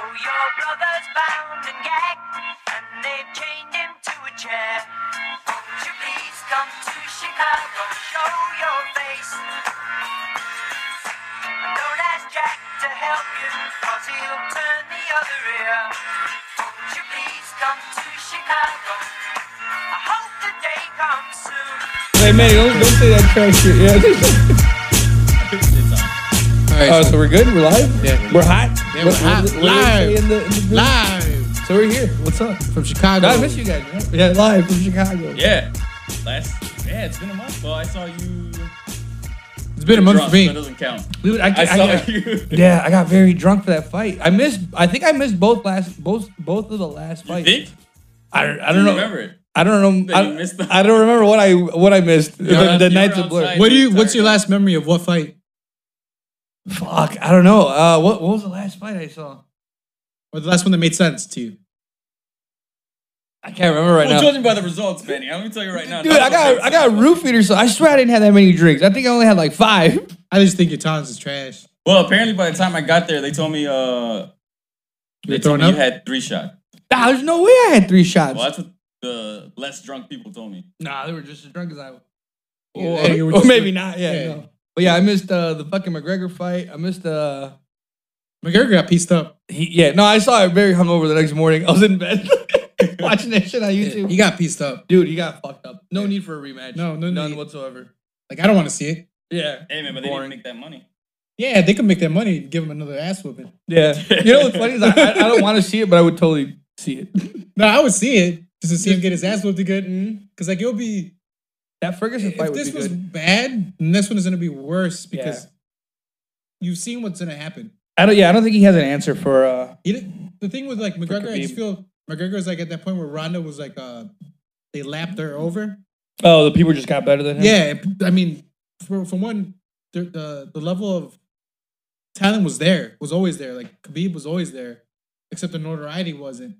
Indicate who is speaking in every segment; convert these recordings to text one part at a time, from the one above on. Speaker 1: Your brother's bound and gagged, and they've chained him to a chair. Won't you please come to Chicago, show your face? And don't ask Jack to help you, cause he'll turn the other ear. Won't you please come to Chicago? I hope the day comes soon.
Speaker 2: Hey, man, don't, don't say that trash shit. Yeah.
Speaker 3: All right,
Speaker 2: uh,
Speaker 3: so
Speaker 2: so we're good? We're live?
Speaker 3: Yeah.
Speaker 2: We're hot?
Speaker 3: Yeah, we're hot.
Speaker 2: is it- what do they say
Speaker 3: Live.
Speaker 2: in the- in the-
Speaker 3: live
Speaker 2: So we're here. What's up?
Speaker 3: from Chicago.
Speaker 2: I miss you guys. man. Yeah, live from Chicago.
Speaker 4: Yeah. Last yeah, it's been a month. Well, I saw you.
Speaker 3: It's been a month
Speaker 4: drunk,
Speaker 3: for
Speaker 4: so it
Speaker 3: me.
Speaker 4: doesn't count.
Speaker 2: Dude, I,
Speaker 4: I
Speaker 2: I-
Speaker 4: saw
Speaker 2: I-
Speaker 4: you.
Speaker 2: Yeah, I got very drunk for that fight. I missed. I think I missed both last both both of the last
Speaker 4: You
Speaker 2: fights.
Speaker 4: think?
Speaker 2: I, I don't know.
Speaker 4: Remember it?
Speaker 2: I don't know.
Speaker 4: That you
Speaker 2: I,
Speaker 4: missed the-
Speaker 2: I don't remember what I what I missed. the
Speaker 4: were-
Speaker 2: the
Speaker 4: you
Speaker 2: nights
Speaker 4: were
Speaker 2: of blur.
Speaker 4: outside.
Speaker 3: What do you? What's your last memory of what fight
Speaker 2: Fuck, I don't know. Uh, what what was the last fight I saw?
Speaker 3: or the last one that made sense to you?
Speaker 2: I can't remember right
Speaker 4: well,
Speaker 2: now.
Speaker 4: judging by the results, Benny, let me tell you right now.
Speaker 2: Dude,
Speaker 4: none
Speaker 2: I
Speaker 4: of them
Speaker 2: got
Speaker 4: make
Speaker 2: I got
Speaker 4: sense.
Speaker 2: roofied or so. I swear I didn't have that many drinks. I think I only had like five.
Speaker 3: I just think your tolerance is trash.
Speaker 4: Well, apparently by the time I got there, they told me uh
Speaker 3: You're
Speaker 4: they told
Speaker 3: throwing
Speaker 4: me
Speaker 3: up.
Speaker 4: you had three shots.
Speaker 2: Nah, there's no way I had three shots.
Speaker 4: Well, that's what the less drunk people told me.
Speaker 2: Nah, they were just as drunk as I was.
Speaker 3: Yeah,
Speaker 2: Or,
Speaker 3: you were
Speaker 2: or
Speaker 3: just-
Speaker 2: maybe not. Yeah.
Speaker 3: yeah.
Speaker 2: no. But yeah, I missed uh, the fucking McGregor fight. I missed uh
Speaker 3: McGregor got pieced up.
Speaker 2: he, yeah. No, I saw it very hungover the next morning. I was in bed watching that shit on YouTube.
Speaker 3: He got pieced up.
Speaker 2: Dude, he got fucked up. No need for a rematch.
Speaker 3: No, no
Speaker 2: none
Speaker 3: need.
Speaker 2: whatsoever.
Speaker 3: Like I don't want to see it.
Speaker 2: Yeah.
Speaker 4: Hey man, but they
Speaker 2: Boring.
Speaker 4: didn't make that money.
Speaker 3: Yeah, they could make that money and give him another ass whooping.
Speaker 2: Yeah. You know what's funny is I, I, I don't want to see it, but I would totally see it.
Speaker 3: No, I would see it just to see him get his ass whooped again. Because like it'll be
Speaker 2: That Ferguson Mm-hmm. fight
Speaker 3: if
Speaker 2: would
Speaker 3: this
Speaker 2: be
Speaker 3: was
Speaker 2: good.
Speaker 3: bad, then this one is gonna be worse because
Speaker 2: Yeah.
Speaker 3: you've seen what's gonna happen.
Speaker 2: I don't. Yeah, I don't think he has an answer for. uh
Speaker 3: He didn't, the thing with like McGregor, I just
Speaker 2: Khabib.
Speaker 3: feel McGregor is like at that point where Ronda was like uh they lapped her over.
Speaker 2: Oh, the people just got better than him.
Speaker 3: Yeah, I mean, for, for one, the, the the level of talent was there, was always there. Like Khabib was always there, except the notoriety wasn't.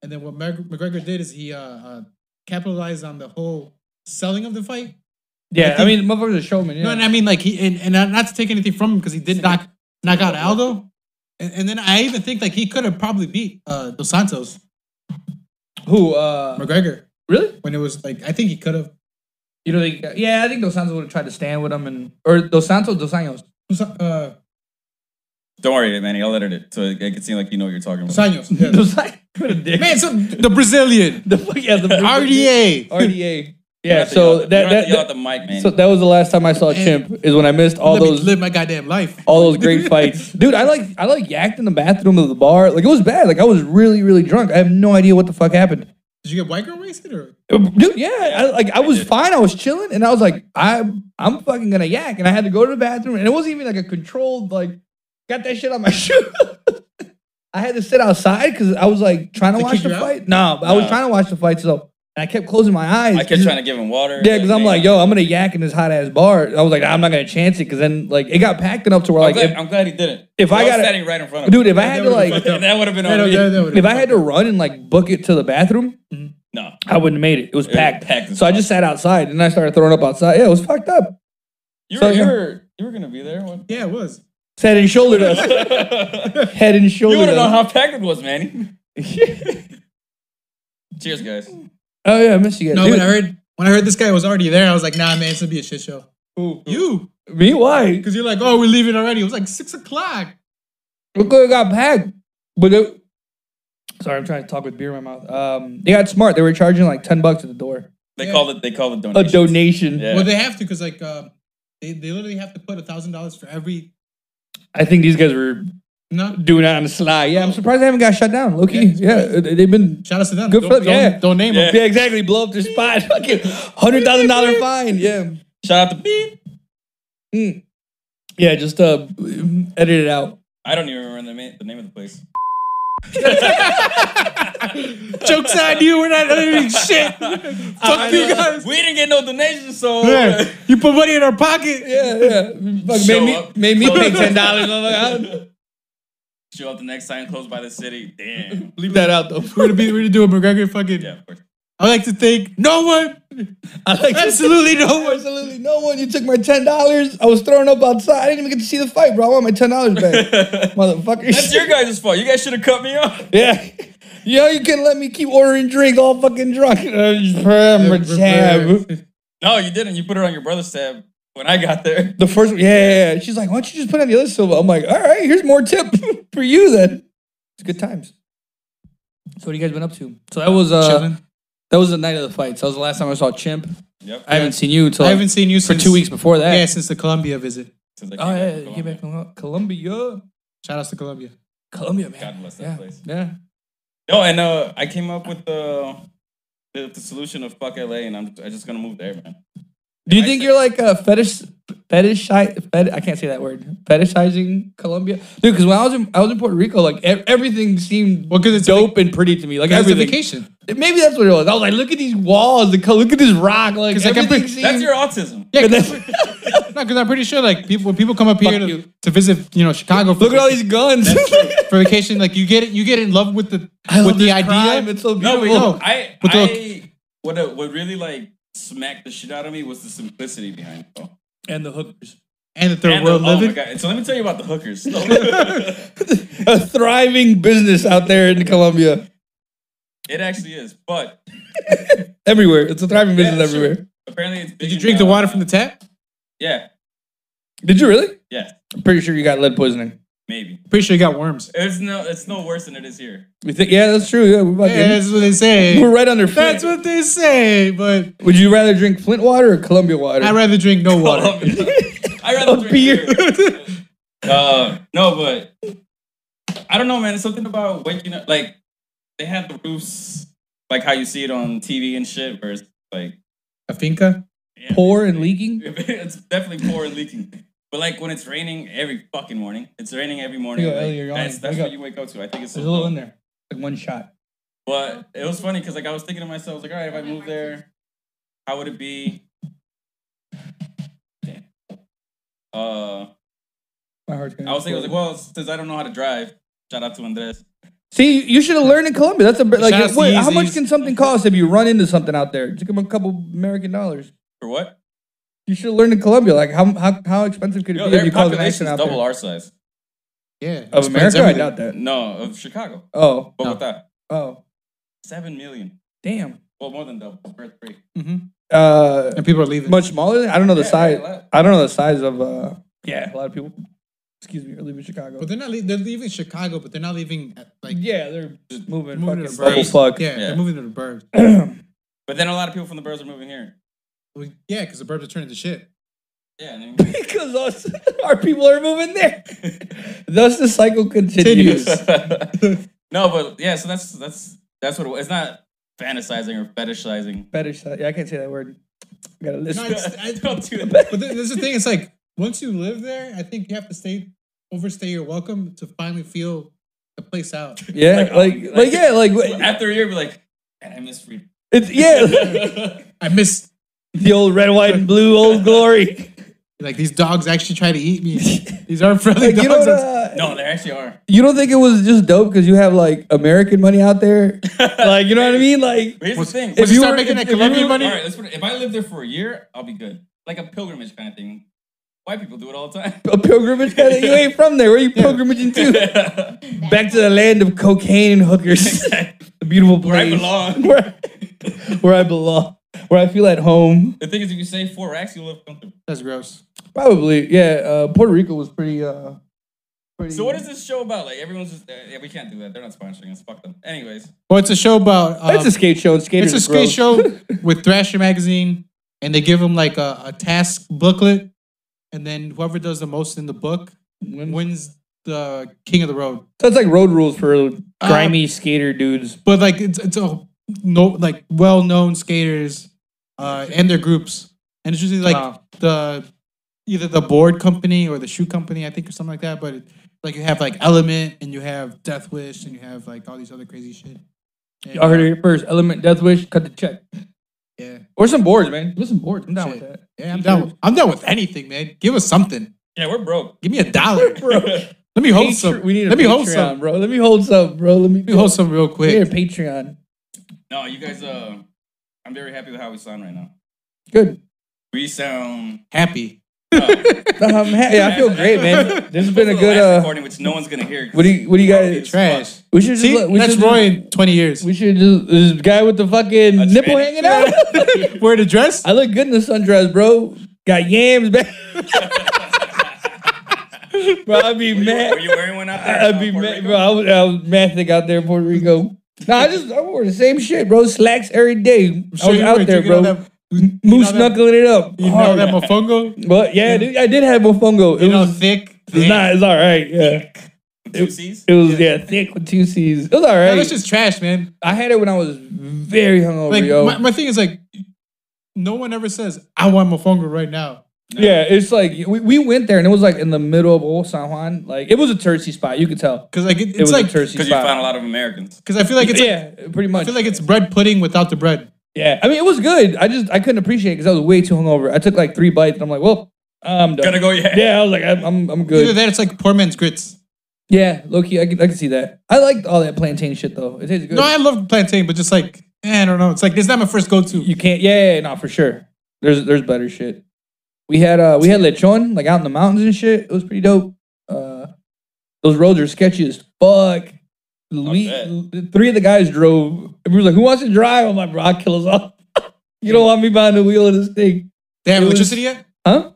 Speaker 3: And then what Mag- McGregor did is he uh, uh, capitalized on the whole selling of the fight.
Speaker 2: yeah. I,
Speaker 3: I
Speaker 2: mean, motherfucker's a showman. Yeah.
Speaker 3: No, and I mean like he and, and not not to take anything from him because he did knock knock out Aldo. And, and then I even think like he could have probably beat uh, Dos Santos
Speaker 2: Who? uh
Speaker 3: McGregor
Speaker 2: Really?
Speaker 3: when it was like I think he could have.
Speaker 2: You know, they, yeah, I think Dos Santos would have tried to stand with him, and or Dos Santos, Dos Santos.
Speaker 3: Uh,
Speaker 4: Don't worry, Manny, I'll edit it so it, it can seem like you know what you're talking about.
Speaker 3: Santos, yeah.
Speaker 2: Dos Santos. What a dick.
Speaker 3: man, so the Brazilian
Speaker 2: the fuck yeah, the RDA.
Speaker 4: You
Speaker 3: RDA.
Speaker 4: don't
Speaker 2: Yeah,
Speaker 4: have to yell
Speaker 2: so that,
Speaker 4: at the- you don't have
Speaker 2: that,
Speaker 4: to yell at
Speaker 2: that
Speaker 4: the mic, man.
Speaker 2: so that was the last time I saw
Speaker 3: Hey.
Speaker 2: Chimp is when I missed all
Speaker 3: Let me
Speaker 2: those
Speaker 3: live my goddamn life.
Speaker 2: all those great fights. Dude, I like I like yacked in the bathroom of the bar. Like it was bad. Like I was really really drunk. I have no idea what the fuck happened.
Speaker 3: Did you get white girl wasted or?
Speaker 2: Dude, yeah, I, like I
Speaker 4: I
Speaker 2: was
Speaker 4: did.
Speaker 2: fine. I was chilling, and I was like, I'm I'm fucking gonna yak, and I had to go to the bathroom, and it wasn't even like a controlled like got that shit on my shoe. I had to sit outside because I was like trying to
Speaker 3: They
Speaker 2: watch
Speaker 3: kick
Speaker 2: the
Speaker 3: you out?
Speaker 2: fight. No, but I was
Speaker 4: No.
Speaker 2: trying to watch the fight, so and I kept closing my eyes.
Speaker 4: I kept trying to give him water.
Speaker 2: Yeah, because I'm
Speaker 4: man,
Speaker 2: like, yo, I'm gonna yak in this hot ass bar. I was like, nah, I'm not gonna chance it, because then like it got packed enough to where
Speaker 4: I'm,
Speaker 2: like,
Speaker 4: glad,
Speaker 2: if-
Speaker 4: I'm glad he didn't.
Speaker 2: if I
Speaker 4: was
Speaker 2: gotta-
Speaker 4: standing right in front of him.
Speaker 2: dude, if I had to
Speaker 3: would've
Speaker 2: like,
Speaker 3: fucked up.
Speaker 4: that would have been
Speaker 3: That-
Speaker 4: on me.
Speaker 3: that- that would've
Speaker 2: if I
Speaker 3: been
Speaker 2: had to run and like book it to the bathroom,
Speaker 4: no.
Speaker 2: I wouldn't have made it. It was
Speaker 4: It was
Speaker 2: packed.
Speaker 4: packed as
Speaker 2: so I
Speaker 4: fuck.
Speaker 2: just sat outside and I started throwing up outside. Yeah, it was fucked up.
Speaker 4: You
Speaker 2: So-
Speaker 4: were, you were you were gonna be there. One.
Speaker 3: Yeah, it was.
Speaker 2: Head and shouldered us.
Speaker 4: you
Speaker 2: Head and
Speaker 4: want
Speaker 2: shouldered
Speaker 4: to know
Speaker 2: us.
Speaker 4: how packed it was, Manny? Cheers, guys.
Speaker 2: oh yeah, I missed you guys.
Speaker 3: No,
Speaker 2: Dude,
Speaker 3: when I heard when I heard this guy was already there, I was like, nah, man, it's gonna be a shit show. You,
Speaker 2: me why?
Speaker 3: because you're like, oh, we're leaving already. It was like six o'clock.
Speaker 2: Look what got packed. But they, sorry, I'm trying to talk with beer in my mouth. Um, they got smart. They were charging like ten bucks at the door.
Speaker 4: They
Speaker 3: Yeah.
Speaker 4: call it. They call it
Speaker 2: A
Speaker 4: donation.
Speaker 2: donation.
Speaker 4: Yeah.
Speaker 3: Well, they have to because like um, they they literally have to put a thousand dollars for every
Speaker 2: I think these guys were
Speaker 3: no.
Speaker 2: doing that on the sly. Yeah, I'm surprised they haven't got shut down. Low key. Yeah,
Speaker 3: Yeah.
Speaker 2: they- they've been.
Speaker 3: Shout out to them.
Speaker 2: Good
Speaker 3: don't,
Speaker 2: for them,
Speaker 3: don't-
Speaker 2: yeah.
Speaker 3: don't name
Speaker 4: Yeah.
Speaker 3: them.
Speaker 2: Yeah, exactly. Blow up their spot. Fucking hundred thousand dollar fine. Yeah.
Speaker 4: Shout out to Beep.
Speaker 2: Mm. Yeah, just uh, edit it out.
Speaker 4: I don't even remember the, ma- the name of the place.
Speaker 3: Jokes on you. We're not editing shit. Fuck you guys.
Speaker 4: We didn't get no donations, so
Speaker 3: Yeah, You put money in our pocket.
Speaker 2: Yeah, yeah. Fuck, made
Speaker 4: Show
Speaker 2: me,
Speaker 4: up.
Speaker 2: made me
Speaker 4: Close
Speaker 2: pay
Speaker 4: up.
Speaker 2: ten dollars. Like,
Speaker 4: show up the next time. Closed by the city. Damn.
Speaker 2: leave that out though.
Speaker 3: We're gonna be we're gonna do a McGregor fucking.
Speaker 4: yeah, of course.
Speaker 3: I like to thank no one
Speaker 2: I like
Speaker 3: Absolutely no one.
Speaker 2: Absolutely no one. You took my ten dollars. I was thrown up outside. I didn't even get to see the fight, bro. I want my ten dollars back, motherfucker.
Speaker 4: That's your guys' fault. You guys should have cut me off.
Speaker 2: Yeah. Yo, you can let me keep ordering drink all fucking drunk. Uh, my tab.
Speaker 4: No, you didn't. You put it on your brother's tab when I got there.
Speaker 2: The first, yeah, yeah, yeah. She's like, why don't you just put it on the other silver? I'm like, all right, here's more tip for you then. It's good times. So what you guys been up to? So that was uh,
Speaker 3: Chilling.
Speaker 2: that was the night of the fights. That was the last time I saw Chimp.
Speaker 4: Yep.
Speaker 2: I haven't seen you until
Speaker 3: I haven't seen you
Speaker 2: Uh, for
Speaker 3: since,
Speaker 2: two weeks before that.
Speaker 3: Yeah, since the Columbia visit.
Speaker 4: Since I
Speaker 2: Oh yeah,
Speaker 4: came back
Speaker 2: you
Speaker 4: from
Speaker 2: came back
Speaker 4: Colombia.
Speaker 2: from Colombia,
Speaker 3: Shout outs to Columbia.
Speaker 2: Colombia, man.
Speaker 4: God bless that
Speaker 2: yeah.
Speaker 4: place.
Speaker 2: Yeah.
Speaker 4: No, and uh, I came up with the, the the solution of fuck LA, and I'm I'm just gonna move there, man.
Speaker 2: Do you
Speaker 4: I
Speaker 2: think
Speaker 4: said-
Speaker 2: you're like a fetish, fetish, fet, I can't say that word, fetishizing Colombia, dude? Because when I was in, I was in Puerto Rico, like ev- everything seemed
Speaker 3: Well, 'cause it's a
Speaker 2: dope and pretty to me, like
Speaker 3: That's a
Speaker 2: everything.
Speaker 3: vacation.
Speaker 2: Maybe that's what it was. I was like, look at these walls, the color, look at this rock, like
Speaker 3: 'Cause, like, I'm
Speaker 2: everything
Speaker 3: pretty-
Speaker 2: seemed.
Speaker 4: That's your autism.
Speaker 3: Yeah,
Speaker 2: And
Speaker 3: because
Speaker 2: then-
Speaker 3: I'm pretty sure like people when people come up
Speaker 2: Fuck
Speaker 3: here to,
Speaker 2: you.
Speaker 3: to visit, you know, Chicago. For
Speaker 2: look at all these guns.
Speaker 3: for vacation. Like you get it, you get in love with the with the idea.
Speaker 2: crime. It's so
Speaker 4: No,
Speaker 2: beautiful.
Speaker 4: but no,
Speaker 3: Beautiful.
Speaker 4: I,
Speaker 3: But look-
Speaker 4: I what uh, what really like smacked the shit out of me was the simplicity behind it. Though.
Speaker 2: and the hookers,
Speaker 3: and the third
Speaker 4: And the-
Speaker 3: world
Speaker 4: oh my
Speaker 3: living.
Speaker 4: god! So let me tell you about the hookers.
Speaker 2: a thriving business out there in Colombia,
Speaker 4: it actually is, but
Speaker 2: everywhere. It's a thriving business
Speaker 4: Yeah, sure.
Speaker 2: everywhere.
Speaker 4: apparently it's. uh,
Speaker 3: Did you drink the water from the tap?
Speaker 4: Yeah,
Speaker 2: Did you really?
Speaker 4: yeah,
Speaker 2: I'm pretty sure you got lead poisoning.
Speaker 4: maybe.
Speaker 3: Pretty sure you got worms.
Speaker 4: It's no, it's no worse than it is here.
Speaker 2: You think? Yeah, that's true. Yeah, we fucking,
Speaker 3: Yeah, that's what they
Speaker 2: we're
Speaker 3: say.
Speaker 2: right under.
Speaker 3: That's
Speaker 2: Flint.
Speaker 3: what they say. But
Speaker 2: Would you rather drink Flint water or Columbia water?
Speaker 3: I'd rather drink no water.
Speaker 4: I rather
Speaker 2: A
Speaker 4: drink
Speaker 2: beer.
Speaker 4: beer. uh, no, but I don't know, man. It's something about waking up. Like they had the roofs, like how you see it on TV and shit, where it's like
Speaker 3: A finca.
Speaker 4: yeah,
Speaker 2: Poor and leaking.
Speaker 4: it's definitely poor and leaking. But like when it's raining every fucking morning, it's raining every morning.
Speaker 2: Here you go,
Speaker 4: like,
Speaker 2: Ellie, you're
Speaker 4: that's
Speaker 2: yawning.
Speaker 4: that's
Speaker 2: Wake
Speaker 4: what
Speaker 2: up.
Speaker 4: you wake up to. I think it's so
Speaker 2: There's a little
Speaker 4: dope.
Speaker 2: in there, like one shot.
Speaker 4: But it was funny because like I was thinking to myself, I was like, all right, if I move there, how would it be? Damn. Uh,
Speaker 2: My heart's gonna.
Speaker 4: I was thinking, I was like,
Speaker 2: explode.
Speaker 4: well, since I don't know how to drive, shout out to Andres.
Speaker 2: See, you should have learned in Columbia. That's a bit
Speaker 3: Shout out
Speaker 2: like.
Speaker 3: to
Speaker 2: Wait, how much
Speaker 3: Yeezys.
Speaker 2: can something cost if you run into something out there? Just give them a couple American dollars.
Speaker 4: For what?
Speaker 2: You should have learned in Columbia. Like how how, how expensive could it
Speaker 4: Yo,
Speaker 2: be if
Speaker 4: their
Speaker 2: you caused an
Speaker 4: population
Speaker 2: accident
Speaker 4: is
Speaker 2: out
Speaker 4: double
Speaker 2: there?
Speaker 4: our size.
Speaker 3: Yeah.
Speaker 2: Of
Speaker 3: explains
Speaker 2: America, I
Speaker 3: everything.
Speaker 2: doubt that.
Speaker 4: No, of Chicago.
Speaker 2: Oh,
Speaker 4: But with that,
Speaker 2: oh,
Speaker 4: seven million.
Speaker 2: damn.
Speaker 4: Well, more than double. We're at three.
Speaker 2: Mm-hmm. Uh,
Speaker 3: And people are leaving.
Speaker 2: much smaller. I don't know the
Speaker 4: Yeah,
Speaker 2: size.
Speaker 4: yeah, that-
Speaker 2: I don't know the size of. uh Yeah, a lot of people. Excuse me, are leaving Chicago.
Speaker 3: But they're not. leaving. they're leaving Chicago, but they're not leaving. uh, Like
Speaker 2: yeah, they're just moving.
Speaker 3: moving to
Speaker 2: fucking
Speaker 3: the
Speaker 2: bubble
Speaker 3: burbs.
Speaker 2: fuck.
Speaker 3: Yeah,
Speaker 4: Yeah.
Speaker 3: they're moving to the burbs.
Speaker 4: But then a lot of people from the Bears are moving here.
Speaker 3: Well, yeah, because the burbs are turning to shit.
Speaker 4: Yeah. and then-
Speaker 2: because us, our people are moving there. Thus, the cycle continues.
Speaker 4: no, but yeah, so that's that's that's what it was. It's not fantasizing or fetishizing.
Speaker 2: Better side. Yeah, I can't say that word. I gotta listen.
Speaker 3: No, it's- I-
Speaker 4: Don't do that.
Speaker 3: But th- this is the thing. It's like once you live there, I think you have to stay, overstay your welcome to finally feel the place out.
Speaker 2: yeah, like,
Speaker 4: like,
Speaker 2: like,
Speaker 4: um, like-
Speaker 2: yeah, like
Speaker 4: After a year, be like, man, I miss freedom.
Speaker 2: it's yeah,
Speaker 4: yeah,
Speaker 3: I miss
Speaker 2: the old red, white, and blue, old glory.
Speaker 3: like these dogs actually try to eat me. These aren't friendly
Speaker 2: Like,
Speaker 3: dogs.
Speaker 2: you don't,
Speaker 3: I'm-
Speaker 2: uh,
Speaker 4: no, there actually are.
Speaker 2: you don't think it was just dope because you have like American money out there, like you know what I mean? Like
Speaker 4: But here's the thing.
Speaker 3: Once
Speaker 2: you
Speaker 3: you start
Speaker 2: were-
Speaker 3: making
Speaker 2: if
Speaker 3: that
Speaker 2: you
Speaker 3: Colombian
Speaker 2: were-
Speaker 3: money,
Speaker 4: All right, let's put it. If I live there for a year, I'll be good. Like a pilgrimage kind of thing. White people do it all the time.
Speaker 2: a pilgrimage. Kind of, you ain't from there. Where you pilgrimaging to? Back to the land of cocaine and hookers. the beautiful place
Speaker 4: Where I belong.
Speaker 2: Where, where I belong. Where I feel at home.
Speaker 4: the thing is, if you say four racks, you'll live comfortable.
Speaker 3: that's gross.
Speaker 2: Probably, yeah. Uh, Puerto Rico was pretty. Uh, pretty
Speaker 4: So what is this show about? Like everyone's just uh, yeah, we can't do that. They're not sponsoring us. Fuck them. Anyways,
Speaker 3: Well, it's a show about. Um,
Speaker 2: uh, It's a skate show. And skaters
Speaker 3: it's a
Speaker 2: are
Speaker 3: skate
Speaker 2: gross.
Speaker 3: show with Thrasher magazine, and they give them like a, a task booklet, and then whoever does the most in the book wins the king of the road.
Speaker 2: So it's like road rules
Speaker 3: Uh,
Speaker 2: for grimy skater dudes.
Speaker 3: But like it's it's a no like well known skaters uh, and their groups, and it's usually like
Speaker 2: Wow.
Speaker 3: the either the board company or the shoe company, I think, or something like that. But it, like you have like Element, and you have Death Wish, and you have like all these other crazy shit. And,
Speaker 2: Y'all heard it here first. Element Death Wish, cut the check.
Speaker 3: Yeah,
Speaker 2: Or some boards, man. With some boards. I'm down
Speaker 3: Shit.
Speaker 2: with that.
Speaker 3: yeah, I'm down. with- I'm down with anything, man. Give us something.
Speaker 4: yeah, we're broke.
Speaker 3: Give me a dollar.
Speaker 4: Bro.
Speaker 3: Let me hold
Speaker 2: Patr-
Speaker 3: some.
Speaker 2: We need a
Speaker 3: Let me
Speaker 2: Patreon,
Speaker 3: hold some.
Speaker 2: bro. Let me hold some, bro. Let me,
Speaker 3: Let me hold some real
Speaker 2: We need
Speaker 3: quick.
Speaker 2: a Patreon.
Speaker 4: No, you guys. Uh, I'm very happy with how we sound right now.
Speaker 2: Good.
Speaker 4: We sound.
Speaker 3: Happy.
Speaker 4: Uh,
Speaker 2: No, I'm ha- Um, yeah, I feel great, man. This has been a
Speaker 4: hopefully
Speaker 2: good.
Speaker 4: the last
Speaker 2: Uh,
Speaker 4: recording, which no one's gonna hear. 'cause
Speaker 2: what do you What do you
Speaker 4: it's
Speaker 2: guys?
Speaker 3: Trash.
Speaker 2: We should just.
Speaker 3: See,
Speaker 2: let- we
Speaker 3: that's
Speaker 2: should just-
Speaker 3: Roy in 20 years.
Speaker 2: We should just this guy with the fucking
Speaker 4: A
Speaker 2: nipple
Speaker 4: tranny.
Speaker 2: hanging out.
Speaker 3: Wear the dress?
Speaker 2: I look good in the sundress, bro. Got yams, man. bro, I'd be
Speaker 4: Were you,
Speaker 2: mad.
Speaker 4: were you wearing one out there?
Speaker 2: I'd
Speaker 4: uh,
Speaker 2: be
Speaker 4: Puerto
Speaker 2: mad,
Speaker 4: Rico?
Speaker 2: bro. I was, I was mathic out there in Puerto Rico. No, I just I wore the same shit, bro. Slacks every day. I was
Speaker 3: Oh, you were
Speaker 2: out there,
Speaker 3: drinking all
Speaker 2: bro.
Speaker 3: that- you
Speaker 2: Moose
Speaker 3: know that-
Speaker 2: knuckling it up.
Speaker 3: You know
Speaker 2: hard.
Speaker 3: that mofongo?
Speaker 2: But yeah, dude, I did have mofongo. It
Speaker 3: You know,
Speaker 2: was
Speaker 3: thick.
Speaker 2: it's not. It's all right. Yeah,
Speaker 4: Two C's?
Speaker 2: it was yeah thick with two C's. It was all
Speaker 3: No,
Speaker 2: right.
Speaker 3: that's just trash, man.
Speaker 2: I had it when I was very hungover,
Speaker 3: Like
Speaker 2: yo.
Speaker 3: my, my thing is like, no one ever says I want mofongo right now.
Speaker 2: Yeah, it's like we, we went there and it was like in the middle of Old San Juan. Like it was a touristy spot. You could tell
Speaker 3: Cause like
Speaker 2: it
Speaker 3: it, it's
Speaker 2: was
Speaker 3: like,
Speaker 2: a touristy
Speaker 4: Because you found
Speaker 2: spot.
Speaker 4: a lot of Americans.
Speaker 3: cause I feel like it's like,
Speaker 2: yeah, pretty
Speaker 3: I
Speaker 2: much.
Speaker 3: feel like it's bread pudding without the bread.
Speaker 2: yeah, I mean it was good. I just I couldn't appreciate because I was way too hungover. I took like three bites and I'm like, well, I'm done.
Speaker 4: Gotta go, yeah.
Speaker 2: Yeah, I was like, I'm I'm, I'm
Speaker 3: Either
Speaker 2: good.
Speaker 3: that, it's like poor man's grits.
Speaker 2: Yeah, low key, I can, I can see that. I liked all that plantain shit though. It tastes good.
Speaker 3: No, I love plantain, but just like eh, I don't know. It's like this is not my first go to.
Speaker 2: you can't. Yeah, yeah, yeah, no, for sure. There's there's better shit. We had uh we had lechon like out in the mountains and shit. It was pretty dope. Uh, those roads are sketchy as fuck. We, three of the guys drove. And we were like, "Who wants to drive?" I'm like, "Bro, I'll kill us all. you don't want me behind the wheel of this thing,
Speaker 3: They have
Speaker 2: It was-
Speaker 3: electricity yet?
Speaker 2: huh?"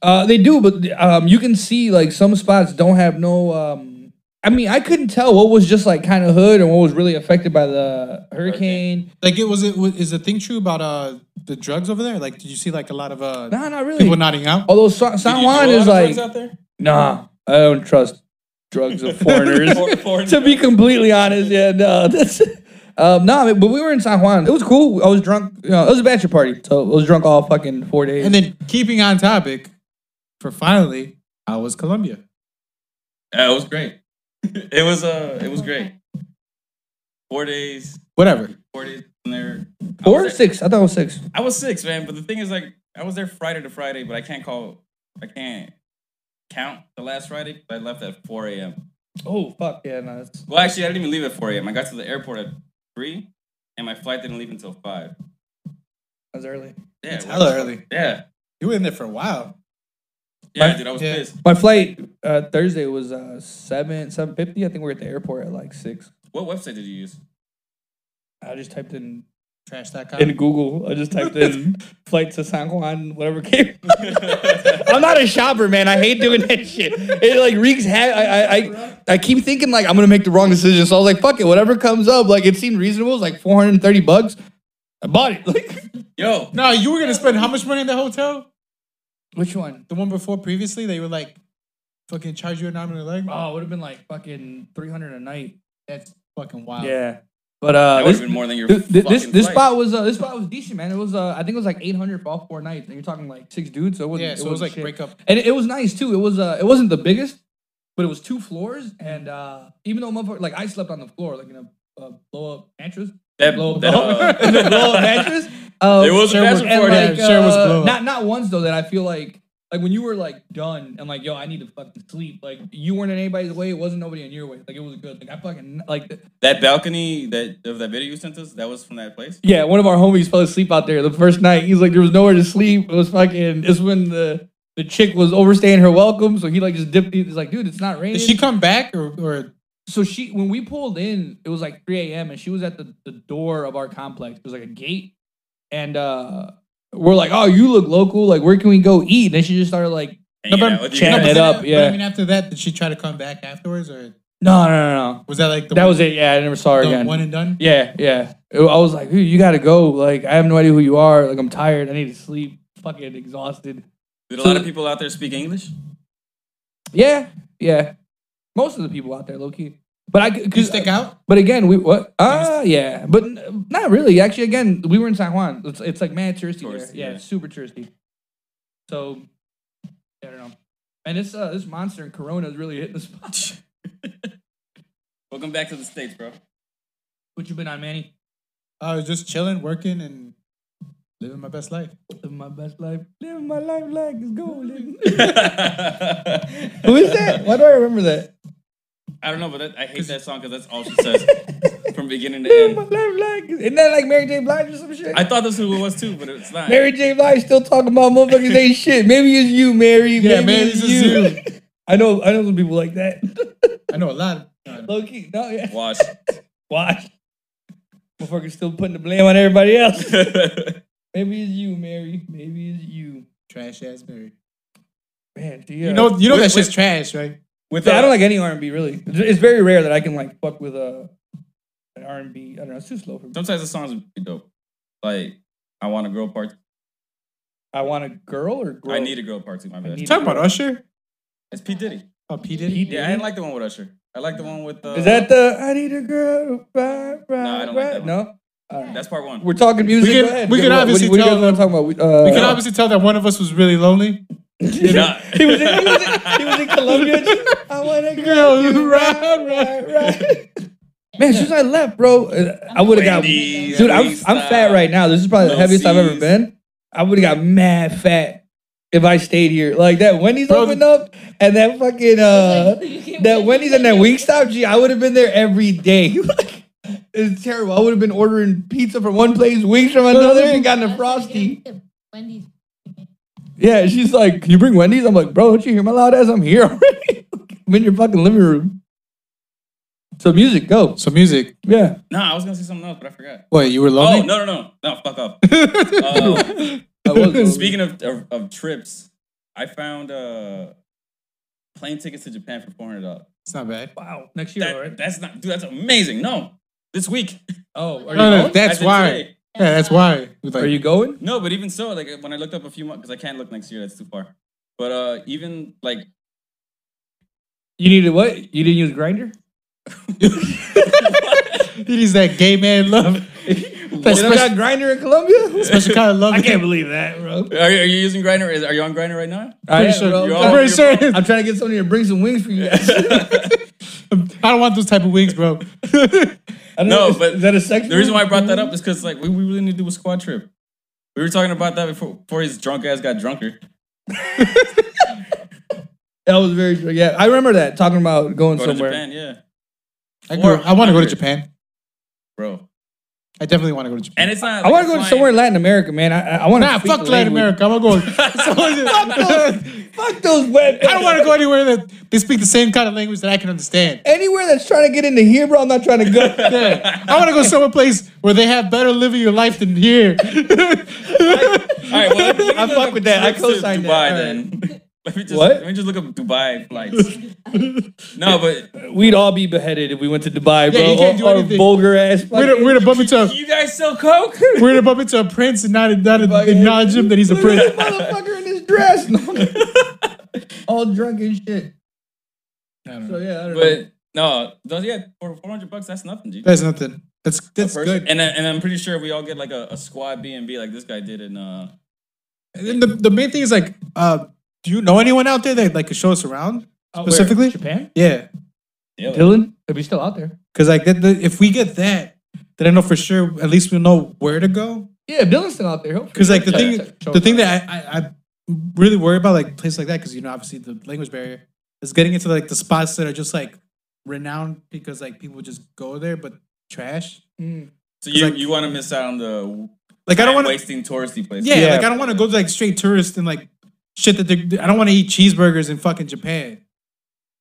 Speaker 2: Uh, they do, but um, you can see like some spots don't have no. Um, I mean, I couldn't tell what was just like kind of hood and what was really affected by the hurricane.
Speaker 3: Like it was it was, is the thing true about uh the drugs over there? Like did you see like a lot of uh
Speaker 2: Nah, not really. Oh,
Speaker 3: people nodding out?
Speaker 2: Although San, San
Speaker 4: You do a
Speaker 2: Juan
Speaker 4: lot
Speaker 2: is
Speaker 4: of drugs
Speaker 2: like,
Speaker 4: out there?
Speaker 2: nah, I don't trust drugs of foreigners.
Speaker 4: For- for-
Speaker 2: to be completely honest, yeah, no, that's, um, nah, but we were in San Juan. It was cool. I was drunk. You know, it was a bachelor party, so I was drunk all fucking four days.
Speaker 3: And then keeping on topic, for finally, how was Colombia?
Speaker 4: Yeah, it was great. It was uh, it was great. Four days,
Speaker 3: Whatever.
Speaker 4: four days in there. I
Speaker 2: Four or
Speaker 4: was there-
Speaker 2: six? I thought it was six.
Speaker 4: I was six, man. But the thing is, like, I was there Friday to Friday, but I can't call, I can't count the last Friday. 'cause I left at four a.m.
Speaker 2: Oh fuck yeah, no, that's
Speaker 4: Well, actually, I didn't even leave at four a.m. I got to the airport at three, and my flight didn't leave until five.
Speaker 2: that's early.
Speaker 4: Yeah, it
Speaker 3: Hella
Speaker 4: was-
Speaker 3: early.
Speaker 4: Yeah,
Speaker 3: You were in there for a while.
Speaker 4: yeah, dude, I was
Speaker 3: Yeah.
Speaker 4: pissed.
Speaker 2: My flight uh, Thursday was uh, seven seven fifty. I think we are at the airport at like six.
Speaker 4: What website did you use?
Speaker 2: I just typed in
Speaker 3: Trash.com.
Speaker 2: in Google. I just typed in flight to San Juan, whatever came. I'm not a shopper, man. I hate doing that shit. It like reeks havoc. I, I, I, I keep thinking like I'm gonna make the wrong decision. So I was like, fuck it, whatever comes up. Like it seemed reasonable. It's like 430 bucks. I bought it. Like
Speaker 4: Yo,
Speaker 3: no, you were gonna spend how much money in the hotel?
Speaker 2: which one?
Speaker 3: The one before previously, they were like fucking charge you an arm and a leg.
Speaker 2: Oh, it would have been like fucking 300 a night.
Speaker 3: That's fucking wild.
Speaker 2: Yeah, but uh,
Speaker 4: Um, that would
Speaker 2: this,
Speaker 4: have been more than your
Speaker 2: th- th- this,
Speaker 4: fucking
Speaker 2: this
Speaker 4: flight.
Speaker 2: spot was uh, this spot was decent, man. It was uh, I think it was like 800 for all four nights, and you're talking like six dudes. So it wasn't,
Speaker 3: Yeah, so it was
Speaker 2: wasn't
Speaker 3: like
Speaker 2: shit.
Speaker 3: break up.
Speaker 2: and it, it was nice too. It was uh, it wasn't the biggest, but it was two floors, and uh, even though motherfucker, like I slept on the floor, like in a uh, blow up mattress,
Speaker 4: That-
Speaker 2: blow up,
Speaker 4: that, uh,
Speaker 2: in a blow up mattress. Um,
Speaker 4: There was a
Speaker 2: and,
Speaker 4: mattress for
Speaker 2: like,
Speaker 4: that.
Speaker 3: Yeah, sure was
Speaker 2: uh,
Speaker 3: blow up.
Speaker 2: Not not once though that I feel like like when you were like done and like yo I need to fucking sleep like you weren't in anybody's way it wasn't nobody in your way like it was good like I fucking like
Speaker 4: That balcony that of that video you sent us, that was from that place.
Speaker 2: yeah one of our homies fell asleep out there the first night he's like there was nowhere to sleep it was fucking it's when the the chick was overstaying her welcome so he like just dipped he's like dude it's not raining
Speaker 3: Did she come back or, or
Speaker 2: so she when we pulled in it was like 3 a.m and she was at the, the door of our complex it was like a gate and uh we're like oh you look local like where can we go eat and then she just started like
Speaker 4: Hanging
Speaker 3: but-
Speaker 4: out with you
Speaker 2: Chatting
Speaker 4: guys.
Speaker 2: it up,
Speaker 3: but
Speaker 2: yeah.
Speaker 3: I mean, after that, did she try to come back afterwards, or
Speaker 2: no no no no
Speaker 3: was that like the
Speaker 2: that
Speaker 3: one,
Speaker 2: was it yeah i never saw her
Speaker 3: the
Speaker 2: again
Speaker 3: one and done?
Speaker 2: yeah yeah It- i was like dude, you gotta go like i have no idea who you are like i'm tired i need to sleep fucking exhausted
Speaker 4: Did a lot of people out there speak English?
Speaker 2: yeah yeah most of the people out there low key but i
Speaker 3: Did you
Speaker 2: because
Speaker 3: stick out?
Speaker 2: But again, we what? Ah, yeah, but n- not really. Actually, again, we were in San Juan. It's, it's like mad touristy there.
Speaker 4: Touristy,
Speaker 2: Yeah,
Speaker 4: yeah.
Speaker 2: it's super touristy. So I don't know. And this uh, this monster and Corona is really hitting the spot.
Speaker 4: Welcome back to the states, bro.
Speaker 2: what you been on, Manny?
Speaker 3: I was just chilling, working, and living my best life.
Speaker 2: Living my best life. Living my life like it's golden.
Speaker 4: I
Speaker 2: Who is that? Why do I remember that?
Speaker 4: don't know, but that, I hate that song because that's all she says. from beginning to end.
Speaker 2: Isn't that like Mary J. Blige or some shit?
Speaker 4: I thought this was who it was too, but it's not.
Speaker 2: Mary J. Blige still talking about motherfuckers ain't shit. Maybe it's you, Mary.
Speaker 3: Yeah,
Speaker 2: Maybe
Speaker 3: maybe
Speaker 2: it's
Speaker 3: it's
Speaker 2: you.
Speaker 3: just
Speaker 2: I know. I know some people like that.
Speaker 3: I know a lot. Of,
Speaker 2: Low key. No, yeah.
Speaker 4: Watch.
Speaker 2: Why? Motherfuckers still putting the blame on everybody else.
Speaker 4: That's
Speaker 2: Maybe it's you, Mary. Maybe it's you.
Speaker 3: trash ass Mary.
Speaker 2: Man, do you,
Speaker 3: You know, you know
Speaker 4: Wait,
Speaker 3: that
Speaker 4: wait.
Speaker 3: shit's trash, right?
Speaker 4: With
Speaker 2: Yeah, I
Speaker 4: uh,
Speaker 2: don't like any R and B really. It's- It's very rare that I can like fuck with a an R and B. I don't know. It's too slow for me.
Speaker 4: Sometimes the songs would be dope. Like I want a girl part.
Speaker 2: I want a girl or girl.
Speaker 4: I need a girl part two. My bad.
Speaker 2: need-
Speaker 3: You talking about Usher?
Speaker 4: It's P Diddy.
Speaker 3: Oh, P Diddy.
Speaker 4: Yeah, I didn't like the one with Usher. I like the one with. Uh,
Speaker 2: Is that the I need a girl? Right, right, no,
Speaker 4: I don't like that one.
Speaker 2: no. All right.
Speaker 4: That's part one.
Speaker 2: We're talking music.
Speaker 3: We can-
Speaker 2: Go ahead.
Speaker 3: we
Speaker 2: Go-
Speaker 3: can
Speaker 2: what-
Speaker 3: obviously
Speaker 2: what, do you-
Speaker 3: tell
Speaker 2: what do you guys want to talk about. We, uh,
Speaker 3: You can obviously tell that one of us was really lonely.
Speaker 4: You're not.
Speaker 2: he was in, he was in, he was in Colombia. I want a girl who ride, ride, ride. Man, as soon as I left, bro, uh, I would have got.
Speaker 4: Wendy's,
Speaker 2: Dude, I'm,
Speaker 4: Wingstop.
Speaker 2: I'm fat right now. This is probably the
Speaker 4: Little
Speaker 2: heaviest I've ever
Speaker 4: C's.
Speaker 2: been. I would have got mad fat if I stayed here. Like that Wendy's
Speaker 3: Bro,
Speaker 2: opened up and that fucking uh that Wendy's and that Wingstop. Gee, I would have been there every day. Like, it's terrible. I would have been ordering pizza from one place, wings from another, and gotten a frosty.
Speaker 5: Wendy's.
Speaker 2: Yeah, she's like, "Can you bring Wendy's?" I'm like, "Bro, don't you hear my loud ass? I'm here already. I'm in your fucking living room." So music, go.
Speaker 3: So music.
Speaker 2: Yeah,
Speaker 4: Nah, I was gonna say something else, but I forgot.
Speaker 3: What you were
Speaker 4: Oh
Speaker 3: lonely?
Speaker 4: no no no no! Fuck off. Uh,
Speaker 2: I was
Speaker 4: speaking of, of of trips, I found uh plane tickets to Japan for four hundred dollars.
Speaker 3: It's not bad.
Speaker 2: Wow, next year,
Speaker 4: That,
Speaker 2: all right?
Speaker 4: That's not dude. That's amazing. No, this week.
Speaker 2: Oh, are you
Speaker 3: No, no,
Speaker 2: going?
Speaker 4: As
Speaker 3: that's
Speaker 4: in
Speaker 3: why.
Speaker 4: today.
Speaker 3: Yeah, that's why. We Like,
Speaker 2: Are you going?
Speaker 4: No, but even so, like when I looked up a few months, because I can't look next year. That's too far. But uh even like
Speaker 2: You needed what? You didn't use grinder?
Speaker 3: It is that gay man love.
Speaker 2: You
Speaker 3: That
Speaker 2: don't got
Speaker 3: special,
Speaker 2: grinder in Colombia?
Speaker 3: special kind of love.
Speaker 2: I can't believe that, bro.
Speaker 4: Are you, are you using Grinder? Are you on Grinder right now?
Speaker 2: I
Speaker 3: Pretty sure-
Speaker 4: You're
Speaker 2: am
Speaker 4: all-
Speaker 3: I'm pretty sure.
Speaker 2: trying to get somebody to bring some wings for you. guys.
Speaker 3: I don't want those type of wigs, bro.
Speaker 2: I don't
Speaker 4: No,
Speaker 2: is-
Speaker 4: but
Speaker 2: is that a sexual?
Speaker 4: The reason why I brought that up is because like we, we really need to do a squad trip. We were talking about that before before his drunk ass got drunker.
Speaker 2: that was very true. Yeah, I remember that talking about going
Speaker 4: Go
Speaker 2: somewhere.
Speaker 4: to Japan, yeah,
Speaker 3: I, grew- I want to go to Japan.
Speaker 4: bro.
Speaker 3: I definitely want to go to Japan.
Speaker 4: And it's not.
Speaker 2: I want to go
Speaker 4: flying-
Speaker 2: somewhere in Latin America, man. I, I, I want to.
Speaker 3: Nah, fuck Latin America. I'm going. I
Speaker 2: Fuck those web. I
Speaker 3: don't want to go anywhere that they speak the same kind of language that I can understand.
Speaker 2: anywhere that's trying to get into here, bro. I'm not trying to go.
Speaker 3: Yeah. I want to go somewhere place where they have better living your life than
Speaker 4: All
Speaker 3: here.
Speaker 4: right, well, let me- let me
Speaker 2: I
Speaker 4: look
Speaker 2: fuck
Speaker 4: up
Speaker 2: with that. I
Speaker 4: trips to
Speaker 2: co-signed
Speaker 4: Dubai
Speaker 2: that. All right.
Speaker 4: then. Let me just
Speaker 2: What?
Speaker 4: let me just look up Dubai flights. no, but
Speaker 2: We'd all be beheaded if we went to Dubai, bro.
Speaker 3: Yeah, you can't do
Speaker 2: Our
Speaker 3: anything.
Speaker 2: vulgar ass.
Speaker 3: We're gonna, we're gonna bump into a,
Speaker 4: you guys sell coke?
Speaker 3: we're gonna bump into a prince and not not acknowledge him that he's a
Speaker 2: Look
Speaker 3: prince.
Speaker 2: at this motherfucker in his dress. All drunk and shit. So yeah, I don't know.
Speaker 4: But no, those, yeah, for four hundred bucks, that's nothing, dude.
Speaker 3: That's nothing. That's that's good.
Speaker 4: And I- and I'm pretty sure we all get like a, a squad B and B like this guy did in uh
Speaker 3: And then the, the main thing is like, uh, do you know anyone out there that like could show us around
Speaker 2: Out Oh, where?
Speaker 3: specifically?
Speaker 2: Japan?
Speaker 3: Yeah,
Speaker 4: yeah,
Speaker 2: Dylan, if he's still out there.
Speaker 3: because like that, the, if we get that, then I know for sure. At least we know where to go.
Speaker 2: Yeah, if Dylan's still out there. hopefully.
Speaker 3: Because like the
Speaker 2: Yeah,
Speaker 3: thing,
Speaker 2: yeah, yeah.
Speaker 3: the thing that I, I, I really worry about like places like that, because you know obviously the language barrier is getting into like the spots that are just like renowned because like people just go there, but trash.
Speaker 2: Mm.
Speaker 4: So you
Speaker 3: like-
Speaker 4: you want to miss out on the
Speaker 3: Like I don't want to.
Speaker 4: wasting touristy places.
Speaker 3: Yeah,
Speaker 2: Yeah.
Speaker 3: like I don't want to go to like straight tourist and like shit that they I don't want to eat cheeseburgers in fucking Japan.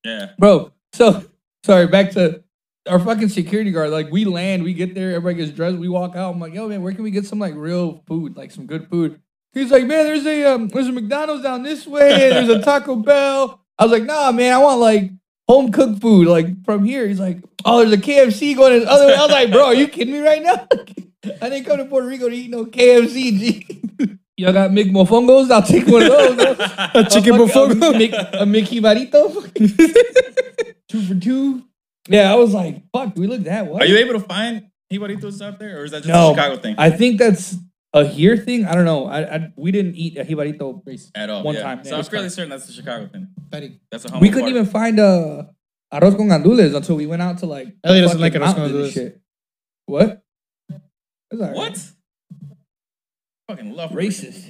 Speaker 4: yeah.
Speaker 2: bro. So sorry, back to our fucking security guard. Like we land, we get there, everybody gets dressed, we walk out. I'm like, yo, man, where can we get some like real food, like some good food? He's like, man, there's a um, there's a McDonald's down this way, and there's a Taco Bell. I was like, nah, man, I want like home cooked food, like from here. He's like, oh, there's a KFC going this other way. I was like, bro, are you kidding me right now? I didn't come to Puerto Rico to eat no KFC. G. Y'all got McMofongos? I'll take one of those.
Speaker 3: A chicken
Speaker 2: fuck,
Speaker 3: mofongo.
Speaker 2: A, Mic- a Mickey Barito? two for two? Yeah, I was like, fuck, we looked that way.
Speaker 4: Are you able to find jibaritos out there, or is that just
Speaker 2: No.
Speaker 4: a Chicago thing?
Speaker 2: I think that's a here thing. I don't know. I, I we didn't eat a jibarito.
Speaker 4: At all.
Speaker 2: One
Speaker 4: yeah.
Speaker 2: time,
Speaker 4: So
Speaker 2: yeah,
Speaker 4: I'm
Speaker 2: one
Speaker 4: fairly certain that's the Chicago thing.
Speaker 3: Buddy.
Speaker 4: That's a home.
Speaker 2: We couldn't even find uh, arroz con gandules until we went out to like.
Speaker 3: Ellie doesn't like
Speaker 2: fucking
Speaker 3: arroz con
Speaker 2: mountains and
Speaker 3: gandules.
Speaker 2: shit. What? That's all right.
Speaker 4: What? Fucking love
Speaker 2: Racist.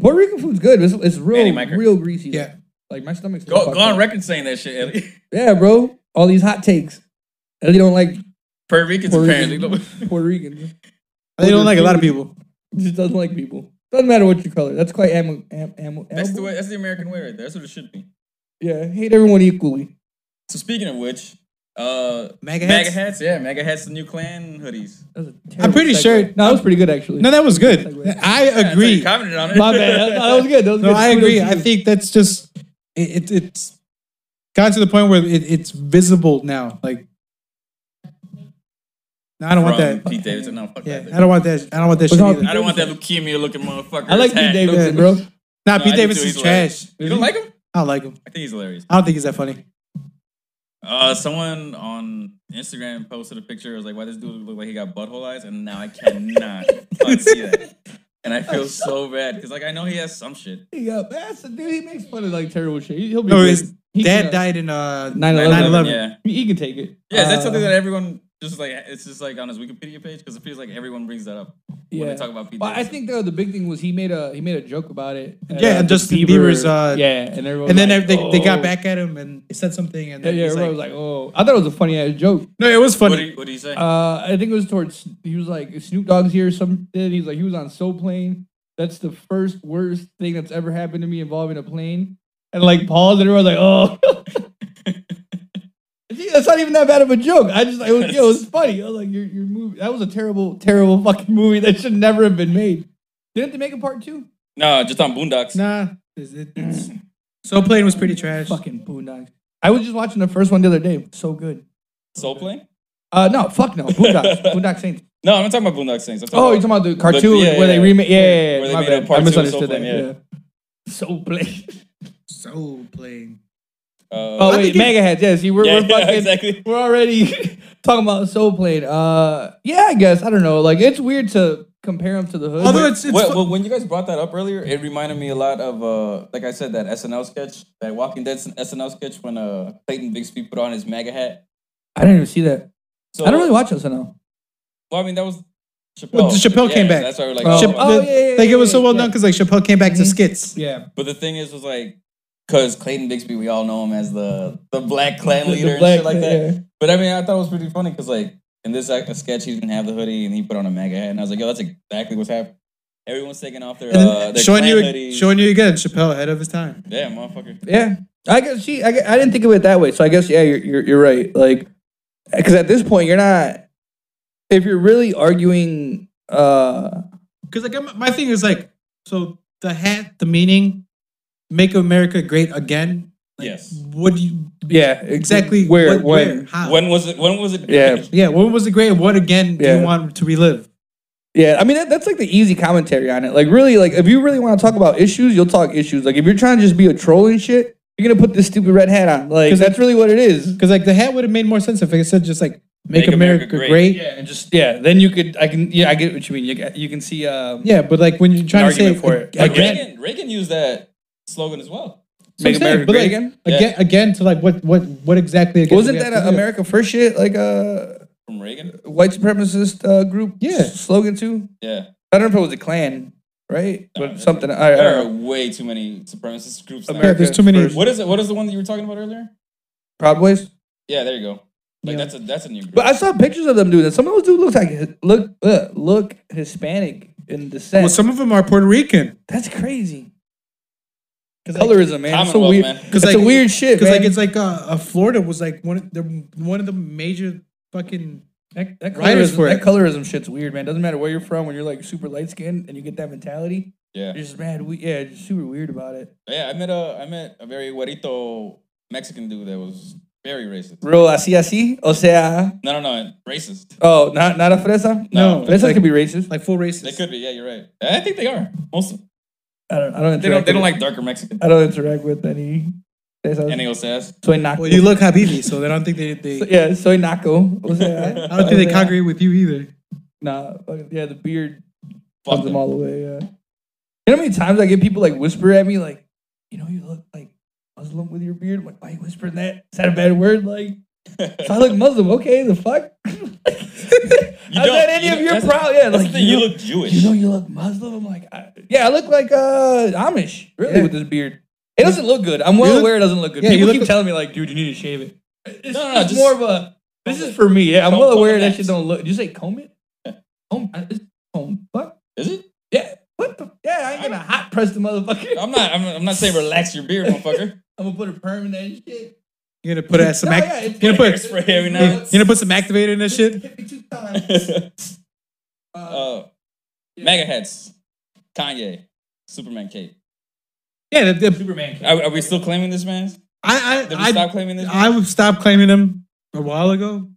Speaker 2: Puerto Rican food's good. It's, it's real,
Speaker 4: Manny Miker.
Speaker 2: real greasy. though.
Speaker 3: Yeah.
Speaker 2: Like my stomach's. still
Speaker 4: Go,
Speaker 2: fucked
Speaker 4: go on
Speaker 2: up.
Speaker 4: record saying that shit, Ellie.
Speaker 2: Yeah, bro. All these hot takes. Ellie don't like
Speaker 4: Puerto Ricans
Speaker 2: Puerto
Speaker 4: apparently.
Speaker 2: Rican. Puerto Ricans.
Speaker 3: They don't like a lot of people.
Speaker 2: Just doesn't like people. Doesn't matter what your color. That's quite am- am- am-
Speaker 4: That's the
Speaker 2: amiable.
Speaker 4: way. That's the American way, right there. That's what it should be.
Speaker 2: Yeah, hate everyone equally.
Speaker 4: So speaking of which, uh,
Speaker 3: MAGA
Speaker 4: MAGA
Speaker 3: hats?
Speaker 4: hats. Yeah, MAGA hats. The new Klan hoodies.
Speaker 2: That was a terrible
Speaker 3: pretty
Speaker 2: segue.
Speaker 3: sure-
Speaker 2: No, that was pretty good actually.
Speaker 3: No, that was good.
Speaker 2: Segue.
Speaker 3: I
Speaker 4: Yeah, I thought
Speaker 3: agree.
Speaker 4: You commented on it.
Speaker 2: my bad. That, that was good. That was
Speaker 3: No,
Speaker 2: good.
Speaker 3: I
Speaker 2: Kudos
Speaker 3: agree.
Speaker 2: to
Speaker 3: I
Speaker 2: you.
Speaker 3: think that's just it, it, it's gotten to the point where it, it's visible now. Like, no, I don't want
Speaker 4: From
Speaker 3: that.
Speaker 4: Pete Davidson. No, fuck
Speaker 3: Yeah,
Speaker 4: that.
Speaker 3: I don't want that. I don't want that shit.
Speaker 2: all
Speaker 3: Either.
Speaker 2: Pete
Speaker 4: I don't want that leukemia looking motherfucker.
Speaker 2: I like
Speaker 4: His hat
Speaker 2: Pete Davidson,
Speaker 4: looks-
Speaker 2: bro.
Speaker 3: Nah,
Speaker 4: No, I
Speaker 3: Pete
Speaker 4: do too.
Speaker 3: Davidson's
Speaker 4: He's hilarious.
Speaker 3: trash.
Speaker 4: You don't like him?
Speaker 3: I don't like him.
Speaker 4: I think he's hilarious.
Speaker 3: I don't think he's that funny.
Speaker 4: Uh, someone on Instagram posted a picture. It was like, "Why this dude look like he got butthole eyes?" And now I cannot fucking see that. And I feel so bad because, like, I know he has some shit.
Speaker 2: Yeah, that's the dude. He makes fun of like terrible shit. He- He'll be.
Speaker 3: No,
Speaker 2: good.
Speaker 3: his
Speaker 2: He
Speaker 3: dad
Speaker 2: can, uh,
Speaker 3: died in uh
Speaker 2: 9/11.
Speaker 3: 9/11.
Speaker 4: Yeah,
Speaker 2: He he can take it.
Speaker 4: yeah. Is that
Speaker 2: Uh,
Speaker 4: something that everyone just like? It's just like on his Wikipedia page because it feels like everyone brings that up when
Speaker 2: Yeah.
Speaker 4: they talk about Pete.
Speaker 2: Well, I
Speaker 4: Davidson.
Speaker 2: think though the big thing was he made a he made a joke about it. at,
Speaker 3: Yeah, and Justin Bieber's, uh,
Speaker 2: yeah, and everyone.
Speaker 3: And
Speaker 2: was
Speaker 3: then
Speaker 2: like,
Speaker 3: they, they got
Speaker 2: "Oh."
Speaker 3: back at him and they said something and
Speaker 2: Yeah,
Speaker 3: then
Speaker 2: yeah,
Speaker 3: he's
Speaker 2: everyone was
Speaker 3: like,
Speaker 2: like, "Oh, I thought it was a funny ass joke."
Speaker 3: no, it was
Speaker 4: What do
Speaker 3: funny.
Speaker 4: you, what do you say?
Speaker 2: Uh, I think it was towards he was like Snoop Dogg's here or something. He's like he was on so plane. That's the first worst thing that's ever happened to me involving a plane. And like paused and everyone's like, "Oh." Gee, That's not even that bad of a joke. I just, I was, yo, it was funny. I was like, your, your movie, that was a terrible, terrible fucking movie that should never have been made. Didn't they make a part two?
Speaker 4: no, just on Boondocks.
Speaker 3: Nah, it's, it, it's, so plane was pretty trash.
Speaker 2: Fucking boondocks. Mm. I was just watching the first one the other day. So good.
Speaker 4: Soul Plane?
Speaker 2: Uh, no, fuck no. Boondocks. Boondock Saints.
Speaker 4: No, I'm not talking about Boondocks things. I'm
Speaker 2: Oh, you're talking about the cartoon
Speaker 4: yeah,
Speaker 2: where they
Speaker 4: yeah.
Speaker 2: remake? Yeah, yeah, yeah.
Speaker 4: Where they
Speaker 2: My
Speaker 4: made
Speaker 2: bad.
Speaker 4: a part
Speaker 2: I
Speaker 4: two of
Speaker 2: misunderstood
Speaker 4: Soul
Speaker 2: that.
Speaker 4: Plane,
Speaker 2: Yeah. So play.
Speaker 3: So plane.
Speaker 4: Uh,
Speaker 2: Oh wait,
Speaker 3: I think it-
Speaker 2: mega heads. Yeah, see, we're,
Speaker 4: yeah,
Speaker 2: we're
Speaker 4: yeah,
Speaker 2: fucking.
Speaker 4: exactly.
Speaker 2: We're already talking about Soul Plane. Uh, yeah, I guess I don't know. Like, it's weird to compare them to the hood.
Speaker 3: Although it's, it's
Speaker 4: well,
Speaker 3: fu-
Speaker 4: well, when you guys brought that up earlier, it reminded me a lot of, uh, like I said, that SNL sketch, that Walking Dead SNL sketch when uh, Clayton Bixby put on his MAGA hat.
Speaker 2: I didn't even see that.
Speaker 4: So,
Speaker 2: I don't really watch SNL.
Speaker 4: Well, I mean, that was Chappelle.
Speaker 3: Well, Chappelle
Speaker 4: Yeah,
Speaker 3: came back.
Speaker 4: That's why we're like,
Speaker 2: Oh,
Speaker 4: oh,
Speaker 3: Chap-
Speaker 4: fuck.
Speaker 2: oh,
Speaker 3: the-
Speaker 2: yeah, yeah,
Speaker 3: like
Speaker 2: yeah,
Speaker 3: it was so
Speaker 2: yeah,
Speaker 3: well
Speaker 2: yeah.
Speaker 3: done because like Chappelle came back to
Speaker 2: Mhm.
Speaker 3: skits.
Speaker 2: Yeah,
Speaker 4: But the thing is, was like, because Clayton Bixby, we all know him as the the black clan
Speaker 2: The- the
Speaker 4: leader
Speaker 2: black
Speaker 4: and shit like that.
Speaker 2: clan, yeah.
Speaker 4: But I mean, I thought it was pretty funny because like in this like, sketch, he didn't have the hoodie and he put on a MAGA hat, and I was like, yo, that's exactly what's happening. Everyone's taking off their,
Speaker 3: And then
Speaker 4: uh, their
Speaker 3: showing
Speaker 4: Klan
Speaker 3: you
Speaker 4: hoodies.
Speaker 3: showing you again, Chappelle ahead of his time.
Speaker 4: yeah, motherfucker.
Speaker 2: yeah. I guess she. I, gue- I didn't think of it that way. So I guess yeah, you're you're, you're right. Like, because at this point you're not. If you're really arguing, uh,
Speaker 3: Because like I'm- my thing is like so the hat, the meaning, make America great again.
Speaker 4: Yes.
Speaker 3: What do you
Speaker 2: yeah,
Speaker 3: exactly
Speaker 2: where
Speaker 3: what,
Speaker 2: when
Speaker 3: where, how?
Speaker 4: When was it? When was it?
Speaker 2: Yeah.
Speaker 3: yeah, when was it great? and What again do
Speaker 2: Yeah.
Speaker 3: you want to relive?
Speaker 2: Yeah, I mean that, that's like the easy commentary on it. Like really, like if you really want to talk about issues, you'll talk issues. Like if you're trying to just be a troll and shit, you're gonna put this stupid red hat on. Like
Speaker 3: 'Cause it-
Speaker 2: that's really what it is.
Speaker 3: Because like the hat would have made more sense if it said just like make,
Speaker 4: Make America
Speaker 3: America,
Speaker 4: great.
Speaker 3: great.
Speaker 2: Yeah, and just yeah. Then you could I can yeah I get what you mean. You ca- you can see um
Speaker 3: Yeah, but like when you're trying to say
Speaker 2: argument for it.
Speaker 4: Like
Speaker 3: again,
Speaker 4: Reagan, Reagan used that slogan as well.
Speaker 3: So I'm
Speaker 2: Make
Speaker 3: saying,
Speaker 2: America
Speaker 3: but,
Speaker 2: Great
Speaker 3: like,
Speaker 2: Again?
Speaker 3: Again, again to like what what what exactly? Again
Speaker 2: wasn't
Speaker 3: we
Speaker 2: that
Speaker 3: have
Speaker 2: a
Speaker 3: to do?
Speaker 2: America First shit like uh, a
Speaker 4: From Reagan.
Speaker 2: white supremacist uh, group
Speaker 3: Yeah.
Speaker 2: slogan too?
Speaker 4: Yeah.
Speaker 2: I don't know if it was a Klan right,
Speaker 4: No,
Speaker 3: Uh,
Speaker 2: but something. I, I don't
Speaker 4: There are
Speaker 2: know.
Speaker 4: way too many supremacist groups.
Speaker 3: Yeah,
Speaker 4: Now.
Speaker 2: America
Speaker 3: there's too many.
Speaker 2: first.
Speaker 4: What is it? What is the one that you were talking about earlier?
Speaker 2: Proud Boys.
Speaker 4: Yeah, there you go. Like
Speaker 3: Yeah.
Speaker 4: that's a that's a new group.
Speaker 2: But I saw pictures of them doing that. Some of those dudes look like look uh, look Hispanic in descent.
Speaker 3: Well, some of them are Puerto Rican.
Speaker 2: That's crazy. Colorism, man. It's so
Speaker 4: Commonwealth,
Speaker 2: weird.
Speaker 4: man.
Speaker 2: 'Cause, It's a
Speaker 3: like-
Speaker 2: weird shit,
Speaker 3: Because
Speaker 2: man.
Speaker 3: like it's like uh, uh, Florida was like one of the one of the major fucking.
Speaker 2: that, that
Speaker 3: writers
Speaker 2: colorism,
Speaker 3: for
Speaker 2: that
Speaker 3: it.
Speaker 2: colorism shit's weird, man. Doesn't matter where you're from. When you're like super light skinned and you get that mentality,
Speaker 4: yeah.
Speaker 2: you're just mad. We yeah, just super weird about it.
Speaker 4: Yeah, I met a I met a very guarito Mexican dude that was very racist.
Speaker 2: Real así así, o sea,
Speaker 4: No, no, no, racist.
Speaker 2: oh, not not a fresa.
Speaker 4: No,
Speaker 3: No,
Speaker 2: Fresas could be racist.
Speaker 3: like full racist.
Speaker 4: They could be. Yeah, you're right. I think they are. Most of them.
Speaker 2: I don't. I don't.
Speaker 4: they
Speaker 2: interact
Speaker 4: don't. They don't
Speaker 2: with-
Speaker 4: like darker Mexican.
Speaker 2: I don't interact with any. fresas.
Speaker 4: Any says.
Speaker 2: soy naco.
Speaker 3: Well, you look Habibi, so they don't think they. they
Speaker 2: yeah, soy naco. O sea,
Speaker 3: I don't think they
Speaker 2: o sea,
Speaker 3: congregate with you either.
Speaker 2: Nah, fucking- yeah, the beard
Speaker 4: Fuck
Speaker 2: Fuck
Speaker 4: them.
Speaker 2: them all the way. Yeah. You know how many times I get people like whisper at me like, you know, you look like Muslim with your beard. I'm like, why you whispering that? Is that a bad word? Like, if I look Muslim, okay, the fuck. How's that
Speaker 4: don't-
Speaker 2: any
Speaker 4: you
Speaker 2: of
Speaker 4: don't-
Speaker 2: your
Speaker 4: that's-
Speaker 2: problem? Yeah,
Speaker 4: That's
Speaker 2: like
Speaker 4: the, you look Jewish.
Speaker 2: You know, you look Muslim. I'm like, I, yeah, I look like uh Amish really
Speaker 3: Yeah.
Speaker 2: with this beard. It doesn't look good. I'm well
Speaker 3: look-
Speaker 2: aware it doesn't look good.
Speaker 3: yeah, you
Speaker 2: people
Speaker 3: look
Speaker 2: keep
Speaker 3: like-
Speaker 2: telling me like, dude, you need to shave it. It's
Speaker 4: no,
Speaker 2: just
Speaker 4: just-
Speaker 2: more of a This is for me. Yeah, I'm
Speaker 4: Comb
Speaker 2: well aware that
Speaker 4: fucking
Speaker 2: shit
Speaker 4: ass.
Speaker 2: don't look. Did you say comb it? Comb, I- it's comb. Fuck.
Speaker 4: Is it?
Speaker 2: Yeah. What the? Yeah, I ain't gonna hot press the motherfucker.
Speaker 4: I'm not. I'm, I'm not saying relax your beard, motherfucker.
Speaker 2: I'm gonna put a perm in that shit.
Speaker 3: You're gonna put uh, some
Speaker 2: No,
Speaker 3: act-
Speaker 2: yeah, it's
Speaker 3: you're gonna put
Speaker 4: hairspray every
Speaker 3: you're
Speaker 4: now.
Speaker 2: It's-
Speaker 3: gonna put some activator in this shit.
Speaker 2: Hit me two times. Uh,
Speaker 4: uh,
Speaker 2: yeah.
Speaker 4: mega hats. Kanye. Superman cape.
Speaker 3: Yeah, the, the,
Speaker 2: Superman.
Speaker 4: Are, are we still claiming this man?
Speaker 3: I
Speaker 4: Did we
Speaker 3: I I,
Speaker 4: stop claiming this?
Speaker 3: I would stop claiming him a while ago.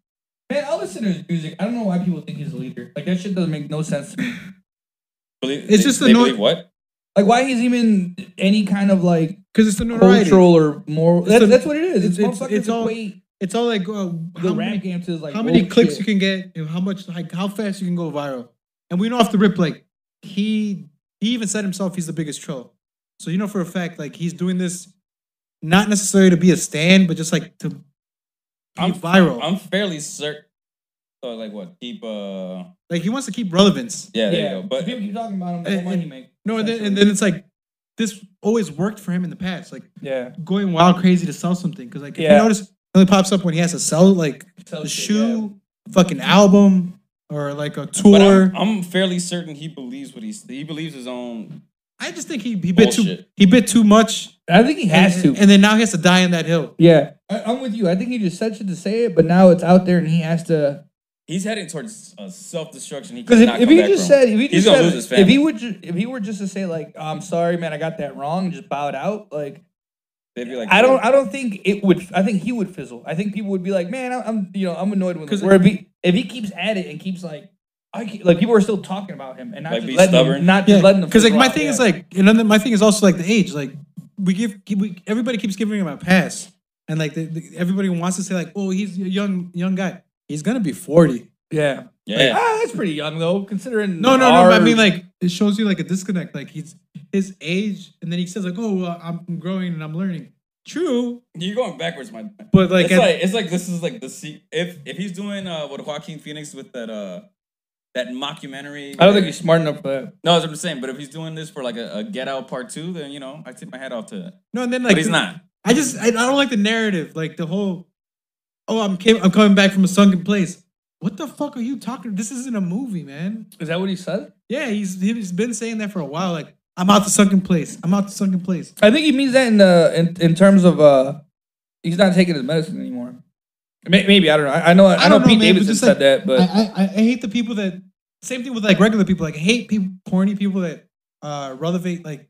Speaker 2: Man, I listen to his music. I don't know why people think he's a leader. Like that shit doesn't make no sense to me.
Speaker 4: Believe- they-
Speaker 3: It's just
Speaker 4: they
Speaker 3: annoy-
Speaker 4: believe what?
Speaker 2: Like why he's even any kind of like
Speaker 3: Because it's the notoriety.
Speaker 2: cultural or moral. That's,
Speaker 3: the-
Speaker 2: that's what it is. It's,
Speaker 3: it's- it's-
Speaker 2: motherfuckers
Speaker 3: it's all-
Speaker 2: equate
Speaker 3: It's all like uh,
Speaker 2: the
Speaker 3: how,
Speaker 2: rap
Speaker 3: many,
Speaker 2: game to like
Speaker 3: how
Speaker 4: Oh,
Speaker 3: many
Speaker 2: woke
Speaker 3: clicks
Speaker 2: shit.
Speaker 3: you can get and how much like how fast you can go viral. And we know off the rip like he he even said himself he's the biggest troll. So you know for a fact like he's doing this not necessarily to be a stand, but just like to be
Speaker 4: I'm-
Speaker 3: viral.
Speaker 4: I'm fairly certain. So like what? Keep uh.
Speaker 3: like he wants to keep relevance.
Speaker 4: Yeah, there
Speaker 2: yeah,
Speaker 4: you go. But
Speaker 2: people keep talking about him. The
Speaker 3: And-
Speaker 2: more money he make.
Speaker 3: No, and then, and
Speaker 2: Essentially.
Speaker 3: then it's like this always worked for him in the past. Like
Speaker 2: yeah,
Speaker 3: going wild crazy to sell something because like if
Speaker 2: Yeah.
Speaker 3: you notice it only pops up when he has to sell like
Speaker 2: So
Speaker 3: a
Speaker 2: shit,
Speaker 3: shoe, fucking album, or like a
Speaker 4: But
Speaker 3: tour.
Speaker 4: I'm, I'm fairly certain he believes what he's. He believes his own.
Speaker 3: I just think he, he bit too
Speaker 4: Bullshit.
Speaker 3: he bit too much.
Speaker 2: yeah. I think he has to.
Speaker 3: and, and then now he has to die on that hill.
Speaker 2: yeah, I, I'm with you. I think he just said shit to say it, but now it's out there and he has to.
Speaker 4: He's heading towards uh, self destruction. He
Speaker 2: Because
Speaker 4: cannot
Speaker 2: if, if
Speaker 4: come
Speaker 2: he
Speaker 4: back
Speaker 2: just
Speaker 4: from.
Speaker 2: said, if he
Speaker 4: he's
Speaker 2: just
Speaker 4: gonna
Speaker 2: said,
Speaker 4: lose his family.
Speaker 2: if he would, ju- if he were just to say like, "I'm sorry, man, I got that wrong," and just bowed out, like
Speaker 4: They'd be like,
Speaker 2: I don't, I don't think it would. I think he would fizzle. I think people would be like, "Man, I'm, I'm you know, I'm annoyed with him."
Speaker 3: 'Cause-
Speaker 2: Where if he, if he keeps at it and keeps like, I keep, like people are still talking about him and not
Speaker 4: Like,
Speaker 2: just
Speaker 4: be
Speaker 2: letting him,
Speaker 4: stubborn.
Speaker 2: not just
Speaker 3: Yeah,
Speaker 2: letting them.
Speaker 3: because like
Speaker 2: fizzle
Speaker 3: my
Speaker 2: out,
Speaker 3: thing
Speaker 2: yeah.
Speaker 3: is like you know my thing is also like the age. Like we give we, everybody keeps giving him a pass, and like the, the, everybody wants to say like, oh, he's a young young guy. He's gonna be forty.
Speaker 2: yeah,
Speaker 4: yeah.
Speaker 2: ah, that's pretty young though, considering.
Speaker 3: No, no, no.
Speaker 2: our-
Speaker 3: But I mean, like, it shows you like a disconnect. Like he's his age, and then he says like, "Oh, well, I'm growing and I'm learning." True,
Speaker 4: You're going backwards, my.
Speaker 3: but like,
Speaker 4: it's
Speaker 3: at-
Speaker 4: like it's like this is like the se- if if he's doing uh what Joaquin Phoenix with that uh that
Speaker 2: I
Speaker 4: mockumentary.
Speaker 2: don't
Speaker 4: where-
Speaker 2: think he's smart enough for that.
Speaker 4: No, that's what I'm saying. But if he's doing this for like a, a Get Out Part Two, then you know I tip my hat off to that.
Speaker 3: no, and then like
Speaker 4: But he's not.
Speaker 3: I just I, I don't like the narrative, like the whole. Oh, I'm came, I'm coming back from a sunken place. What the fuck are you talking? This isn't a movie, man.
Speaker 2: Is that what he said?
Speaker 3: Yeah, he's he's been saying that for a while. Like I'm out the sunken place. I'm out the sunken place.
Speaker 2: I think he means that in the in, in terms of uh, he's not taking his medicine anymore. May- Maybe I don't know. I, I know. I, know,
Speaker 3: don't know,
Speaker 2: Pete
Speaker 3: man, but
Speaker 2: Davidson
Speaker 3: just,
Speaker 2: said
Speaker 3: like,
Speaker 2: that, but
Speaker 3: I, I I hate the people that same thing with like regular people. Like I hate people corny people that uh relevate like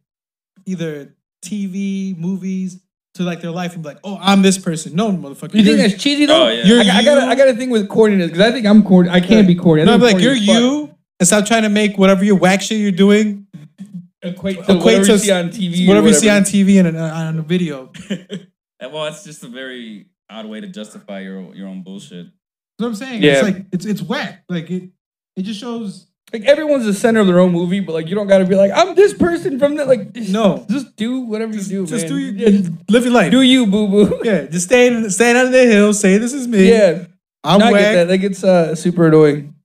Speaker 3: either TV, movies to like their life and be like, oh, I'm this person. No, motherfucker.
Speaker 2: you think
Speaker 3: you're-
Speaker 2: that's cheesy though?
Speaker 4: Oh, yeah.
Speaker 3: You're
Speaker 2: I, got- I
Speaker 3: you.
Speaker 2: got a, I got a thing with corniness because I think I'm corny. I can't be corny. I
Speaker 3: no,
Speaker 2: think
Speaker 3: I'm like
Speaker 2: corny
Speaker 3: you're
Speaker 2: as fuck
Speaker 3: you and stop trying to make whatever your whack shit you're doing,
Speaker 2: Equate
Speaker 3: to
Speaker 2: whatever you
Speaker 3: s-
Speaker 2: see on TV. or
Speaker 3: whatever you see on TV and uh, on a video. That's
Speaker 4: And, well, it's just a very odd way to justify your your own bullshit.
Speaker 3: what I'm saying.
Speaker 2: Yeah.
Speaker 3: It's like it's it's whack. Like it it just shows
Speaker 2: Like everyone's the center of their own movie, but like you don't got to be like I'm this person from that. Like just-
Speaker 3: No.
Speaker 2: just do whatever you do,
Speaker 3: just
Speaker 2: man.
Speaker 3: do your,
Speaker 2: Yeah,
Speaker 3: live your life.
Speaker 2: do you, boo boo.
Speaker 3: yeah, just stand stand under the hill, say this is me.
Speaker 2: yeah,
Speaker 3: I'm
Speaker 2: No, I get
Speaker 3: whack.
Speaker 2: that. Like it's uh, super annoying.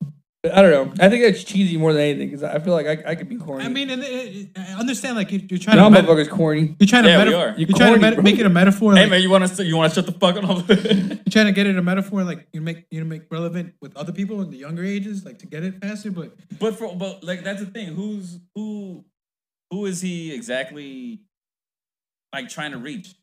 Speaker 2: But I don't know. I think that's cheesy more than anything because I feel like I, I could be corny.
Speaker 3: I mean, and, and, and I understand like you're, you're trying
Speaker 2: y'all
Speaker 3: to meta-
Speaker 2: motherfuckers corny.
Speaker 3: you're trying to
Speaker 4: Yeah, we
Speaker 3: meta-
Speaker 4: are.
Speaker 3: you're
Speaker 2: You
Speaker 3: trying to
Speaker 2: corny,
Speaker 3: meta-
Speaker 2: bro.
Speaker 3: make it a metaphor.
Speaker 4: Hey
Speaker 3: like,
Speaker 4: man, you want to you want to shut the fuck up?
Speaker 3: you're trying to get it a metaphor like you make you make relevant with other people in the younger ages, like to get it faster. But
Speaker 4: But for but like that's the thing. Who's who? Who is he exactly? Like trying to reach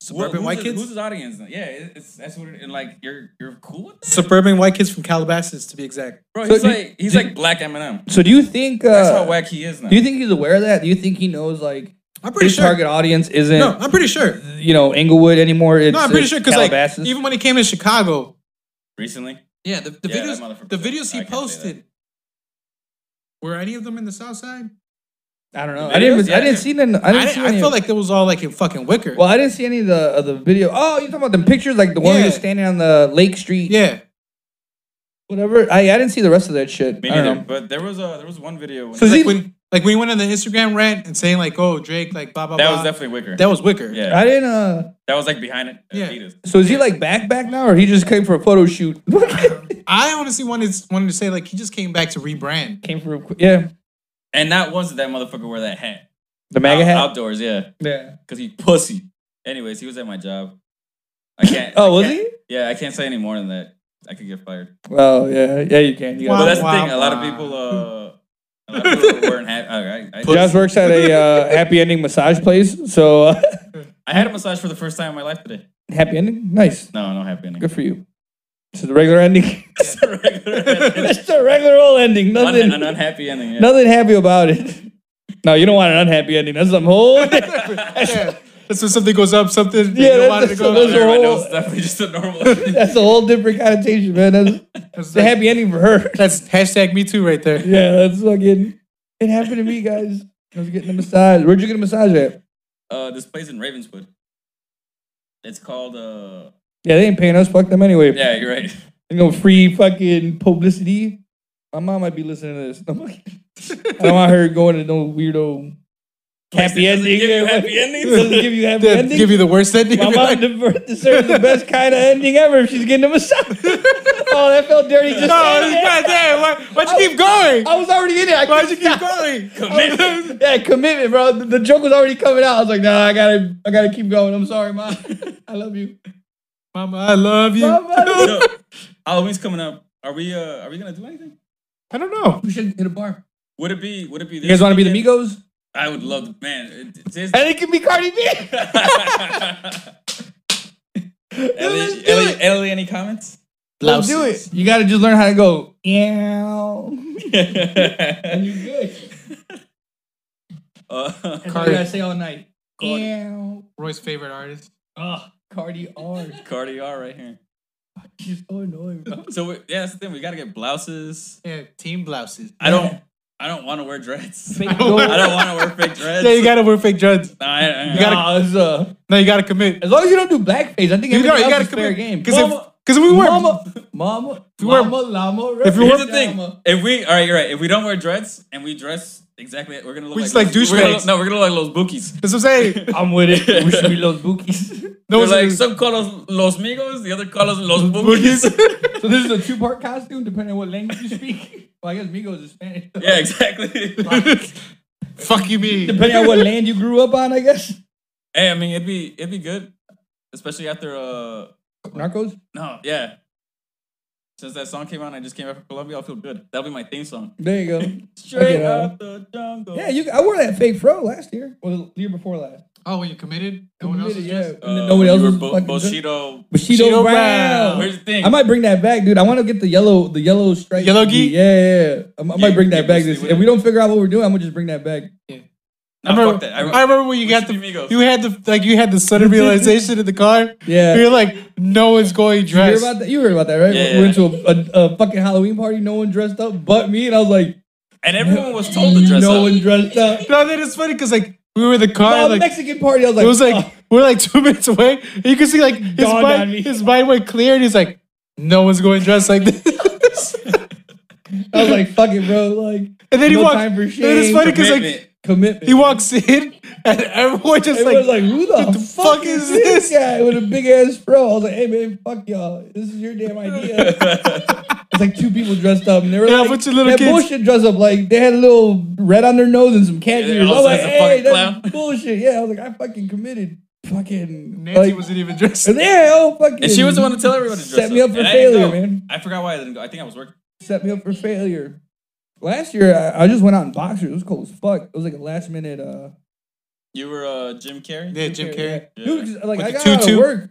Speaker 3: Suburban
Speaker 4: who's
Speaker 3: white
Speaker 4: his,
Speaker 3: kids?
Speaker 4: Who's his audience? Yeah, it- it's that's what. It, and like you're you're cool with that,
Speaker 3: suburban white kids from Calabasas, to be exact.
Speaker 4: bro.
Speaker 2: So
Speaker 4: He's
Speaker 2: do-
Speaker 4: like he's
Speaker 2: do-
Speaker 4: like black Eminem.
Speaker 2: So do you think? Uh,
Speaker 4: That's how whack he is now.
Speaker 2: do you think he's aware of that? Do you think he knows like
Speaker 3: I'm pretty
Speaker 2: his
Speaker 3: sure.
Speaker 2: target audience isn't
Speaker 3: No, I'm pretty
Speaker 4: Uh,
Speaker 3: sure.
Speaker 2: you know Englewood anymore? It's,
Speaker 3: No, I'm pretty
Speaker 2: it's
Speaker 3: sure because like
Speaker 2: Calabasas?
Speaker 3: even when he came to Chicago,
Speaker 4: Recently,
Speaker 3: yeah, the, the
Speaker 4: Yeah, that
Speaker 3: videos
Speaker 4: motherfucker-
Speaker 3: the videos
Speaker 4: I
Speaker 3: he
Speaker 4: can't say
Speaker 3: posted. Were any of them in the South Side?
Speaker 2: I don't know.
Speaker 4: The
Speaker 2: I didn't.
Speaker 4: videos?
Speaker 2: even- I
Speaker 4: Yeah.
Speaker 2: didn't see none. I
Speaker 3: I,
Speaker 2: didn't
Speaker 3: I,
Speaker 2: see any.
Speaker 3: feel like it was all like in fucking Wicker.
Speaker 2: well, I didn't see any of the of the video. Oh, you talking about the pictures, like the one where
Speaker 3: Yeah.
Speaker 2: you're standing on the Lake Street,
Speaker 3: yeah,
Speaker 2: whatever. I, I didn't see the rest of that shit.
Speaker 4: me
Speaker 2: I don't
Speaker 4: neither.
Speaker 2: know.
Speaker 4: But there was a there was one video. When,
Speaker 2: So
Speaker 4: that
Speaker 2: is
Speaker 3: like
Speaker 2: he-
Speaker 3: when like when he went on the Instagram rant and saying like, "Oh, Drake, like, blah blah
Speaker 4: was
Speaker 2: uh,
Speaker 3: blah."
Speaker 4: definitely Wicker.
Speaker 3: that was Wicker.
Speaker 4: yeah,
Speaker 2: I didn't. Uh,
Speaker 4: that was like behind it.
Speaker 3: Yeah.
Speaker 4: Adidas.
Speaker 2: so is he like back back now, or he just came for a photo shoot?
Speaker 3: I honestly wanted wanted to say like he just came back to rebrand.
Speaker 2: came for a, qu- yeah,
Speaker 4: And not once did that motherfucker wear that hat.
Speaker 2: the MAGA
Speaker 4: Out-
Speaker 2: hat.
Speaker 4: outdoors. Yeah,
Speaker 2: yeah.
Speaker 4: because he pussy. Anyways, he was at my job. I can't.
Speaker 2: Oh,
Speaker 4: I
Speaker 2: was
Speaker 4: can't-
Speaker 2: he?
Speaker 4: Yeah, I can't say any more than that. I could get fired.
Speaker 2: Well, yeah, yeah, you can. You
Speaker 4: But
Speaker 3: Wow,
Speaker 2: got
Speaker 4: that's
Speaker 2: it.
Speaker 4: the thing. A lot of
Speaker 3: wow.
Speaker 4: people, uh, a lot of people weren't happy. I, I,
Speaker 2: Josh works at a uh, happy ending massage place. So uh,
Speaker 4: I had a massage for the first time in my life today.
Speaker 2: happy ending, nice,
Speaker 4: No, no happy ending.
Speaker 2: good for you. This is a regular ending.
Speaker 4: It's a regular ending.
Speaker 2: It's a regular old ending. Nothing,
Speaker 4: Un- an unhappy ending. Yeah.
Speaker 2: nothing happy about it. No, you don't want an unhappy ending. That's some whole. that's,
Speaker 3: Yeah. That's when something goes up, something
Speaker 2: Yeah,
Speaker 3: you
Speaker 2: that's-
Speaker 3: don't want it to
Speaker 2: that's-
Speaker 3: go
Speaker 2: that's-
Speaker 3: up.
Speaker 2: a
Speaker 4: Everybody knows
Speaker 2: whole-
Speaker 4: it's definitely just a normal. ending.
Speaker 2: that's a whole different connotation, man. That's
Speaker 3: That's,
Speaker 2: the happy ending for her.
Speaker 3: that's hashtag me too right there.
Speaker 2: Yeah, that's fucking. It happened to me, guys. I was getting a massage. Where'd you get a massage at?
Speaker 4: Uh, this place in Ravenswood. It's called. Uh,
Speaker 2: Yeah, they ain't paying us. Fuck them anyway.
Speaker 4: yeah, you're right.
Speaker 2: You know, free fucking publicity. My mom might be listening to this. I'm like, I don't want her going to no weirdo happy
Speaker 4: Does it
Speaker 2: ending.
Speaker 4: give you happy endings?
Speaker 2: Doesn't give you happy
Speaker 3: That
Speaker 2: ending.
Speaker 3: give you the worst ending.
Speaker 2: My
Speaker 3: You're
Speaker 2: mom
Speaker 3: like,
Speaker 2: de- deserves the best kind of ending ever if she's getting a massage. oh, that felt dirty just
Speaker 3: no,
Speaker 2: saying it.
Speaker 3: goddamn! Why, why'd you keep going?
Speaker 2: I was already in it. I
Speaker 3: Why'd you
Speaker 2: couldn't
Speaker 3: keep
Speaker 2: stop.
Speaker 3: going?
Speaker 4: Commitment.
Speaker 2: Yeah, commitment, bro. The, the joke was already coming out. I was like, no, I gotta, I gotta keep going. I'm sorry, mom. I love you.
Speaker 3: Mama, I love you.
Speaker 2: Mama, I love
Speaker 4: Yo, Halloween's coming up. Are we? Uh, are we gonna do anything?
Speaker 3: I don't know.
Speaker 2: We should hit a bar.
Speaker 4: Would it be? Would it be? This
Speaker 2: You guys want to be the
Speaker 4: weekend?
Speaker 2: Migos?
Speaker 4: I would love. to- Man, it, it's his-
Speaker 2: And it can be Cardi B. Let's
Speaker 4: Ellie,
Speaker 2: do
Speaker 4: Ellie,
Speaker 2: it.
Speaker 4: Ellie, any comments?
Speaker 2: Let's do it. You gotta just learn how to go. Yeah. and
Speaker 4: uh,
Speaker 2: you're good. That's all
Speaker 3: Cardi.
Speaker 2: you gotta say all night.
Speaker 4: Cardi.
Speaker 2: Yeah.
Speaker 3: Roy's favorite artist.
Speaker 2: Ugh, Cardi R.
Speaker 4: Cardi R right here.
Speaker 2: She's so annoying, bro.
Speaker 4: So we, yeah, that's the thing. We gotta get blouses.
Speaker 3: Yeah, team blouses.
Speaker 4: I don't. I don't want to wear dreads.
Speaker 2: Fake
Speaker 3: don't-
Speaker 2: gold.
Speaker 4: I don't want to wear fake dreads.
Speaker 3: Yeah, you gotta wear fake dreads.
Speaker 4: Nah, I, I,
Speaker 3: You gotta-
Speaker 2: Nah, it's, uh,
Speaker 3: No, you gotta commit.
Speaker 2: as long as you don't do blackface, I think
Speaker 3: You
Speaker 2: everything
Speaker 3: gotta, you
Speaker 2: else
Speaker 3: gotta
Speaker 2: is fair
Speaker 3: commit.
Speaker 2: game.
Speaker 3: Because
Speaker 4: Mama-
Speaker 3: if, we wear
Speaker 2: mama, mama,
Speaker 3: you wear-
Speaker 2: mama, llama.
Speaker 3: If you
Speaker 2: red
Speaker 4: Here's
Speaker 3: wear-
Speaker 4: the thing.
Speaker 2: llama.
Speaker 4: If we all right, you're right. If we don't wear dreads and we dress exactly, we're gonna look
Speaker 3: We
Speaker 4: like
Speaker 3: just like
Speaker 4: those- we're gonna
Speaker 3: douchebags.
Speaker 4: look- No, we're gonna look like los bookies.
Speaker 3: That's what I'm saying.
Speaker 2: I'm with it. We should be los bookies.
Speaker 3: No
Speaker 4: They're
Speaker 3: one's
Speaker 4: like
Speaker 3: like,
Speaker 4: some call us los migos, the other call us los bookies.
Speaker 2: So this is a two-part costume, depending on what language you speak. Well, I guess Migos is Spanish. though.
Speaker 4: yeah, exactly.
Speaker 3: fuck you, me.
Speaker 2: Depending on what land you grew up on, I guess.
Speaker 4: hey, I mean, it'd be it'd be good, especially after uh
Speaker 2: Narcos.
Speaker 4: no, yeah. Since that song came out, and I just came back from Colombia. I feel good. That'll be my theme song.
Speaker 2: There you go.
Speaker 4: Straight
Speaker 2: Okay, uh,
Speaker 4: out the jungle.
Speaker 2: Yeah, you. I wore that fake fro last year. Well, the year before last.
Speaker 3: Oh, when you committed, no one else is
Speaker 2: Yeah,
Speaker 3: dressed. Uh,
Speaker 2: and then no one else
Speaker 4: Uh, You were
Speaker 2: was
Speaker 4: Bo-
Speaker 2: fucking.
Speaker 4: Bushido.
Speaker 2: Bushido
Speaker 3: Bushido
Speaker 2: Brown.
Speaker 3: Brown.
Speaker 4: Here's the thing.
Speaker 2: I might bring that back, dude. I want to get the yellow, the yellow stripe.
Speaker 3: Yellow gi?
Speaker 2: Yeah, yeah, yeah. I, I might
Speaker 4: Yeah,
Speaker 2: bring that
Speaker 4: yeah,
Speaker 2: back.
Speaker 4: we'll
Speaker 2: This
Speaker 4: see what
Speaker 2: if
Speaker 4: it-
Speaker 2: we don't figure out what we're doing, I'm gonna just bring that back.
Speaker 4: Nah,
Speaker 3: I remember,
Speaker 4: fuck that. I,
Speaker 3: I remember when you
Speaker 4: we
Speaker 3: got
Speaker 4: should
Speaker 3: the
Speaker 4: be Migos.
Speaker 3: you had the like you had the sudden realization in the car.
Speaker 2: Yeah.
Speaker 3: you're like no one's going
Speaker 2: You heard
Speaker 3: dressed.
Speaker 2: about that? You heard about that, right?
Speaker 4: Yeah,
Speaker 2: We
Speaker 4: yeah.
Speaker 2: went to a, a, a fucking Halloween party. No one dressed up but me, and I was like,
Speaker 4: and everyone was told to dress
Speaker 2: no
Speaker 4: up.
Speaker 2: one dressed up.
Speaker 3: No, then it's funny because like we were in the car,
Speaker 2: No,
Speaker 3: like
Speaker 2: Mexican party. I was like,
Speaker 3: it was like
Speaker 2: "Fuck."
Speaker 3: we we're like two minutes away. And you could see like his
Speaker 2: Dawned on
Speaker 3: mind,
Speaker 2: me.
Speaker 3: his mind went clear, and he's like, no one's going dressed like this.
Speaker 2: I was like, fuck it, bro. Like,
Speaker 3: and then he
Speaker 2: No
Speaker 3: walks.
Speaker 2: time for
Speaker 3: and then it's
Speaker 2: shame.
Speaker 3: funny because
Speaker 4: Commitment.
Speaker 3: like
Speaker 2: commitment.
Speaker 3: he walks in, and everyone just
Speaker 2: Everyone's like,
Speaker 3: like,
Speaker 2: who the,
Speaker 3: "What the
Speaker 2: fuck,
Speaker 3: fuck
Speaker 2: is,
Speaker 3: is
Speaker 2: this
Speaker 3: this?"
Speaker 2: guy with a big ass fro? I was like, hey man, fuck y'all. This is your damn idea. it's like two people dressed up, and they were
Speaker 3: Yeah,
Speaker 2: like,
Speaker 3: a bunch of little
Speaker 2: that
Speaker 3: kids."
Speaker 2: bullshit dressed up. Like they had a little red on their nose and some cat
Speaker 4: Yeah, they're
Speaker 2: ears. I was
Speaker 4: all
Speaker 2: like,
Speaker 4: dressed
Speaker 2: hey,
Speaker 4: as a fucking
Speaker 2: that's
Speaker 4: clown."
Speaker 2: bullshit. Yeah, I was like, I fucking committed. Fucking
Speaker 3: Nancy
Speaker 2: like,
Speaker 3: wasn't even dressed.
Speaker 2: and yeah, oh fucking.
Speaker 4: And she was the one to tell everyone to dress
Speaker 2: set
Speaker 4: up.
Speaker 2: me up for
Speaker 4: And I didn't
Speaker 2: failure,
Speaker 4: go.
Speaker 2: man.
Speaker 4: I forgot why I didn't go. I think I was working.
Speaker 2: Set me up for failure. Last year, I, I just went out in boxers. It was cold as fuck. It was like a last minute. uh
Speaker 4: You were uh, Jim Carrey.
Speaker 3: Yeah, Jim Carrey.
Speaker 4: Yeah.
Speaker 2: Dude, 'cause, like
Speaker 3: With
Speaker 2: I
Speaker 3: the
Speaker 2: got out of
Speaker 3: tutu.
Speaker 2: work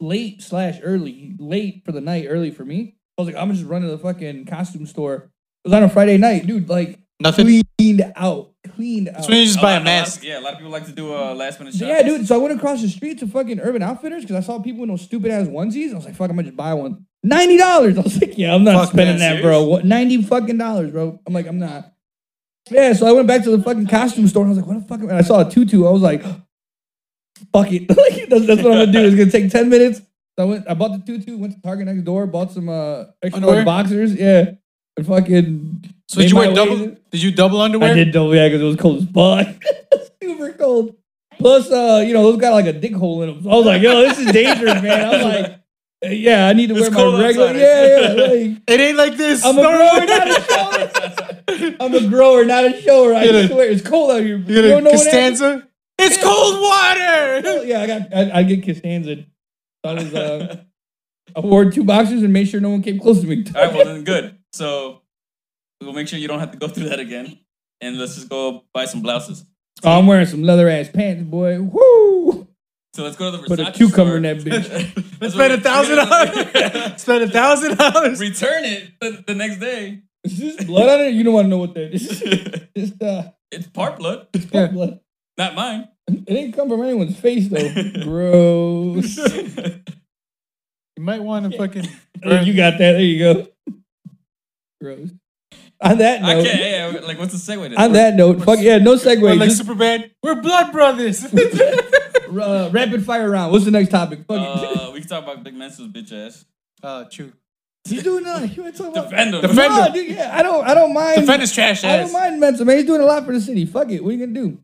Speaker 2: late slash early, late for the night, early for me. I was like, I'm just running to the fucking costume store. It was on a Friday night, dude. Like
Speaker 3: Nothing.
Speaker 2: cleaned out, cleaned out.
Speaker 3: So you just buy
Speaker 4: lot-
Speaker 3: a mask.
Speaker 4: lot of- yeah, a lot of people like to do uh, last minute shots.
Speaker 2: Yeah, dude. So I went across the street to fucking Urban Outfitters because I saw people in those stupid ass onesies. I was like, fuck, I'm gonna just buy one. Ninety dollars. I was like, yeah, I'm not
Speaker 3: Fuck,
Speaker 2: spending
Speaker 4: man,
Speaker 2: that, bro. What ninety fucking dollars, bro? I'm like, I'm not. Yeah, so I went back to the fucking costume store and I was like, what the fuck? am I-" And I saw a tutu. I was like, fuck it. like, that's, that's what I'm gonna do. It's gonna take ten minutes. So I went. I bought the tutu. Went to Target next door. Bought some uh, extra large
Speaker 3: Underwear?
Speaker 2: boxers. Yeah, and fucking.
Speaker 3: So did
Speaker 2: made
Speaker 3: you
Speaker 2: my
Speaker 3: wear
Speaker 2: way
Speaker 3: double?
Speaker 2: to-
Speaker 3: Did you double underwear?
Speaker 2: I did double yeah because it was cold as fuck. Super cold. Plus, uh, you know, those got like a dick hole in them. So I was like, yo, this is dangerous, man. I was like, uh, yeah, I need to
Speaker 4: It's
Speaker 2: wear
Speaker 4: cold
Speaker 2: my regular.
Speaker 4: outside.
Speaker 2: Yeah, yeah. Like,
Speaker 3: It ain't like this.
Speaker 2: I'm a grower, not a shower. I'm a grower, not a shower. I
Speaker 3: You gotta-
Speaker 2: swear, it's cold out here. You,
Speaker 3: You get a
Speaker 2: don't know what happened?
Speaker 3: Costanza. It's cold water.
Speaker 2: Oh, yeah, I got. I, I get Costanza. I was. Uh, I wore two boxers and made sure no one came close to me.
Speaker 4: All right, well then, good. So we'll make sure you don't have to go through that again, and let's just go buy some blouses.
Speaker 2: Oh, I'm wearing some leather ass pants, boy. Woo!
Speaker 4: So let's go to the Versace
Speaker 2: Put a cucumber
Speaker 4: store.
Speaker 2: in that bitch.
Speaker 4: That's
Speaker 3: Spend
Speaker 4: what
Speaker 3: a
Speaker 4: we-
Speaker 3: thousand dollars. Spend a thousand dollars.
Speaker 4: Return it the, the next day.
Speaker 2: Is this blood on it? You don't want to know what that is. Just uh,
Speaker 4: it's part blood,
Speaker 3: Yeah.
Speaker 2: blood.
Speaker 4: not mine.
Speaker 2: It didn't come from anyone's face though. Gross.
Speaker 6: You might want to fucking.
Speaker 2: Hey, you got that. There you go. Gross. On that
Speaker 4: I
Speaker 2: note,
Speaker 4: can't. Yeah, yeah, like, what's the segue? To
Speaker 2: on
Speaker 4: this?
Speaker 2: that note, fuck yeah, no segue.
Speaker 3: We're like
Speaker 2: just,
Speaker 3: Superman. We're blood brothers.
Speaker 2: uh, rapid fire round. What's the next topic? Fuck it.
Speaker 4: Uh, we can talk about Big Mensa's bitch ass.
Speaker 3: Oh,
Speaker 6: Uh, true.
Speaker 2: He's doing uh, nothing. You ain't talking about.
Speaker 4: Defend him.
Speaker 3: Defend
Speaker 2: No,
Speaker 3: him.
Speaker 2: dude, yeah, I don't. I don't mind.
Speaker 3: Defend his trash
Speaker 2: I don't
Speaker 3: ass.
Speaker 2: mind Mensa, man. He's doing a lot for the city. Fuck it. What are you gonna do?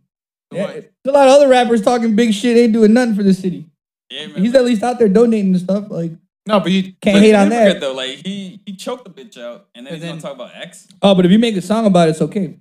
Speaker 2: Yeah,
Speaker 6: What?
Speaker 2: there's a lot of other rappers talking big shit. Ain't doing nothing for the city.
Speaker 4: Yeah, man.
Speaker 2: He's at least out there donating and stuff. Like
Speaker 3: No, but you.
Speaker 2: can't
Speaker 4: But
Speaker 2: hate
Speaker 4: he's a
Speaker 2: on
Speaker 4: hypocrite,
Speaker 2: that.
Speaker 4: Though, like he he choked the bitch out, and then
Speaker 3: And
Speaker 4: he's gonna
Speaker 3: then-
Speaker 4: talk about X.
Speaker 2: Oh, but if you make a song about it, it's okay.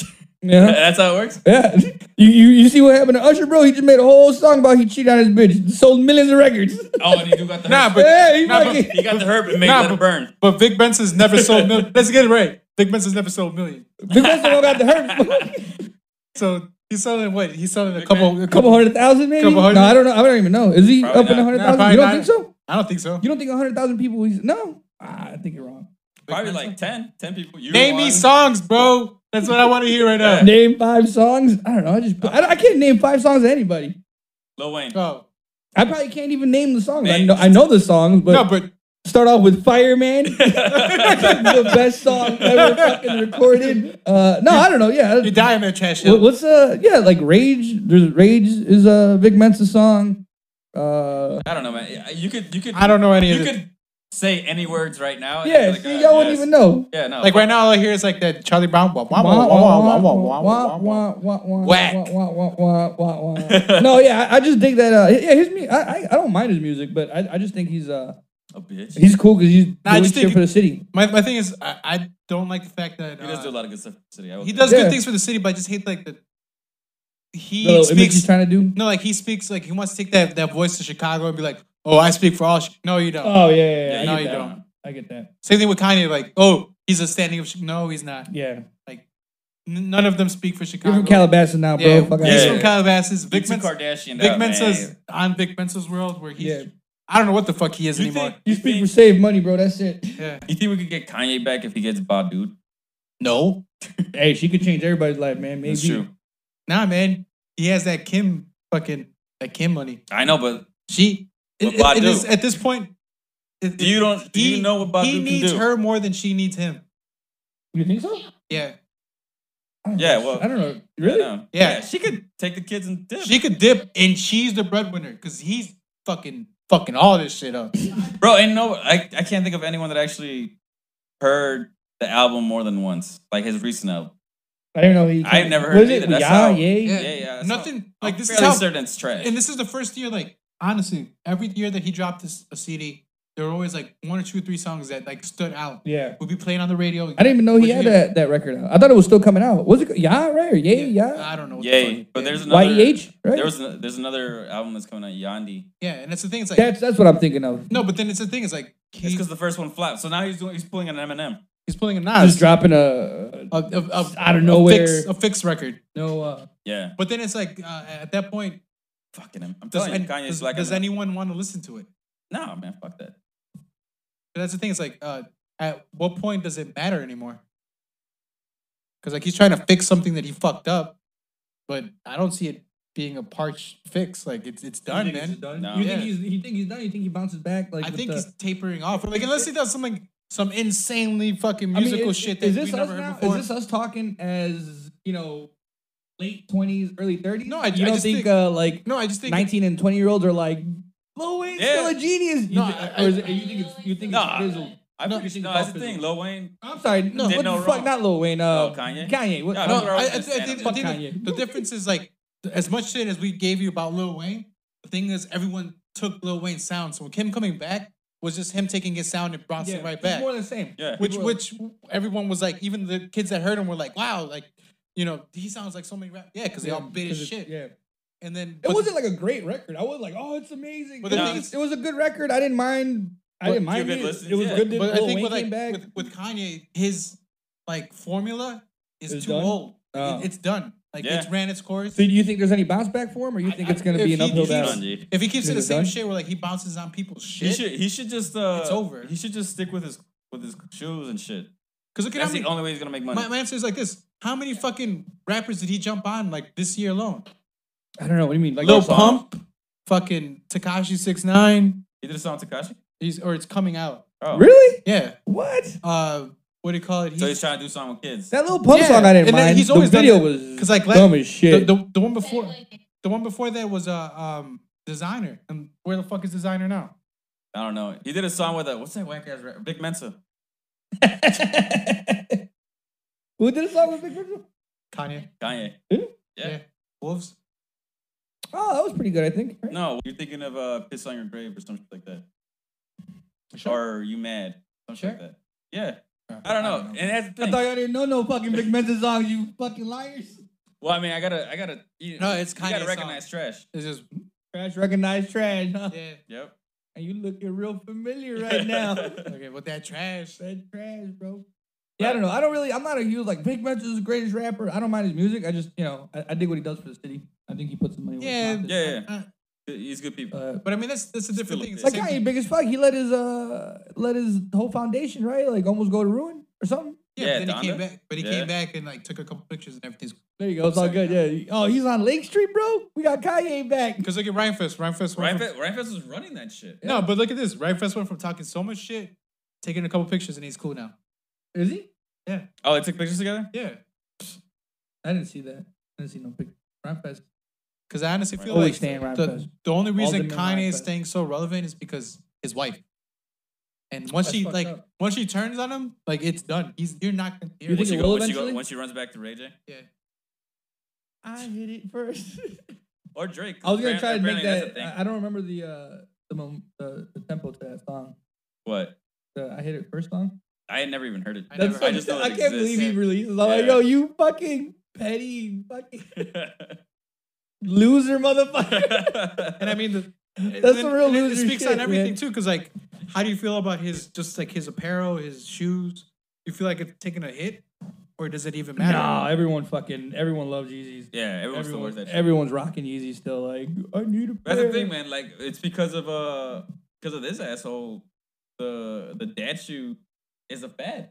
Speaker 2: Yeah.
Speaker 4: That's how it works.
Speaker 2: Yeah, you, you you see what happened to Usher, bro? He just made a whole song about he cheated on his bitch, sold millions of records.
Speaker 4: Oh, and he do got the
Speaker 3: Nah,
Speaker 4: herb.
Speaker 3: but-
Speaker 2: yeah, he
Speaker 3: Nah, but-
Speaker 2: fucking-
Speaker 4: he got the herb and made
Speaker 3: Nah,
Speaker 4: let it
Speaker 3: but-
Speaker 4: burn.
Speaker 3: But Vic Benson's never sold. Mil- Let's get it right. Vic Benson's never sold a million.
Speaker 2: Big Benson don't got the herpes.
Speaker 3: So he's selling what? He's selling a
Speaker 4: Big
Speaker 3: couple.
Speaker 4: man.
Speaker 3: A
Speaker 2: A couple hundred thousand, maybe.
Speaker 3: Couple hundred?
Speaker 2: No, I don't know. I don't even know. Is he
Speaker 4: Probably
Speaker 2: up in
Speaker 4: not.
Speaker 2: a hundred
Speaker 3: Nah,
Speaker 2: thousand?
Speaker 3: probably
Speaker 2: you don't
Speaker 3: not.
Speaker 2: think so?
Speaker 3: I don't think so.
Speaker 2: You don't think a hundred thousand people? He's no. Ah, I think you're wrong.
Speaker 4: Probably like 10, 10 people. You
Speaker 3: Name
Speaker 4: one.
Speaker 3: me songs, bro. That's what I want to hear right now.
Speaker 2: Name five songs. I don't know. I just I, don't- I can't name five songs to anybody.
Speaker 4: Lil Wayne.
Speaker 3: Oh.
Speaker 2: I probably can't even name the songs. I
Speaker 4: Man,
Speaker 2: know I know the songs, but,
Speaker 3: No, but
Speaker 2: start off with Fireman,
Speaker 3: Oh.
Speaker 2: the best song ever fucking recorded. Uh, no, I don't know. Yeah,
Speaker 3: you die in that trash.
Speaker 2: What-
Speaker 3: hill.
Speaker 2: What's uh yeah like rage? There's rage is a Vic Mensa song. Uh
Speaker 4: I don't know, man. You could you could
Speaker 3: I don't know any
Speaker 4: you
Speaker 3: of it.
Speaker 4: could say any words right now. and
Speaker 2: yeah,
Speaker 4: be like,
Speaker 2: see,
Speaker 4: uh,
Speaker 2: y'all wouldn't
Speaker 4: yes.
Speaker 2: even know.
Speaker 4: Yeah, no.
Speaker 3: Like right now, all I hear is like that Charlie Brown. Wah, wah, wah, wah, wah, wah, wah, wah, wah, wah. Whack.
Speaker 2: Whack. No, yeah, I, I just think that uh yeah, his me I, I I don't mind his music, but I, I just think he's uh
Speaker 4: a bitch.
Speaker 2: he's cool because he's doing
Speaker 3: I just
Speaker 2: shit
Speaker 3: think-
Speaker 2: for the city.
Speaker 3: My, my thing is, I, I don't like the fact that
Speaker 4: He does do a
Speaker 3: uh,
Speaker 4: lot of good stuff for the city. I will
Speaker 3: he
Speaker 4: say.
Speaker 3: does
Speaker 2: Yeah.
Speaker 3: good things for the city, but I just hate like the he
Speaker 2: The little image he's
Speaker 3: speaks.
Speaker 2: trying to do.
Speaker 3: No, like he speaks like he wants to take that, that voice to Chicago and be like, oh, I speak for all. Chi-" No, you don't.
Speaker 2: Oh yeah, yeah, yeah. I
Speaker 4: Yeah,
Speaker 3: no,
Speaker 2: get
Speaker 3: you
Speaker 2: that.
Speaker 3: don't.
Speaker 2: I get that.
Speaker 3: Same thing with Kanye. Like, oh, he's a standing of. Chi-" No, he's not.
Speaker 2: Yeah,
Speaker 3: N- none of them speak for
Speaker 2: you're
Speaker 3: Chicago.
Speaker 2: from Calabasas now, bro.
Speaker 3: Yeah,
Speaker 2: Fuck
Speaker 3: he's
Speaker 2: outta
Speaker 4: yeah.
Speaker 2: here.
Speaker 3: from Calabasas.
Speaker 4: Big
Speaker 3: Vic,
Speaker 4: Mensa
Speaker 3: Mensa,
Speaker 4: Kardashian.
Speaker 3: Vic
Speaker 4: out,
Speaker 3: Mensa's
Speaker 4: man.
Speaker 3: on Vic Mensa's world where he's.
Speaker 2: Yeah.
Speaker 3: I don't know what the fuck he is
Speaker 4: You
Speaker 3: anymore.
Speaker 4: think-
Speaker 2: You speak for save money, bro. That's it.
Speaker 3: yeah.
Speaker 4: You think we could get Kanye back if he gets Bob dude?
Speaker 3: No.
Speaker 2: Hey, she could change everybody's life, man. Maybe.
Speaker 4: That's true.
Speaker 3: Nah, man. He has that Kim fucking that Kim money.
Speaker 4: I know, but
Speaker 3: She
Speaker 4: But
Speaker 3: it- it- it
Speaker 4: Badu.
Speaker 3: is- at this point. it-
Speaker 4: Do you don't- do you know what Badu
Speaker 3: He
Speaker 4: can
Speaker 3: needs
Speaker 4: do?
Speaker 3: her more than she needs him.
Speaker 2: You think so?
Speaker 3: Yeah,
Speaker 2: I don't
Speaker 4: Yeah,
Speaker 2: know.
Speaker 4: well-
Speaker 2: Oh, I don't know. Really?
Speaker 4: no.
Speaker 3: Yeah.
Speaker 4: she could take the kids and dip.
Speaker 3: she could dip, and she's the breadwinner because he's fucking fucking all this shit up.
Speaker 4: Bro, ain't no, I, I can't think of anyone that actually heard the album more than once, like his recent album.
Speaker 2: I don't know. He
Speaker 4: I've never
Speaker 2: what
Speaker 4: heard
Speaker 2: is
Speaker 4: it
Speaker 2: it.
Speaker 4: either. That's
Speaker 2: yeah,
Speaker 4: how-
Speaker 2: yeah.
Speaker 3: Yeah,
Speaker 4: yeah, that's
Speaker 3: Nothing
Speaker 4: I'm
Speaker 3: like this is
Speaker 4: fairly
Speaker 3: how,
Speaker 4: certain it's trash.
Speaker 3: and this is the first year. Like honestly, every year that he dropped this a CD, there were always like one or two, three songs that like stood out.
Speaker 2: Yeah.
Speaker 3: would be playing on the radio.
Speaker 2: I didn't even know he
Speaker 3: What'd you
Speaker 2: had
Speaker 3: get?
Speaker 2: that, that record out. I thought it was still coming out. Was it co- yeah right or yeah yeah?
Speaker 3: I don't know. what the
Speaker 4: Yay!
Speaker 3: fuck.
Speaker 4: But there's another.
Speaker 3: E
Speaker 2: YEH E right?
Speaker 4: There was an- there's another album that's coming out, Yandi.
Speaker 3: yeah, and that's the thing. It's like
Speaker 2: that's that's what I'm thinking of.
Speaker 3: no, but then it's the thing. It's like
Speaker 4: It's
Speaker 3: he,
Speaker 4: because the first one flopped, so now he's doing he's pulling an Eminem.
Speaker 3: he's pulling a
Speaker 2: Just
Speaker 3: Nas
Speaker 2: dropping a
Speaker 3: a, a, a,
Speaker 2: out of
Speaker 3: a
Speaker 2: nowhere.
Speaker 3: fix, a fix record.
Speaker 2: no. Uh,
Speaker 4: Yeah,
Speaker 3: But then it's like uh, at that point,
Speaker 4: fucking him. I'm
Speaker 3: does,
Speaker 4: telling you,
Speaker 3: an-
Speaker 4: Kanye's
Speaker 3: does,
Speaker 4: like,
Speaker 3: does anyone want to listen to it?
Speaker 4: nah, man, fuck that.
Speaker 3: But that's the thing. It's like uh, at what point does it matter anymore? Because like he's trying to fix something that he fucked up, but I don't see it being a parched fix. Like it's it's done, man.
Speaker 4: No.
Speaker 2: You
Speaker 3: Yeah.
Speaker 2: think he's you think he's done? You think he bounces back? Like
Speaker 3: I
Speaker 2: with
Speaker 3: think
Speaker 2: the,
Speaker 3: he's tapering off. Like unless he does something, some insanely fucking musical
Speaker 2: is-
Speaker 3: shit that
Speaker 2: is
Speaker 3: we've
Speaker 2: this us
Speaker 3: never heard
Speaker 2: now?
Speaker 3: before.
Speaker 2: Is this us talking as you know, late twenties, early thirties?
Speaker 3: No,
Speaker 2: you
Speaker 3: I- I
Speaker 2: don't
Speaker 3: just
Speaker 2: think,
Speaker 3: think-
Speaker 2: uh, like
Speaker 3: no, I just think.
Speaker 2: nineteen and twenty year olds are like, Lil Wayne's
Speaker 4: Yeah.
Speaker 2: still a genius. You
Speaker 3: No,
Speaker 2: thi-
Speaker 3: I-
Speaker 2: or is it, you think it's you think
Speaker 4: Nah.
Speaker 2: it's fizzled.
Speaker 4: I
Speaker 2: No,
Speaker 4: no,
Speaker 2: you think
Speaker 4: no,
Speaker 2: it's
Speaker 4: that's
Speaker 2: all
Speaker 4: the thing.
Speaker 2: physical.
Speaker 4: Lil Wayne.
Speaker 2: I'm sorry, no,
Speaker 4: Did
Speaker 2: what
Speaker 4: no
Speaker 2: the
Speaker 4: wrong.
Speaker 2: fuck? Not Lil Wayne. Uh,
Speaker 4: Oh, Kanye?
Speaker 2: Kanye. What?
Speaker 4: Yeah,
Speaker 3: no,
Speaker 4: Those are
Speaker 3: I,
Speaker 4: all
Speaker 3: I, I
Speaker 4: just
Speaker 3: think the,
Speaker 2: Fuck
Speaker 3: thing,
Speaker 2: Kanye.
Speaker 3: the difference is like th- as much shit as we gave you about Lil Wayne. The thing is, everyone took Lil Wayne's sound. So him coming back was just him taking his sound and bouncing
Speaker 2: Yeah,
Speaker 3: right
Speaker 2: it's
Speaker 3: back.
Speaker 2: More than the same.
Speaker 4: Yeah.
Speaker 3: which
Speaker 2: People-
Speaker 3: which everyone was like, even the kids that heard him were like, "Wow, like you know, he sounds like so many rap." Yeah, because they all bit his
Speaker 2: 'cause it-
Speaker 3: shit.
Speaker 2: Yeah.
Speaker 3: And then
Speaker 2: It wasn't like a great record. I was like, oh, it's amazing.
Speaker 3: But
Speaker 2: it,
Speaker 3: the
Speaker 4: thing
Speaker 2: was, it was a good record. I didn't mind. I
Speaker 4: But
Speaker 2: didn't mind
Speaker 4: you've
Speaker 2: it.
Speaker 4: been listening
Speaker 2: It was
Speaker 4: to it.
Speaker 2: good. To,
Speaker 3: But I
Speaker 2: Lil
Speaker 3: think
Speaker 2: Wayne
Speaker 3: with like
Speaker 2: came back.
Speaker 3: with, with Kanye, his like formula is
Speaker 2: It's
Speaker 3: too
Speaker 2: done?
Speaker 3: old. Like,
Speaker 2: Oh.
Speaker 3: it- it's done. Like
Speaker 4: Yeah.
Speaker 3: it's ran its course.
Speaker 2: so do you think there's any bounce back for him, or you think
Speaker 3: I-
Speaker 2: it's going to
Speaker 3: if
Speaker 2: be an
Speaker 3: he-
Speaker 2: uphill
Speaker 3: if he's-
Speaker 2: battle?
Speaker 4: Done, G.
Speaker 3: if he keeps
Speaker 2: Is
Speaker 3: to the
Speaker 2: it
Speaker 3: same
Speaker 2: done?
Speaker 3: shit where like he bounces on people's
Speaker 4: He
Speaker 3: shit.
Speaker 4: should he should just uh
Speaker 3: It's over.
Speaker 4: He should just stick with his with his shoes and shit.
Speaker 3: Because look at
Speaker 4: That's
Speaker 3: how many,
Speaker 4: the only way he's gonna make money.
Speaker 3: my, my answer is like this: How many fucking rappers did he jump on like this year alone?
Speaker 2: I don't know. What do you mean? Like
Speaker 3: Lil
Speaker 2: there's some-
Speaker 3: Pump, fucking Takashi Six Nine.
Speaker 4: he did a song with Takashi.
Speaker 3: He's or it's coming out.
Speaker 4: Oh,
Speaker 2: Really?
Speaker 3: Yeah.
Speaker 2: What?
Speaker 3: Uh, what do you call it?
Speaker 4: So he's trying to do something with kids.
Speaker 2: That little pump
Speaker 3: Yeah,
Speaker 2: song I didn't
Speaker 3: and then
Speaker 2: mind.
Speaker 3: he's always
Speaker 2: the
Speaker 3: done
Speaker 2: video
Speaker 3: that,
Speaker 2: was
Speaker 3: 'cause, like, like,
Speaker 2: dumb as shit.
Speaker 3: The, the, the one before the one before that was uh um designer. And where the fuck is designer now?
Speaker 4: I don't know. He did a song with a what's that whack ass rapper? Vic Mensa.
Speaker 2: Who did a song with Big Pharrell?
Speaker 3: Kanye.
Speaker 4: Kanye.
Speaker 3: Wolves.
Speaker 2: Oh, that was pretty good, I think. right?
Speaker 4: No, you're thinking of uh, Piss on Your Grave or some shit like that. Or Are You Mad? Some shit like that. Yeah. I don't know. And that's the
Speaker 2: I
Speaker 4: thing.
Speaker 2: thought y'all didn't know no fucking Big Mensa songs, you fucking liars.
Speaker 4: well, I mean, I gotta, I gotta. You,
Speaker 3: No, it's
Speaker 4: You gotta
Speaker 3: Kanye's
Speaker 4: recognize trash.
Speaker 3: It's just
Speaker 2: Trash recognized trash, huh?
Speaker 3: yeah.
Speaker 4: Yep.
Speaker 2: And you looking real familiar right now. that
Speaker 3: Okay, with that trash.
Speaker 2: trash, bro. Yeah, I don't know. I don't really. I'm not a huge like Big Mensa is the greatest rapper. I don't mind his music. I just, you know, I, I dig what he does for the city. I think he puts the money. where his
Speaker 3: Yeah,
Speaker 2: mouth is.
Speaker 4: Yeah, yeah.
Speaker 3: Uh,
Speaker 4: He's good people.
Speaker 2: Uh,
Speaker 3: But I mean that's that's a different thing. It's the
Speaker 2: like
Speaker 3: same
Speaker 2: Kanye, big as fuck. He let his uh, let his whole foundation right, like almost go to ruin or something.
Speaker 4: Yeah,
Speaker 3: Yeah, but then he
Speaker 4: Donda.
Speaker 3: came back. But he
Speaker 4: Yeah.
Speaker 3: came back and like took a couple pictures and everything's.
Speaker 2: There you go. It's all good. Yeah. Oh, he's on Lake Street, bro. We got Kanye back.
Speaker 3: Because look at Ryan Fest. Ryan Fest. went
Speaker 4: Ryan
Speaker 3: from-
Speaker 4: Fe- Ryan Fest was running that shit.
Speaker 3: No, but look at this. Ryan Fest went from talking so much shit, taking a couple pictures, and he's cool now.
Speaker 2: Is he?
Speaker 4: Oh, they took pictures together.
Speaker 3: Yeah.
Speaker 2: I didn't see that. I didn't see no picture. Rhyme Fest.
Speaker 3: Because I honestly feel
Speaker 2: Always
Speaker 3: like
Speaker 2: staying Ryan
Speaker 3: the,
Speaker 2: Fest.
Speaker 3: the only reason
Speaker 2: Alderman Ryan
Speaker 3: Kanye is
Speaker 2: Fest.
Speaker 3: staying so relevant is because his wife. And once
Speaker 2: That's
Speaker 3: she
Speaker 2: fucked
Speaker 3: like
Speaker 2: up.
Speaker 3: once she turns on him, like it's done. He's you're not gonna hear
Speaker 2: You
Speaker 3: it.
Speaker 2: think it
Speaker 4: Once she,
Speaker 2: will
Speaker 4: go, once, she go,
Speaker 2: eventually?
Speaker 4: once she runs back to Ray J
Speaker 3: Yeah.
Speaker 2: I hit it first.
Speaker 4: or Drake.
Speaker 2: I was gonna try to make
Speaker 4: Apparently that's a
Speaker 2: that.
Speaker 4: thing.
Speaker 2: I, I don't remember the uh the, mom, the the tempo to that song.
Speaker 4: what?
Speaker 2: The I hit it first song.
Speaker 4: I had never even heard it.
Speaker 3: I never
Speaker 2: so
Speaker 3: heard
Speaker 4: I just
Speaker 2: sick.
Speaker 4: know
Speaker 2: I
Speaker 4: that it
Speaker 2: can't believe
Speaker 4: exists.
Speaker 2: he releases. I'm like,
Speaker 4: Yeah.
Speaker 2: yo, you fucking petty fucking loser, motherfucker.
Speaker 3: And I mean the
Speaker 2: That's the real
Speaker 3: and it- It
Speaker 2: loser
Speaker 3: speaks
Speaker 2: shit,
Speaker 3: on everything
Speaker 2: man.
Speaker 3: too, because like how do you feel about his just like his apparel, his shoes? You feel like it's taking a hit? Or does it even matter?
Speaker 2: nah, everyone fucking everyone loves Yeezys.
Speaker 4: yeah, everyone still wears
Speaker 2: Everyone,
Speaker 4: that. Shit.
Speaker 2: everyone's rocking Yeezy still. Like, I need a
Speaker 4: That's
Speaker 2: pair.
Speaker 4: the thing, man. Like it's because of uh because of this asshole. The the dad shoe is a fad.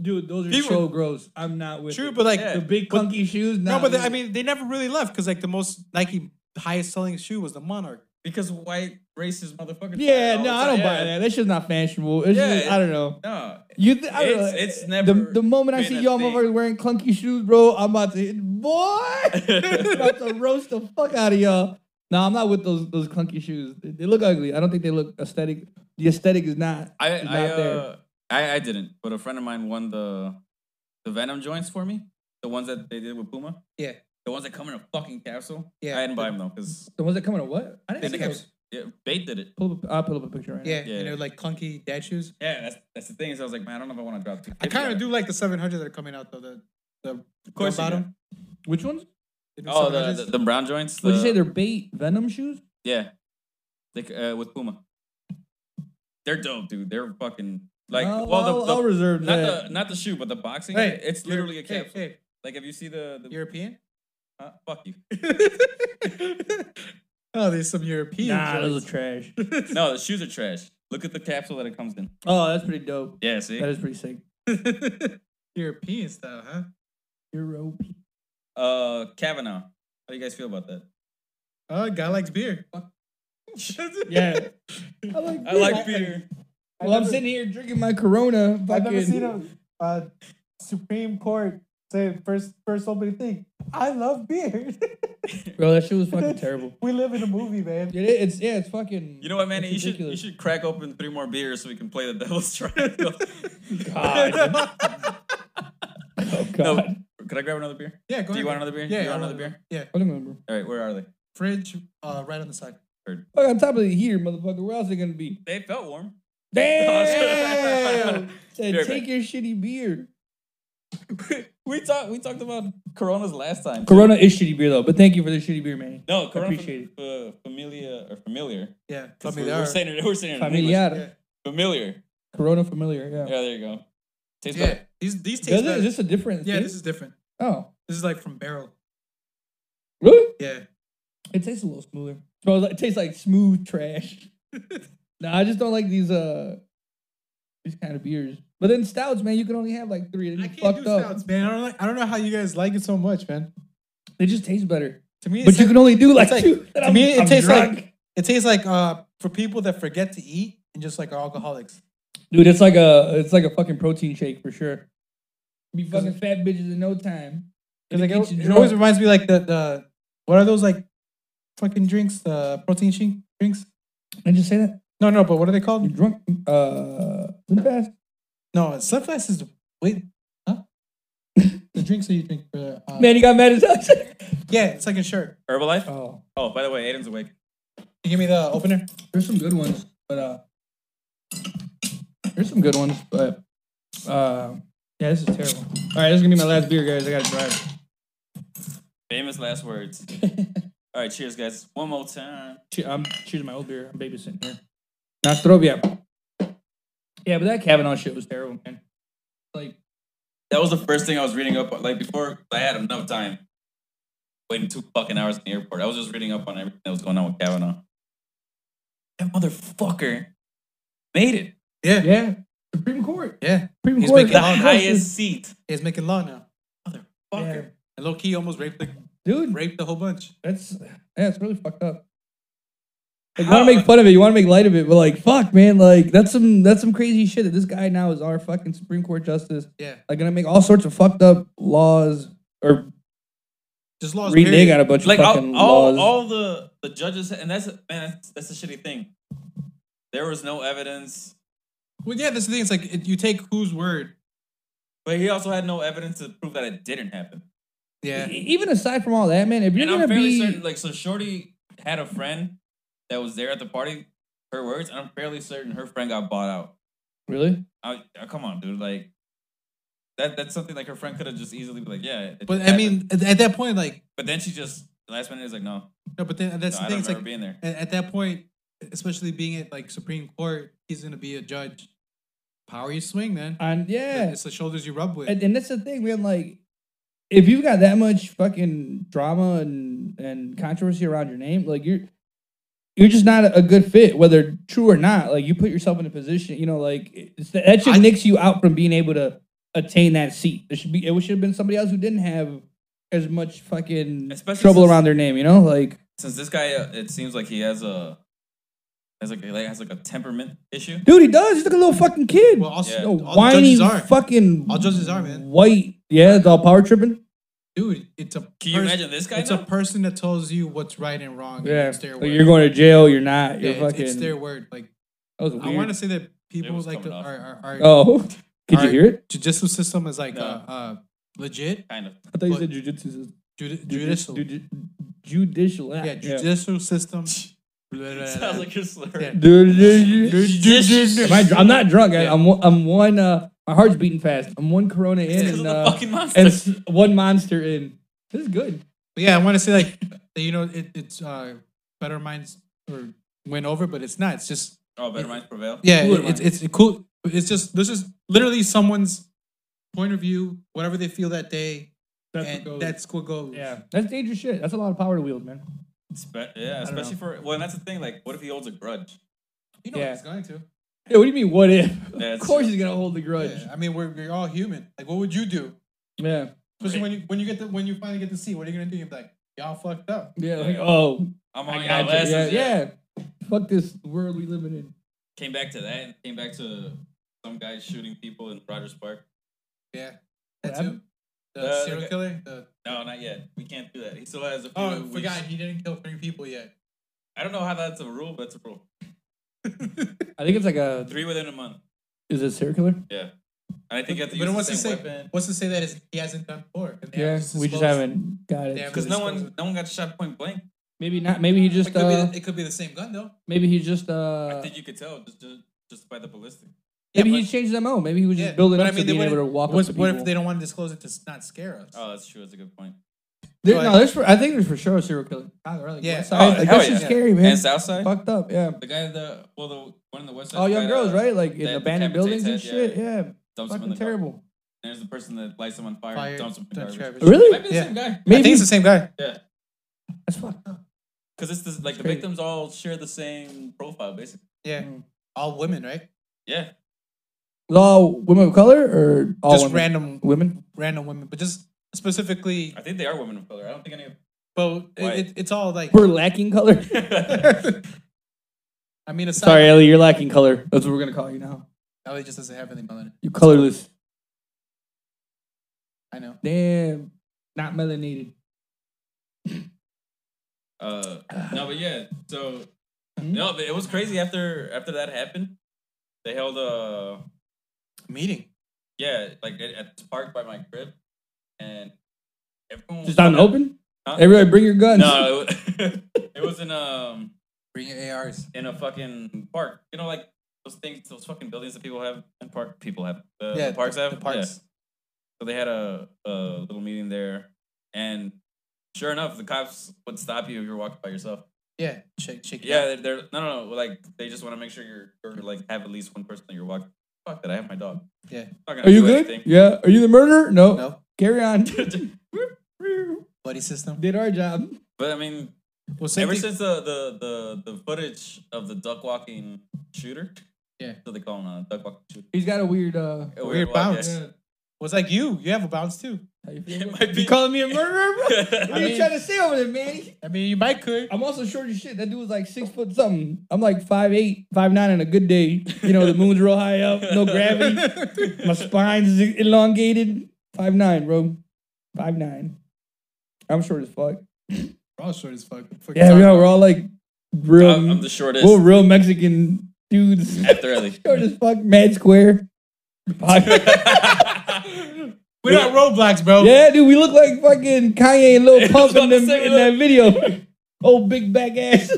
Speaker 2: Dude, those are
Speaker 3: People-
Speaker 2: so gross. I'm not with
Speaker 3: True,
Speaker 2: it.
Speaker 3: but like
Speaker 4: Yeah.
Speaker 2: the big clunky shoes.
Speaker 3: no,
Speaker 2: nah,
Speaker 3: but the- I
Speaker 2: dude.
Speaker 3: mean they never really left because like the most Nike highest selling shoe was the Monarch.
Speaker 4: Because white racist motherfuckers.
Speaker 2: yeah,
Speaker 4: buy
Speaker 2: no,
Speaker 4: it all the
Speaker 2: I
Speaker 4: time.
Speaker 2: don't
Speaker 4: Yeah.
Speaker 2: buy that. That shit's not fashionable. It's
Speaker 4: Yeah,
Speaker 2: just, I don't know.
Speaker 4: No,
Speaker 2: You, th- I don't
Speaker 4: It's-
Speaker 2: know.
Speaker 4: it's
Speaker 2: The-
Speaker 4: never
Speaker 2: the moment I
Speaker 4: been
Speaker 2: see
Speaker 4: a
Speaker 2: y'all
Speaker 4: thing.
Speaker 2: motherfuckers wearing clunky shoes, bro. I'm about to hit, boy. about to roast the fuck out of y'all. No, I'm not with those those clunky shoes. They, they look ugly. I don't think they look aesthetic. The aesthetic is not.
Speaker 4: I
Speaker 2: is
Speaker 4: I,
Speaker 2: not there.
Speaker 4: uh, I I didn't, but a friend of mine won the the Venom joints for me. The ones that they did with Puma.
Speaker 3: Yeah.
Speaker 4: The ones that come in a fucking capsule.
Speaker 3: Yeah.
Speaker 4: I didn't buy them though, because
Speaker 2: The ones that come in a what? I didn't
Speaker 3: They
Speaker 2: see those.
Speaker 3: kept-
Speaker 4: yeah, they did it.
Speaker 2: Pull up, I'll pull up a picture right
Speaker 3: Yeah,
Speaker 4: Yeah.
Speaker 3: and they're like clunky dad shoes.
Speaker 4: Yeah, that's that's the thing. So I was like, man, I don't know if I want to drop.
Speaker 3: I
Speaker 4: 250
Speaker 3: kind
Speaker 4: on
Speaker 3: of
Speaker 4: it.
Speaker 3: do like the 700 that are coming out though. The the
Speaker 4: Of course, you do.
Speaker 3: bottom.
Speaker 2: now. Which ones?
Speaker 3: The new
Speaker 4: Oh, the,
Speaker 3: 700s.
Speaker 4: the, the brown joints.
Speaker 2: Would you say
Speaker 4: the-
Speaker 2: they're bait venom shoes?
Speaker 4: Yeah, like uh, with Puma. They're dope, dude. They're fucking like
Speaker 2: I'll-
Speaker 4: well,
Speaker 2: I'll-
Speaker 4: the,
Speaker 2: I'll
Speaker 4: the
Speaker 2: reserve
Speaker 4: not
Speaker 2: that.
Speaker 4: the not the shoe, but the boxing.
Speaker 3: Hey,
Speaker 4: it's
Speaker 3: you're-
Speaker 4: literally a
Speaker 3: hey,
Speaker 4: capsule.
Speaker 3: hey,
Speaker 4: Like if you see the, the
Speaker 3: European?
Speaker 4: uh, fuck you.
Speaker 3: oh, there's some European.
Speaker 2: nah, those
Speaker 3: joints.
Speaker 2: are trash.
Speaker 4: no, the shoes are trash. Look at the capsule that it comes in.
Speaker 2: Oh, that's pretty dope.
Speaker 4: Yeah, see.
Speaker 2: That is pretty sick.
Speaker 3: European style, huh?
Speaker 2: Europe.
Speaker 4: Uh, Kavanaugh. How do you guys feel about that?
Speaker 3: Oh, guy likes beer.
Speaker 2: Yeah. I like.
Speaker 4: I like beer.
Speaker 2: Well, I'm sitting here drinking my Corona. fucking-
Speaker 3: a uh, Supreme Court say first first opening thing. I love beer.
Speaker 2: Bro, that shit was fucking terrible.
Speaker 3: we live in a movie, man.
Speaker 2: It, it's yeah, it's fucking.
Speaker 4: You know what, man?
Speaker 2: it's
Speaker 4: You should you
Speaker 2: ridiculous.
Speaker 4: should crack open three more beers so we can play the devil's triangle.
Speaker 2: God. oh God.
Speaker 4: no, could I grab another beer?
Speaker 3: Yeah, go
Speaker 4: Do
Speaker 3: ahead.
Speaker 4: you want another beer?
Speaker 3: Yeah,
Speaker 4: Do you want another
Speaker 3: I want-
Speaker 4: beer?
Speaker 3: Yeah,
Speaker 2: I don't remember.
Speaker 4: All right, where are they?
Speaker 3: fridge, uh, right on the side.
Speaker 2: Fuck on top of the heater, motherfucker. Where else they gonna be?
Speaker 4: They felt warm.
Speaker 2: Damn. Said,
Speaker 4: Beer
Speaker 2: take your shitty beer.
Speaker 4: we talked. We talked about Coronas last time. too.
Speaker 2: Corona is shitty beer though, but thank you for the shitty beer, man.
Speaker 4: No, Corona.
Speaker 2: Appreciate
Speaker 4: Uh, familia or familiar.
Speaker 3: Yeah.
Speaker 4: 'Cause
Speaker 3: Familiar.
Speaker 4: We're, we're saying it. We're saying it in English.
Speaker 2: Familiar.
Speaker 3: Yeah.
Speaker 4: Familiar.
Speaker 2: Corona familiar.
Speaker 4: Yeah,
Speaker 2: Yeah.
Speaker 4: there you go. Tastes
Speaker 3: Yeah.
Speaker 4: better.
Speaker 3: These these
Speaker 2: Does
Speaker 3: taste
Speaker 2: it,
Speaker 3: better.
Speaker 2: is this a different?
Speaker 3: yeah,
Speaker 2: taste?
Speaker 3: this is different.
Speaker 2: Oh,
Speaker 3: This is like from barrel.
Speaker 2: really?
Speaker 3: Yeah.
Speaker 2: It tastes a little smoother. Smells like, it tastes like smooth trash. no, I just don't like these uh these kind of beers. But then stouts, man, you can only have like three. They're
Speaker 3: I
Speaker 2: just
Speaker 3: can't do
Speaker 2: fucked up.
Speaker 3: stouts, man. I don't like, I don't know how you guys like it so much, man.
Speaker 2: They just taste better.
Speaker 3: To me,
Speaker 2: But you can only do like,
Speaker 3: it's like-
Speaker 2: two.
Speaker 3: to me, it tastes like it tastes like uh for people that forget to eat and just like are alcoholics.
Speaker 2: dude. It's like a it's like a fucking protein shake for sure. Be fucking fat bitches in no time.
Speaker 3: Because
Speaker 2: It'll
Speaker 3: like,
Speaker 2: get
Speaker 3: it,
Speaker 2: you
Speaker 3: it always
Speaker 2: drunk.
Speaker 3: reminds me like the the what are those like fucking drinks? The protein shake drinks?
Speaker 2: Did I just say that?
Speaker 3: No, no, but what are they
Speaker 2: You
Speaker 3: called?
Speaker 2: drunk? Uh, Slim Fast.
Speaker 3: No, slip fast is wait, huh? the drinks that you drink for uh,
Speaker 2: Man, you got mad as hell.
Speaker 3: yeah, it's like a shirt.
Speaker 4: Herbalife.
Speaker 2: oh,
Speaker 4: Oh, by the way, Aiden's awake.
Speaker 3: You give me the opener.
Speaker 2: there's some good ones, but uh, there's some good ones, but uh, yeah, this is terrible. All right, this is gonna be my last beer, guys. I gotta drive.
Speaker 4: Famous last words. All right, cheers, guys. One more time.
Speaker 2: Che- I'm choosing my old beer. I'm babysitting here. Nostrovia. Yeah, but that Kavanaugh shit was terrible, man. Like,
Speaker 4: That was the first thing I was reading up on. Like before, I had enough time waiting two fucking hours in the airport. I was just reading up on everything that was going on with Kavanaugh. That motherfucker made it.
Speaker 2: yeah, Supreme Court.
Speaker 3: Yeah,
Speaker 2: Supreme
Speaker 4: He's
Speaker 2: Court.
Speaker 4: making the
Speaker 2: That
Speaker 4: highest seat.
Speaker 3: he's making law now.
Speaker 4: Fucker.
Speaker 3: And low key almost raped the
Speaker 2: dude.
Speaker 3: raped the whole bunch.
Speaker 2: That's yeah, it's really fucked up. Like, you
Speaker 4: How-
Speaker 2: want to make fun of it, you want to make light of it, but like, fuck, man, like that's some that's some crazy shit that this guy now is our fucking Supreme Court justice.
Speaker 3: Yeah,
Speaker 2: Like, gonna make all sorts of fucked up laws or
Speaker 3: just laws.
Speaker 2: renege
Speaker 3: period.
Speaker 2: on a bunch
Speaker 4: like
Speaker 2: of
Speaker 4: all,
Speaker 2: fucking
Speaker 4: all,
Speaker 2: laws.
Speaker 4: all the the judges and that's man that's, that's the shitty thing there was no evidence
Speaker 3: Well, yeah, that's the thing. It's like it, you take whose word.
Speaker 4: but he also had no evidence to prove that it didn't happen
Speaker 3: Yeah,
Speaker 2: E- Even aside from all that, man, if you're
Speaker 4: and i'm
Speaker 2: gonna
Speaker 4: fairly
Speaker 2: be
Speaker 4: certain like so shorty had a friend that was there at the party her words and i'm fairly certain her friend got bought out
Speaker 2: really,
Speaker 4: I, I- come on dude like that that's something like her friend could have just easily be like yeah it
Speaker 3: but I
Speaker 4: happened.
Speaker 3: mean, at, at that point, like
Speaker 4: but then she just last minute is like no,
Speaker 3: no, but then
Speaker 4: no
Speaker 3: that's
Speaker 4: i
Speaker 3: the thing.
Speaker 4: don't
Speaker 3: It's
Speaker 4: remember
Speaker 3: like
Speaker 4: being there
Speaker 3: at, at that point, especially being at like Supreme Court, he's gonna be a judge. Power you swing, man.
Speaker 2: and Uh, yeah,
Speaker 3: It's the shoulders you rub with.
Speaker 2: and, and that's the thing, man. Like, if you've got that much fucking drama and and controversy around your name, like you're you're just not a, a good fit, whether true or not. Like, you put yourself in a position, you know, like it's, that that should
Speaker 3: I-
Speaker 2: nicks you out from being able to attain that seat. It should be it should have been somebody else who didn't have as much fucking
Speaker 4: Especially
Speaker 2: trouble
Speaker 4: since-
Speaker 2: around their name, you know, like.
Speaker 4: since this guy uh, it seems like he has a has like, like has like a temperament issue
Speaker 2: Dude, he does. He's like a little fucking kid.
Speaker 3: well, also,
Speaker 4: Yeah.
Speaker 2: a
Speaker 3: all
Speaker 2: whiny
Speaker 3: the judges are.
Speaker 2: fucking
Speaker 3: All judges are, man.
Speaker 2: white. Yeah, it's all power tripping.
Speaker 3: Dude, it's a.
Speaker 4: Can you
Speaker 3: pers-
Speaker 4: imagine this guy?
Speaker 3: It's a
Speaker 4: now?
Speaker 3: person that tells you what's right and wrong. and
Speaker 2: Yeah,
Speaker 3: it's their
Speaker 2: like
Speaker 3: word.
Speaker 2: you're going to jail. You're not.
Speaker 3: Yeah,
Speaker 2: You're
Speaker 3: it's-
Speaker 2: fucking.
Speaker 3: It's their word. Like
Speaker 2: That was weird.
Speaker 3: I want to say that people
Speaker 4: was
Speaker 3: like
Speaker 4: coming
Speaker 3: are
Speaker 4: off.
Speaker 3: are, are
Speaker 2: Oh, could you
Speaker 3: Alright.
Speaker 2: hear it?
Speaker 3: judicial system is like
Speaker 4: No.
Speaker 3: uh, uh legit
Speaker 4: kind of.
Speaker 2: I thought you
Speaker 3: But-
Speaker 2: said jujitsu.
Speaker 3: judi-
Speaker 2: Judicial.
Speaker 3: judicial.
Speaker 2: Judi- judicial.
Speaker 3: yeah, judicial system. Blah, blah, blah,
Speaker 4: Sounds
Speaker 3: blah.
Speaker 4: like you're slurring.
Speaker 3: Yeah.
Speaker 2: Judi-
Speaker 4: Judicious.
Speaker 2: Am I, dr- I'm not drunk. I,
Speaker 3: Yeah.
Speaker 2: I'm one, I'm one. Uh, my heart's beating fast. I'm one Corona in
Speaker 4: Because
Speaker 2: and,
Speaker 4: of the
Speaker 2: uh,
Speaker 4: fucking monster.
Speaker 2: and s- one Monster in. This is good.
Speaker 3: But yeah, I want to say like that, you know it, it's uh better minds or went over, but it's not. It's just
Speaker 4: oh, better minds prevail.
Speaker 3: yeah,
Speaker 2: Cooler
Speaker 3: it- it's it's cool. It's just this is literally someone's point of view, whatever they feel that day,
Speaker 2: That's
Speaker 3: and that's what goes.
Speaker 2: yeah, that's dangerous shit. That's a lot of power to wield, man.
Speaker 4: Spe- yeah,
Speaker 2: don't
Speaker 4: especially for well, and that's the thing. Like, what if he holds a grudge?
Speaker 3: you know
Speaker 2: Yeah.
Speaker 3: what it's going to.
Speaker 2: Yeah, what do you mean? What if? of
Speaker 4: That's
Speaker 2: course,
Speaker 4: true.
Speaker 2: he's gonna hold the grudge.
Speaker 3: Yeah, I mean, we're, we're all human. Like, what would you do?
Speaker 2: Yeah,
Speaker 3: Especially when you when you get the when you finally get to see, what are you gonna do? You're like, y'all fucked up.
Speaker 2: yeah. like, oh,
Speaker 4: I'm
Speaker 2: I
Speaker 4: on
Speaker 2: got
Speaker 4: your
Speaker 2: you.
Speaker 4: last.
Speaker 2: Yeah, yeah. Fuck this world we living in.
Speaker 4: Came back to that. and Came back to some guy shooting people in Rogers Park.
Speaker 3: Yeah.
Speaker 2: What
Speaker 3: That's
Speaker 2: happened?
Speaker 3: him. The
Speaker 4: Uh,
Speaker 3: serial
Speaker 4: the guy-
Speaker 3: killer. The,
Speaker 4: No, not yet. We can't do that. He still has a few.
Speaker 3: oh, I
Speaker 4: weeks.
Speaker 3: forgot he didn't kill three people yet.
Speaker 4: I don't know how that's a rule, but it's a rule.
Speaker 2: I think it's like a.
Speaker 4: Three within a month.
Speaker 2: Is it circular?
Speaker 4: Yeah, and I think you have to
Speaker 3: but
Speaker 4: use the
Speaker 3: what's to
Speaker 4: same
Speaker 3: say?
Speaker 4: weapon
Speaker 3: What's to say that is he hasn't done before? And they
Speaker 2: Yeah,
Speaker 3: haven't
Speaker 2: we just
Speaker 3: disclosed-
Speaker 2: haven't got it.
Speaker 3: They haven't
Speaker 4: because no one,
Speaker 3: disclosed
Speaker 4: no one got shot point blank.
Speaker 2: Maybe not. Maybe he
Speaker 3: it.
Speaker 2: just.
Speaker 3: It could,
Speaker 2: Uh,
Speaker 3: be the, it could be the same gun though.
Speaker 2: maybe he just.
Speaker 4: I
Speaker 2: Uh,
Speaker 4: think you could tell just just, just by the ballistic.
Speaker 2: Maybe
Speaker 3: but-
Speaker 2: he changed his MO. Maybe he was just
Speaker 3: Yeah,
Speaker 2: building
Speaker 3: but
Speaker 2: up
Speaker 3: I mean,
Speaker 2: to
Speaker 3: they
Speaker 2: being able to
Speaker 3: wouldn't-
Speaker 2: walk
Speaker 3: What's,
Speaker 2: up to
Speaker 3: what
Speaker 2: people.
Speaker 3: if they don't want to disclose it to s- not scare
Speaker 2: Uh,
Speaker 3: us?
Speaker 4: Oh, that's true. That's a good point.
Speaker 2: There-
Speaker 3: But-
Speaker 2: no, there's for, I think there's for sure a serial killer. Tyler, like,
Speaker 3: Yeah.
Speaker 2: West Side,
Speaker 4: Oh,
Speaker 2: like,
Speaker 4: hell
Speaker 2: that shit's
Speaker 4: yeah.
Speaker 2: scary, man.
Speaker 4: And Southside,
Speaker 2: Fucked up, yeah.
Speaker 4: the guy, the well, the one in the West Side.
Speaker 2: All young
Speaker 4: that,
Speaker 2: girls,
Speaker 4: uh,
Speaker 2: right? Like in
Speaker 4: that
Speaker 2: abandoned
Speaker 4: decapitates
Speaker 2: buildings and
Speaker 4: head,
Speaker 2: shit.
Speaker 4: yeah.
Speaker 2: Yeah,
Speaker 4: Dumps him in
Speaker 2: fucking
Speaker 4: the garbage.
Speaker 2: terrible.
Speaker 4: There's the person that lights him on fire,
Speaker 3: Fire,
Speaker 4: dumps him in
Speaker 3: dumps
Speaker 4: garbage. It
Speaker 3: garbage.
Speaker 4: might
Speaker 2: Really?
Speaker 4: be the
Speaker 3: Yeah.
Speaker 4: same guy.
Speaker 3: I think
Speaker 2: Maybe
Speaker 3: it's the same guy.
Speaker 4: Yeah,
Speaker 2: that's fucked up.
Speaker 4: because it's this, like the
Speaker 2: Crazy.
Speaker 4: victims all share the same profile, basically.
Speaker 3: Yeah.
Speaker 2: Mm.
Speaker 3: All women, right?
Speaker 4: Yeah,
Speaker 2: Is all women of color or all
Speaker 3: just
Speaker 2: women?
Speaker 3: random
Speaker 2: women?
Speaker 3: random women, but just specifically
Speaker 4: I think they are women of color. I don't think any. of
Speaker 3: but it,
Speaker 4: White.
Speaker 3: it- it's all like
Speaker 2: We're lacking color.
Speaker 3: I mean aside
Speaker 2: Sorry, Ellie, you're lacking color. That's what we're gonna call you now.
Speaker 3: Ellie just doesn't have anything melanin.
Speaker 2: You colorless.
Speaker 3: I know.
Speaker 2: Damn, not melanated.
Speaker 4: Uh, no, but yeah. So no, but it was crazy after after that happened. They held a
Speaker 3: Meeting.
Speaker 4: yeah, like at, at this park by my crib, and everyone was
Speaker 2: Just out in the open.
Speaker 4: Huh?
Speaker 2: Everybody, bring your guns.
Speaker 4: No, it was, it was in um
Speaker 3: Bring your ARs.
Speaker 4: in a fucking park. You know, like those things, those fucking buildings that people have and park people have. The, the
Speaker 3: yeah,
Speaker 4: parks
Speaker 3: the,
Speaker 4: have
Speaker 3: the
Speaker 4: Yeah.
Speaker 3: parks.
Speaker 4: So they had a, a little meeting there, and sure enough, the cops would stop you if you're walking by yourself.
Speaker 3: Yeah. Shake shake. it
Speaker 4: Yeah,
Speaker 3: out.
Speaker 4: they're, they're no, no, no. Like they just want to make sure you're, you're like have at least one person that you're walking. Fuck that! I have my dog.
Speaker 3: Yeah.
Speaker 4: Not gonna
Speaker 2: Are you
Speaker 4: do
Speaker 2: good?
Speaker 4: anything.
Speaker 2: Yeah. Are you the murderer? No.
Speaker 3: No.
Speaker 2: Carry on.
Speaker 3: Buddy system.
Speaker 2: Did our job.
Speaker 4: But I mean,
Speaker 3: Well, same
Speaker 4: ever
Speaker 3: thing-
Speaker 4: since the, the the the footage of the duck walking shooter,
Speaker 3: Yeah.
Speaker 4: so they call him a duck walking shooter.
Speaker 2: He's got a weird. uh
Speaker 4: A
Speaker 3: Weird
Speaker 4: walk,
Speaker 3: bounce.
Speaker 4: yeah.
Speaker 3: Yeah. was like you. You have a bounce too.
Speaker 2: how you feel?
Speaker 4: It might be.
Speaker 2: You calling me a murderer, bro? What are
Speaker 4: I
Speaker 2: you
Speaker 4: mean,
Speaker 2: trying to say over there, man?
Speaker 3: I mean, you might could.
Speaker 2: I'm also short as shit. That dude was like six foot something. I'm like five eight, five nine on a good day. You know, the moon's real high up, no gravity. My spine's elongated. Five nine, bro. Five nine. I'm short as fuck.
Speaker 3: We're all short as fuck. Fuck
Speaker 2: Yeah,
Speaker 3: you
Speaker 2: we
Speaker 3: talking
Speaker 2: are. We're all like real.
Speaker 4: I'm, I'm the shortest
Speaker 2: we're real Mexican dudes.
Speaker 4: after Ellie.
Speaker 2: short as fuck, mad square.
Speaker 3: about? We're not Roblox, bro.
Speaker 2: yeah, dude, we look like fucking Kanye and Lil Pump in,
Speaker 4: about to
Speaker 2: them,
Speaker 4: say,
Speaker 2: in
Speaker 4: look.
Speaker 2: that video. Old big back ass.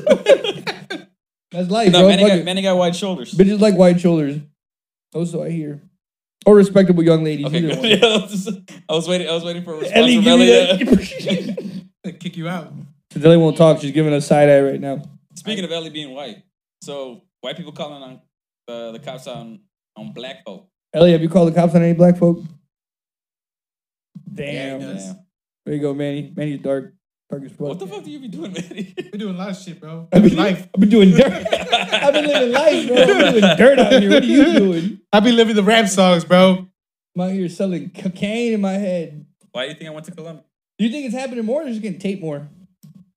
Speaker 2: That's life,
Speaker 4: no,
Speaker 2: bro.
Speaker 4: Manny
Speaker 2: Fuck
Speaker 4: got,
Speaker 2: it.
Speaker 4: Manny got wide shoulders.
Speaker 2: Bitches like white shoulders. Also, I hear. Or respectable young ladies.
Speaker 4: Okay,
Speaker 2: either
Speaker 4: good.
Speaker 2: one.
Speaker 4: Yeah, I was just- I was waiting. I was waiting for a response
Speaker 2: Ellie,
Speaker 4: from
Speaker 2: give me
Speaker 4: Ellie. yeah.
Speaker 2: that.
Speaker 3: They Kick you out.
Speaker 2: Since Ellie won't talk, she's giving us side eye right now.
Speaker 4: Speaking of Ellie being white, so white people calling on uh, the cops on on black folk.
Speaker 2: Ellie, have you called the cops on any black folk?
Speaker 3: Yeah,
Speaker 2: Damn.
Speaker 3: he does.
Speaker 4: Damn.
Speaker 2: there you go, Manny. Manny's dark. Dark as fuck.
Speaker 4: What the fuck do you be doing, Manny?
Speaker 3: We're doing a lot of shit, bro.
Speaker 2: I've been,
Speaker 3: Life.
Speaker 2: I've been doing dirt. I've been living life, bro. I've been doing dirt out here. What are you doing?
Speaker 3: I be living the rap songs, bro.
Speaker 2: I'm out here selling cocaine in my head.
Speaker 4: Why do you think I went to Colombia?
Speaker 2: Do you think it's happening more or just getting tape more?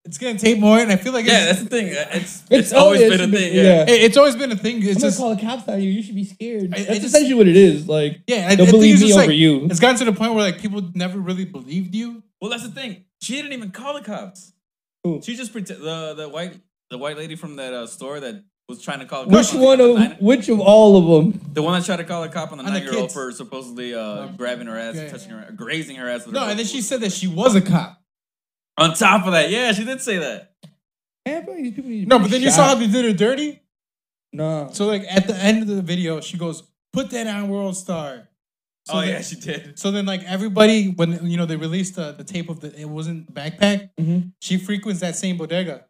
Speaker 3: It's getting tape more, and I feel like
Speaker 4: Yeah,
Speaker 3: it's,
Speaker 4: that's the thing. It's it's,
Speaker 2: It's
Speaker 4: always
Speaker 2: always
Speaker 4: been a
Speaker 2: been-
Speaker 4: thing. Yeah.
Speaker 3: it- it's always been a thing. It's
Speaker 2: I'm
Speaker 3: just
Speaker 2: gonna call the cops on you. You should be scared.
Speaker 3: I- I
Speaker 2: That's
Speaker 3: just-
Speaker 2: essentially what it is. Like,
Speaker 3: yeah. I, I
Speaker 2: they'll
Speaker 3: think
Speaker 2: believe
Speaker 3: it's
Speaker 2: me
Speaker 3: just
Speaker 2: over
Speaker 3: like
Speaker 2: you.
Speaker 3: it's gotten to the point where like people never really believed you.
Speaker 4: Well, that's the thing. She didn't even call the cops.
Speaker 2: Who?
Speaker 4: She just pretend the the white the white lady from that uh, store that was trying to call. The
Speaker 2: Which
Speaker 4: cops on
Speaker 2: one
Speaker 4: the
Speaker 2: of
Speaker 4: nine-
Speaker 2: which of all of them?
Speaker 4: the one that tried to call a cop on the
Speaker 3: On the
Speaker 4: nine year old
Speaker 3: kids.
Speaker 4: for supposedly uh, grabbing her ass,
Speaker 3: Yeah,
Speaker 4: and
Speaker 3: yeah.
Speaker 4: touching her, grazing her ass. With
Speaker 3: No,
Speaker 4: her
Speaker 3: and then
Speaker 4: butt.
Speaker 3: she said that she was a cop.
Speaker 4: On top of that, yeah, she did say that.
Speaker 2: Man, bro, these people need to
Speaker 3: No,
Speaker 2: be
Speaker 3: but then you
Speaker 2: shot.
Speaker 3: saw how they did her dirty.
Speaker 2: No.
Speaker 3: So like at the end of the video, she goes, "Put that on World Star." So
Speaker 4: oh
Speaker 3: then-
Speaker 4: yeah, she did.
Speaker 3: So then like everybody, when you know they released the, the tape of the it wasn't backpack,
Speaker 2: Mhm.
Speaker 3: she frequents that same bodega.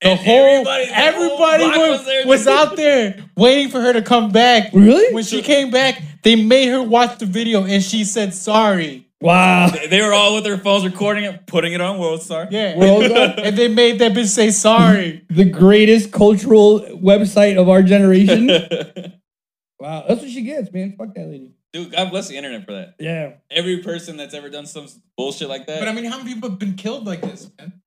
Speaker 3: The
Speaker 4: And
Speaker 3: whole
Speaker 4: everybody-
Speaker 3: everybody,
Speaker 4: the whole block
Speaker 3: was,
Speaker 4: was there.
Speaker 3: was out there waiting for her to come back.
Speaker 2: Really?
Speaker 3: When she came back, they made her watch the video and she said sorry.
Speaker 2: Wow.
Speaker 4: They- They were all with their phones recording it, putting it on World Star.
Speaker 3: Yeah.
Speaker 2: World Star?
Speaker 3: and they made that bitch say sorry.
Speaker 2: the greatest cultural website of our generation. wow, that's what she gets, man. Fuck that lady.
Speaker 4: Dude, God bless the internet for that.
Speaker 2: Yeah.
Speaker 4: Every person that's ever done some bullshit like that.
Speaker 3: But I mean, how many people have been killed like this, man?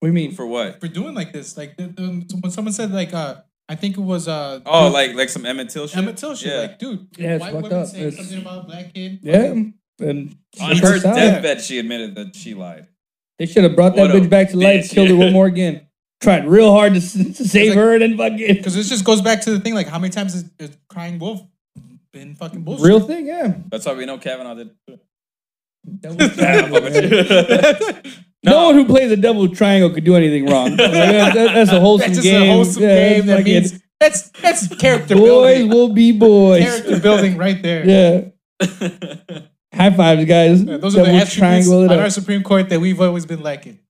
Speaker 2: What do you mean?
Speaker 4: for what?
Speaker 3: For doing like this, like the, the, when someone said like, uh, I think it was uh,
Speaker 4: Oh, like like some Emmett Till shit.
Speaker 3: Emmett Till shit.
Speaker 4: Yeah.
Speaker 3: Like, dude,
Speaker 2: Yeah, it's
Speaker 3: white
Speaker 2: fucked
Speaker 3: women
Speaker 2: up.
Speaker 3: saying
Speaker 2: It's-
Speaker 3: something about a black kid.
Speaker 2: Yeah. And
Speaker 4: on
Speaker 2: she
Speaker 4: her
Speaker 2: passed out.
Speaker 4: deathbed, she admitted that she lied.
Speaker 2: They should have brought that
Speaker 4: What a
Speaker 2: bitch back to life,
Speaker 4: bitch,
Speaker 2: killed her
Speaker 4: yeah.
Speaker 2: one more again. Tried real hard to, s- to save
Speaker 3: like-
Speaker 2: her and then fucking.
Speaker 3: Because this just goes back to the thing, like how many times has, has crying wolf been fucking bullshit?
Speaker 2: Real thing, yeah.
Speaker 4: That's why we know Kavanaugh did.
Speaker 2: That was
Speaker 4: Nah, I'm
Speaker 2: terrible,
Speaker 4: fucking with
Speaker 2: man.
Speaker 4: you.
Speaker 2: no. one who plays a double triangle could do anything wrong. Like, that- that- that's a wholesome
Speaker 3: That's just a
Speaker 2: game.
Speaker 3: wholesome game that
Speaker 2: fucking-
Speaker 3: means That's that's character
Speaker 2: Boys
Speaker 3: building.
Speaker 2: will be boys.
Speaker 3: Character building right there.
Speaker 2: Yeah. High fives, guys.
Speaker 3: Yeah, those
Speaker 2: that
Speaker 3: are the
Speaker 2: will
Speaker 3: attributes
Speaker 2: triangle
Speaker 3: on
Speaker 2: it
Speaker 3: our
Speaker 2: up.
Speaker 3: Supreme Court that we've always been lacking.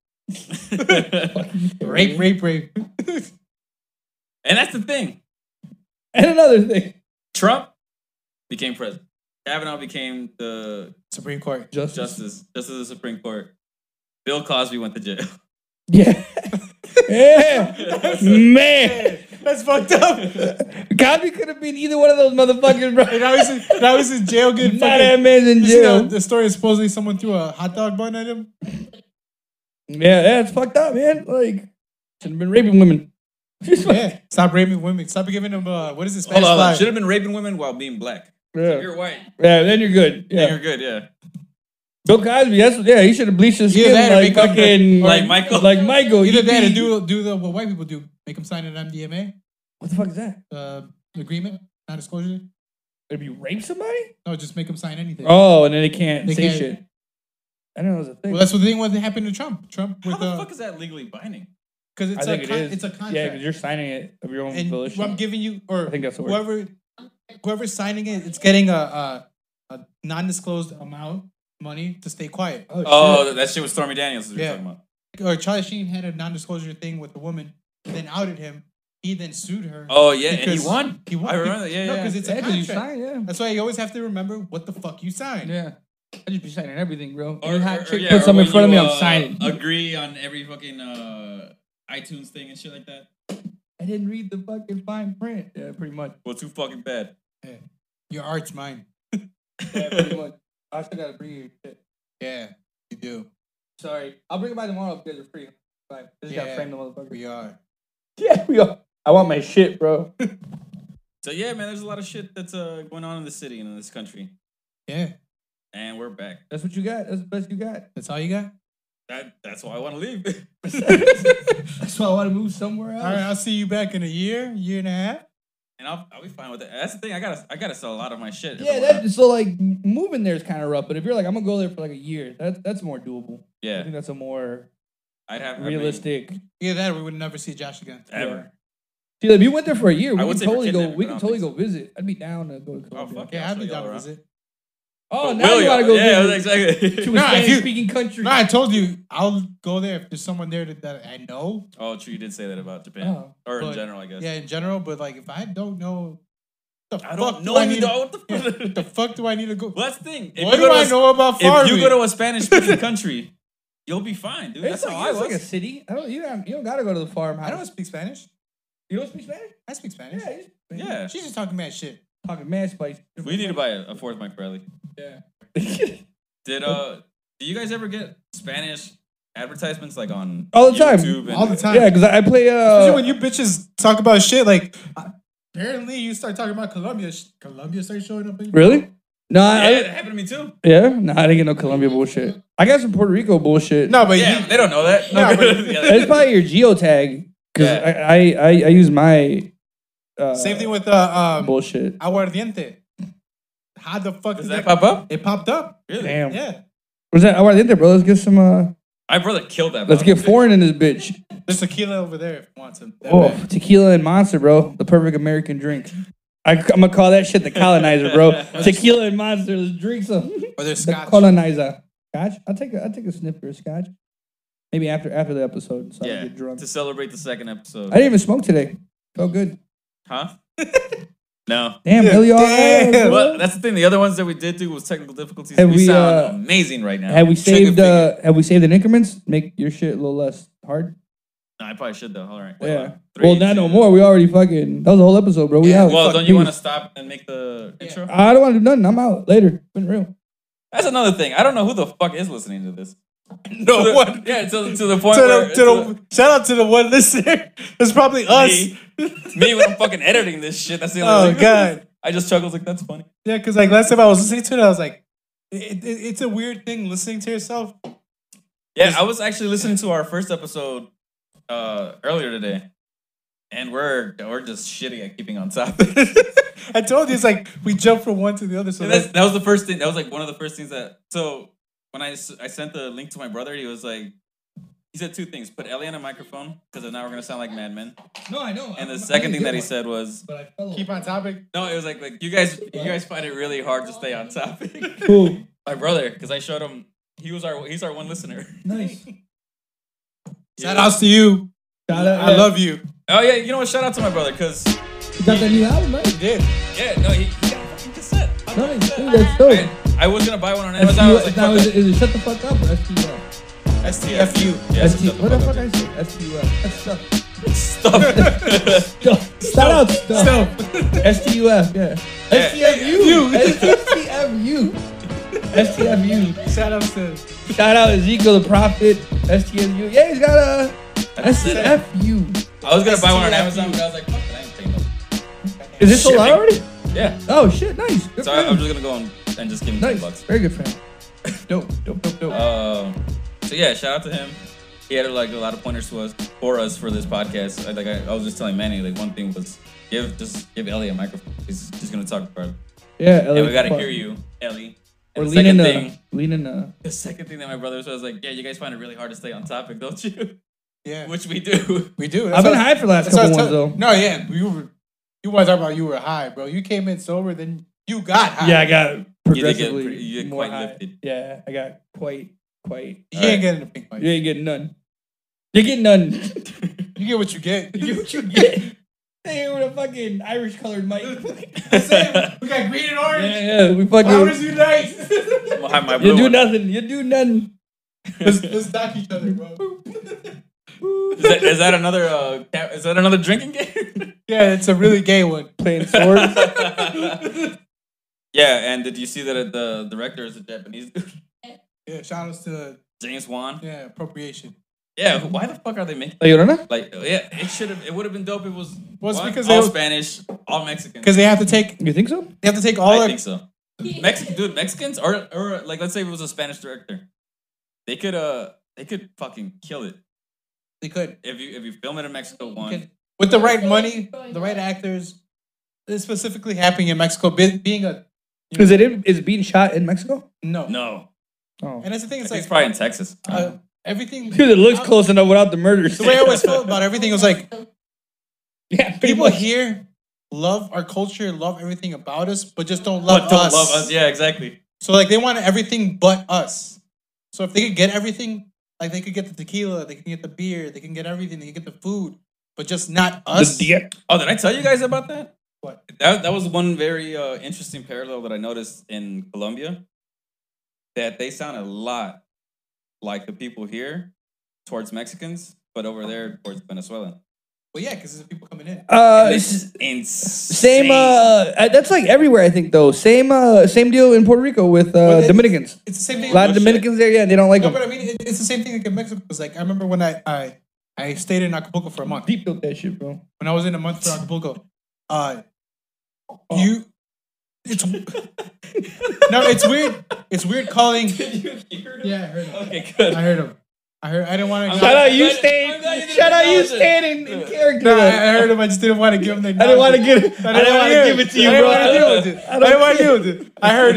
Speaker 3: Rape, rape, rape.
Speaker 4: and that's the thing.
Speaker 2: And another thing.
Speaker 4: Trump became president. Kavanaugh became the
Speaker 3: Supreme Court.
Speaker 2: Justice.
Speaker 4: justice, justice of the Supreme Court. Bill Cosby went to jail.
Speaker 2: Yeah. yeah. Man.
Speaker 3: That's fucked up.
Speaker 2: Cosby could have been either one of those motherfuckers, bro.
Speaker 3: And now he's in, now he's in jail getting
Speaker 2: Not
Speaker 3: fucking.
Speaker 2: that man's in
Speaker 3: You see
Speaker 2: jail.
Speaker 3: the, the story is supposedly someone threw a hot dog bun at him.
Speaker 2: Yeah, yeah, it's fucked up, man. Like, should have been raping women. yeah.
Speaker 3: Yeah, stop raping women. Stop giving them uh, what is this?
Speaker 4: Hold
Speaker 3: Spanish
Speaker 4: on, hold on.
Speaker 3: fly?
Speaker 4: should have been raping women while being black. If
Speaker 2: yeah,
Speaker 4: You're white.
Speaker 2: then you're good.
Speaker 4: then
Speaker 2: Yeah,
Speaker 4: You're good. Yeah.
Speaker 2: Bill Cosby. That's yeah. He should have bleached his
Speaker 3: Either
Speaker 2: skin
Speaker 3: that or
Speaker 2: like
Speaker 3: make up-
Speaker 2: fucking
Speaker 4: or- Like Michael.
Speaker 2: Like Michael.
Speaker 3: Either
Speaker 2: he'd
Speaker 3: that or
Speaker 2: be-
Speaker 3: do do the what white people do. Make them sign an MDMA
Speaker 2: what the fuck is that?
Speaker 3: uh, agreement, non-disclosure.
Speaker 2: If you rape somebody?
Speaker 3: No, just make them sign anything.
Speaker 2: Oh, and then they can't
Speaker 3: They
Speaker 2: say
Speaker 3: can't-
Speaker 2: shit. I didn't know it was a thing.
Speaker 3: Well, that's the thing. What happened to Trump? Trump
Speaker 4: How
Speaker 3: with
Speaker 4: the
Speaker 3: uh,
Speaker 4: fuck is that legally binding?
Speaker 3: because
Speaker 2: I
Speaker 3: it's
Speaker 2: think
Speaker 3: a
Speaker 2: it
Speaker 3: con-
Speaker 2: is.
Speaker 3: it's a contract.
Speaker 2: Yeah, because you're signing it of your own
Speaker 3: and
Speaker 2: volition.
Speaker 3: what I'm giving you, or
Speaker 2: I think that's the word.
Speaker 3: whoever, whoever's signing it, it's getting a, a, a non-disclosed amount money to stay quiet.
Speaker 4: Oh, that shit was Stormy Daniels. we were
Speaker 3: Yeah.
Speaker 4: talking about.
Speaker 3: Or Charlie Sheen had a non-disclosure thing with a woman, then outed him. He then sued her.
Speaker 4: Oh yeah, and he
Speaker 3: Because-
Speaker 4: won.
Speaker 3: He
Speaker 4: I
Speaker 3: won.
Speaker 4: remember that, yeah,
Speaker 3: no,
Speaker 4: yeah.
Speaker 3: because it's
Speaker 2: yeah,
Speaker 3: a
Speaker 2: 'cause you
Speaker 3: contract.
Speaker 2: sign, yeah.
Speaker 3: That's why you always have to remember what the fuck you signed.
Speaker 2: Yeah. I just be signing everything, bro.
Speaker 4: Or-
Speaker 2: Any
Speaker 4: or- or,
Speaker 2: hot chick
Speaker 4: yeah, or
Speaker 2: put something
Speaker 4: when
Speaker 2: in front of me,
Speaker 4: you,
Speaker 2: I'm
Speaker 4: uh,
Speaker 2: signing.
Speaker 4: Agree on every fucking uh, iTunes thing and shit like that.
Speaker 2: I didn't read the fucking fine print. Yeah, pretty much.
Speaker 4: Well, too fucking bad.
Speaker 3: Your art's mine.
Speaker 2: Yeah, pretty much. I still gotta bring you shit.
Speaker 3: Yeah, you do.
Speaker 2: Sorry. I'll bring it by tomorrow if you guys are free. Bye. Just gotta
Speaker 3: Yeah.
Speaker 2: frame the motherfucker.
Speaker 3: We are.
Speaker 2: Yeah, we are. I want my shit, bro.
Speaker 4: So yeah, man, there's a lot of shit that's uh, going on in the city and in this country,
Speaker 3: Yeah,
Speaker 4: and we're back.
Speaker 2: That's what you got. That's the best you got.
Speaker 3: that's all you got.
Speaker 4: That that's why I want to leave.
Speaker 2: That's why I want to move somewhere else.
Speaker 3: All right, I'll see you back in a year, year and a half.
Speaker 4: and I'll, I'll be fine with it. That's the thing. I gotta I gotta sell a lot of my shit. if I
Speaker 2: Yeah,
Speaker 4: wanna-
Speaker 2: that, so like m- moving there is kind of rough, but if you're like, I'm gonna go there for like a year, that's that's more doable. I
Speaker 4: yeah.
Speaker 2: think that's a more
Speaker 4: I'd have I mean,
Speaker 2: realistic.
Speaker 3: Either that, or we would never see Josh again.
Speaker 4: ever.
Speaker 2: See, like, if you went there for a year, we
Speaker 4: I would
Speaker 2: can
Speaker 4: say for
Speaker 2: totally go.
Speaker 4: kidnapping,
Speaker 2: We
Speaker 4: but
Speaker 2: can
Speaker 4: I don't
Speaker 2: totally go
Speaker 4: think
Speaker 2: visit. I'd be down to go to
Speaker 4: Oh, fuck
Speaker 2: Colombia.
Speaker 3: Yeah, I'd be
Speaker 4: Yeah,
Speaker 3: down
Speaker 4: I'll
Speaker 3: to
Speaker 4: show
Speaker 3: visit.
Speaker 2: Oh,
Speaker 4: But
Speaker 2: now
Speaker 4: will
Speaker 2: you want to
Speaker 4: y'all?
Speaker 2: go
Speaker 4: Yeah,
Speaker 2: visit
Speaker 4: exactly.
Speaker 2: to a
Speaker 3: Nah, if you-
Speaker 2: Spanish-speaking country.
Speaker 3: No, I told you I'll go there if there's someone there that- that I know.
Speaker 4: oh, true. You did say that about Japan,
Speaker 2: Oh,
Speaker 4: or in
Speaker 3: but-
Speaker 4: general, I guess.
Speaker 3: Yeah, in general, but like if I don't know, the
Speaker 4: I don't
Speaker 3: fuck
Speaker 4: know
Speaker 3: do I
Speaker 4: you,
Speaker 3: need,
Speaker 4: dog. What the fuck?
Speaker 3: The fuck do I need to go?
Speaker 4: Well, that's the thing. If
Speaker 3: what
Speaker 4: you
Speaker 3: do
Speaker 4: go to
Speaker 3: I
Speaker 4: a-
Speaker 3: know about
Speaker 4: If
Speaker 3: farming?
Speaker 4: you go to a Spanish-speaking country, you'll be fine, dude.
Speaker 2: it's
Speaker 4: That's
Speaker 2: like,
Speaker 4: how I
Speaker 2: it's like a
Speaker 4: was.
Speaker 2: city. I don't. You don't. You don't gotta go to the farmhouse.
Speaker 3: I don't speak Spanish.
Speaker 2: You don't speak Spanish?
Speaker 3: I speak Spanish.
Speaker 2: Yeah. You,
Speaker 4: Yeah.
Speaker 3: She's just talking mad shit.
Speaker 2: Talking mad spice.
Speaker 4: We need to buy a, a fourth mic for Ellie.
Speaker 2: Yeah.
Speaker 4: Did uh, do you guys ever get Spanish advertisements like on
Speaker 2: All the time.
Speaker 4: YouTube and-
Speaker 3: All the time.
Speaker 2: yeah, because I I play.
Speaker 3: Especially
Speaker 2: Uh,
Speaker 3: when you bitches talk about shit, like uh, apparently you start talking about Colombia. sh- Colombia starts showing up. in-
Speaker 2: really? No,
Speaker 4: Yeah,
Speaker 2: I,
Speaker 4: that happened to me too.
Speaker 2: Yeah, no, I didn't get no Colombia bullshit. I got some Puerto Rico bullshit.
Speaker 3: No, but
Speaker 4: Yeah,
Speaker 3: you,
Speaker 4: they don't know that.
Speaker 3: No,
Speaker 4: Yeah,
Speaker 3: but-
Speaker 2: it's probably your geotag because
Speaker 4: Yeah.
Speaker 2: I, I, I I use my uh,
Speaker 3: same thing with uh, um,
Speaker 2: bullshit.
Speaker 3: aguardiente. How the fuck
Speaker 4: Does that
Speaker 3: did
Speaker 4: pop up?
Speaker 3: It popped up.
Speaker 4: Really?
Speaker 2: Damn,
Speaker 3: Yeah.
Speaker 2: was that? Oh, I did there, bro. Let's get some. Uh,
Speaker 4: My brother killed that.
Speaker 2: let's
Speaker 4: bottle.
Speaker 2: get foreign in this bitch.
Speaker 3: There's tequila over there if you want some. That
Speaker 2: Oh,
Speaker 3: bad.
Speaker 2: tequila and monster, bro. The perfect American drink. I, am gonna call that shit the colonizer, bro. tequila and monster. Let's drink some.
Speaker 3: Or there's
Speaker 2: the
Speaker 3: scotch.
Speaker 2: colonizer. Scotch. I'll take a, I'll take a sniffer of scotch. Maybe after after the episode, so I
Speaker 4: Yeah,
Speaker 2: don't get drunk.
Speaker 4: to celebrate the second episode.
Speaker 2: I didn't even smoke today. Felt good.
Speaker 4: Huh? no.
Speaker 2: Damn, Billy. all
Speaker 3: Damn.
Speaker 2: right, bro.
Speaker 4: Well, that's the thing. The other ones that we did do was technical difficulties.
Speaker 2: Have
Speaker 4: we,
Speaker 2: we,
Speaker 4: sound
Speaker 2: uh,
Speaker 4: amazing right now.
Speaker 2: Have we
Speaker 4: Trigger
Speaker 2: saved
Speaker 4: finger.
Speaker 2: uh have we saved in increments? Make your shit a little less hard.
Speaker 4: No, I probably should though. All right.
Speaker 2: yeah.
Speaker 4: Well, three,
Speaker 2: well, not
Speaker 4: two.
Speaker 2: no more. We already fucking that was the whole episode, bro. We
Speaker 3: Yeah,
Speaker 2: out.
Speaker 4: Well,
Speaker 3: Fuck
Speaker 4: don't you want to
Speaker 2: Peace.
Speaker 4: stop and make the intro?
Speaker 2: I don't want to do nothing. I'm out later. Been real.
Speaker 4: That's another thing. I don't know who the fuck is listening to this.
Speaker 3: No
Speaker 4: To the-
Speaker 3: one.
Speaker 4: Yeah, to, to the point
Speaker 3: To
Speaker 4: where
Speaker 3: the, to the, shout out to the one listener. It's probably us.
Speaker 4: Me. me when I'm fucking editing this shit. That's the only.
Speaker 3: Oh
Speaker 4: thing.
Speaker 3: god.
Speaker 4: I just chuckled like that's funny.
Speaker 3: Yeah, because like last time I was listening to it, I was like, it, it, it's a weird thing listening to yourself.
Speaker 4: Yeah, I was actually listening to our first episode uh, earlier today, and we're we're just shitty at keeping on topic.
Speaker 3: I told you it's like we jump from one to the other. So
Speaker 4: And
Speaker 3: that's
Speaker 4: that's, that was the first thing. That was like one of the first things that. So when I, s- I sent the link to my brother, he was like, He said two things: put Ellie on a microphone because now we're gonna sound like madmen.
Speaker 2: No, I know.
Speaker 4: And the second thing that he said was,
Speaker 2: But I fell
Speaker 3: Keep on topic.
Speaker 4: no, it was like, like you guys, you guys find it really hard to stay on topic.
Speaker 2: Cool.
Speaker 4: My brother, because I showed him, he was our, he's our one listener.
Speaker 2: Nice.
Speaker 3: Shout outs to you.
Speaker 2: Shout out.
Speaker 3: I love you.
Speaker 4: Oh yeah, you know what? Shout out to my brother, cause
Speaker 2: You got that new album, nice.
Speaker 3: Did.
Speaker 4: yeah, no, he, he got a fucking cassette. I love
Speaker 2: Nice. Dude,
Speaker 4: cassette.
Speaker 2: that's dope.
Speaker 4: I, I was gonna buy one on
Speaker 2: STU
Speaker 4: Amazon. I was like,
Speaker 2: now
Speaker 4: fuck
Speaker 2: is,
Speaker 4: that.
Speaker 2: it, is it shut the fuck up or STF?
Speaker 3: STFU.
Speaker 4: Yeah,
Speaker 2: ST,
Speaker 4: shut
Speaker 2: what the
Speaker 4: up.
Speaker 2: fuck I say? STUF. That's stuff.
Speaker 4: Stop.
Speaker 2: Stuff. Shout out stuff. STUF, yeah. STFU. STFU. STFU.
Speaker 3: Shout outs to
Speaker 2: Shout out Ezekiel the Prophet. STFU. Yeah, he's got a STFU.
Speaker 4: I was gonna buy one on Amazon, but I was like, fuck that, I ain't paying no.
Speaker 2: Is this
Speaker 4: Shipping.
Speaker 2: allowed already?
Speaker 4: Yeah.
Speaker 2: Oh shit, nice. Good
Speaker 4: So
Speaker 2: for
Speaker 4: I,
Speaker 2: him.
Speaker 4: I'm just gonna go on and just give him
Speaker 2: nice.
Speaker 4: ten bucks.
Speaker 2: Very good friend. Dope, dope, dope, dope.
Speaker 4: Um, so yeah, shout out to him. He had like a lot of pointers to us for us for this podcast. I, like I, I was just telling Manny, like one thing was give just give Ellie a microphone. He's just gonna talk about it.
Speaker 2: yeah, Ellie,
Speaker 4: Hey, we gotta
Speaker 2: fuck.
Speaker 4: hear you, Ellie.
Speaker 2: We're
Speaker 4: And the
Speaker 2: leaning
Speaker 4: second
Speaker 2: the
Speaker 4: thing,
Speaker 2: leaning the
Speaker 4: the second thing that my brother said was like, yeah, you guys find it really hard to stay on topic, don't you?
Speaker 3: Yeah.
Speaker 4: Which we do.
Speaker 3: We do.
Speaker 2: I've been
Speaker 3: That's
Speaker 2: high for the last
Speaker 3: That's what I
Speaker 2: couple
Speaker 3: was
Speaker 2: ones though.
Speaker 3: tell- No, yeah, you were. You want to talk about you were high, bro? You came in sober, then you got high.
Speaker 2: Yeah, I got
Speaker 4: did get
Speaker 2: progressively
Speaker 4: pre- you get
Speaker 2: more
Speaker 4: quite
Speaker 2: high.
Speaker 4: lifted.
Speaker 2: Yeah, I got quite, quite.
Speaker 3: you
Speaker 4: All right.
Speaker 3: ain't getting a pink mic.
Speaker 2: You ain't getting none. You get none.
Speaker 3: You get what you get. You
Speaker 2: you
Speaker 3: get
Speaker 2: get what you get. Hey, with a fucking Irish colored mic.
Speaker 3: what we got green and
Speaker 2: yeah,
Speaker 3: orange.
Speaker 2: yeah, we
Speaker 3: Flowers
Speaker 2: fucking.
Speaker 3: unite.
Speaker 4: my, my blue
Speaker 2: You do
Speaker 4: one.
Speaker 2: nothing. You do nothing.
Speaker 3: let's, let's knock each other, bro.
Speaker 4: Is that, is that another uh, ca- is that another drinking game?
Speaker 3: Yeah, it's a really gay one.
Speaker 2: Playing swords.
Speaker 4: yeah, and did you see that the director is a Japanese dude?
Speaker 3: Yeah, shout outs to
Speaker 4: James Wan.
Speaker 3: yeah appropriation.
Speaker 4: Yeah, who- why the fuck are they making?
Speaker 2: La Llorona?
Speaker 4: Like, yeah, it should have. It would have been dope. If it was.
Speaker 3: Well, it's
Speaker 4: one,
Speaker 3: because
Speaker 4: all
Speaker 3: they-
Speaker 4: Spanish, all Mexican.
Speaker 3: Because they have to take
Speaker 2: You think so?
Speaker 3: they have to take all
Speaker 4: I
Speaker 3: their
Speaker 4: think so. Mexican, dude, Mexicans or or like, let's say it was a Spanish director, they could uh they could fucking kill it
Speaker 3: they could
Speaker 4: if you if you film it in Mexico one.
Speaker 3: can- with the right money, the right actors. This specifically happening in Mexico, be- being a
Speaker 2: Is it in, is it being shot in Mexico?
Speaker 3: no.
Speaker 4: No,
Speaker 2: Oh.
Speaker 3: And that's the thing.
Speaker 4: it's,
Speaker 3: It's like
Speaker 4: probably in Texas.
Speaker 3: uh, everything.
Speaker 2: Dude, it looks close enough without the murders.
Speaker 3: The way I always felt about everything was like
Speaker 2: yeah, pretty
Speaker 3: people
Speaker 2: much.
Speaker 3: here love our culture, love everything about us, but just don't love
Speaker 4: but don't
Speaker 3: us.
Speaker 4: love us. Yeah, exactly.
Speaker 3: So like they want everything but us. So if they could get everything, like they could get the tequila, they can get the beer, they can get everything, they can get the food, but just not us.
Speaker 2: The dick.
Speaker 4: Oh, did I tell you guys about that?
Speaker 3: What?
Speaker 4: That that was one very uh, interesting parallel that I noticed in Colombia. That they sound a lot like the people here towards Mexicans, but over there towards Venezuelan.
Speaker 3: Well, yeah, because there's people coming in.
Speaker 2: Uh,
Speaker 4: this is insane.
Speaker 2: Same. Uh, uh, that's like everywhere, I think. Though same. Uh, same deal in Puerto Rico with Oh, uh,
Speaker 3: But it-
Speaker 2: Dominicans.
Speaker 3: It's the same
Speaker 2: A
Speaker 3: thing.
Speaker 2: lot of
Speaker 4: shit.
Speaker 2: Dominicans there. Yeah, they don't like
Speaker 3: No,
Speaker 2: them.
Speaker 3: but I mean, it, it's the same thing like in Mexico. Because like I remember when I, I I stayed in Acapulco for a month.
Speaker 2: Deep built that shit, bro.
Speaker 3: When I was in a month for Acapulco, uh, you, it's no, it's weird. It's weird calling.
Speaker 4: Did you hear it?
Speaker 3: Yeah, I heard him.
Speaker 4: Okay, good.
Speaker 3: I heard him. I heard. I didn't want to.
Speaker 4: I'm
Speaker 2: Shout
Speaker 4: glad-
Speaker 2: out, you
Speaker 4: I'm glad- I'm glad
Speaker 2: stayed.
Speaker 4: didn't
Speaker 2: Shout out, you
Speaker 4: acknowledge it.
Speaker 2: stayed in, in character.
Speaker 3: No, I, I heard him. I just didn't want to give him the.
Speaker 2: I didn't want to get. it. I
Speaker 3: I
Speaker 2: didn't want to give it to you, bro.
Speaker 3: I didn't want to deal with it. I didn't want to deal with it. I heard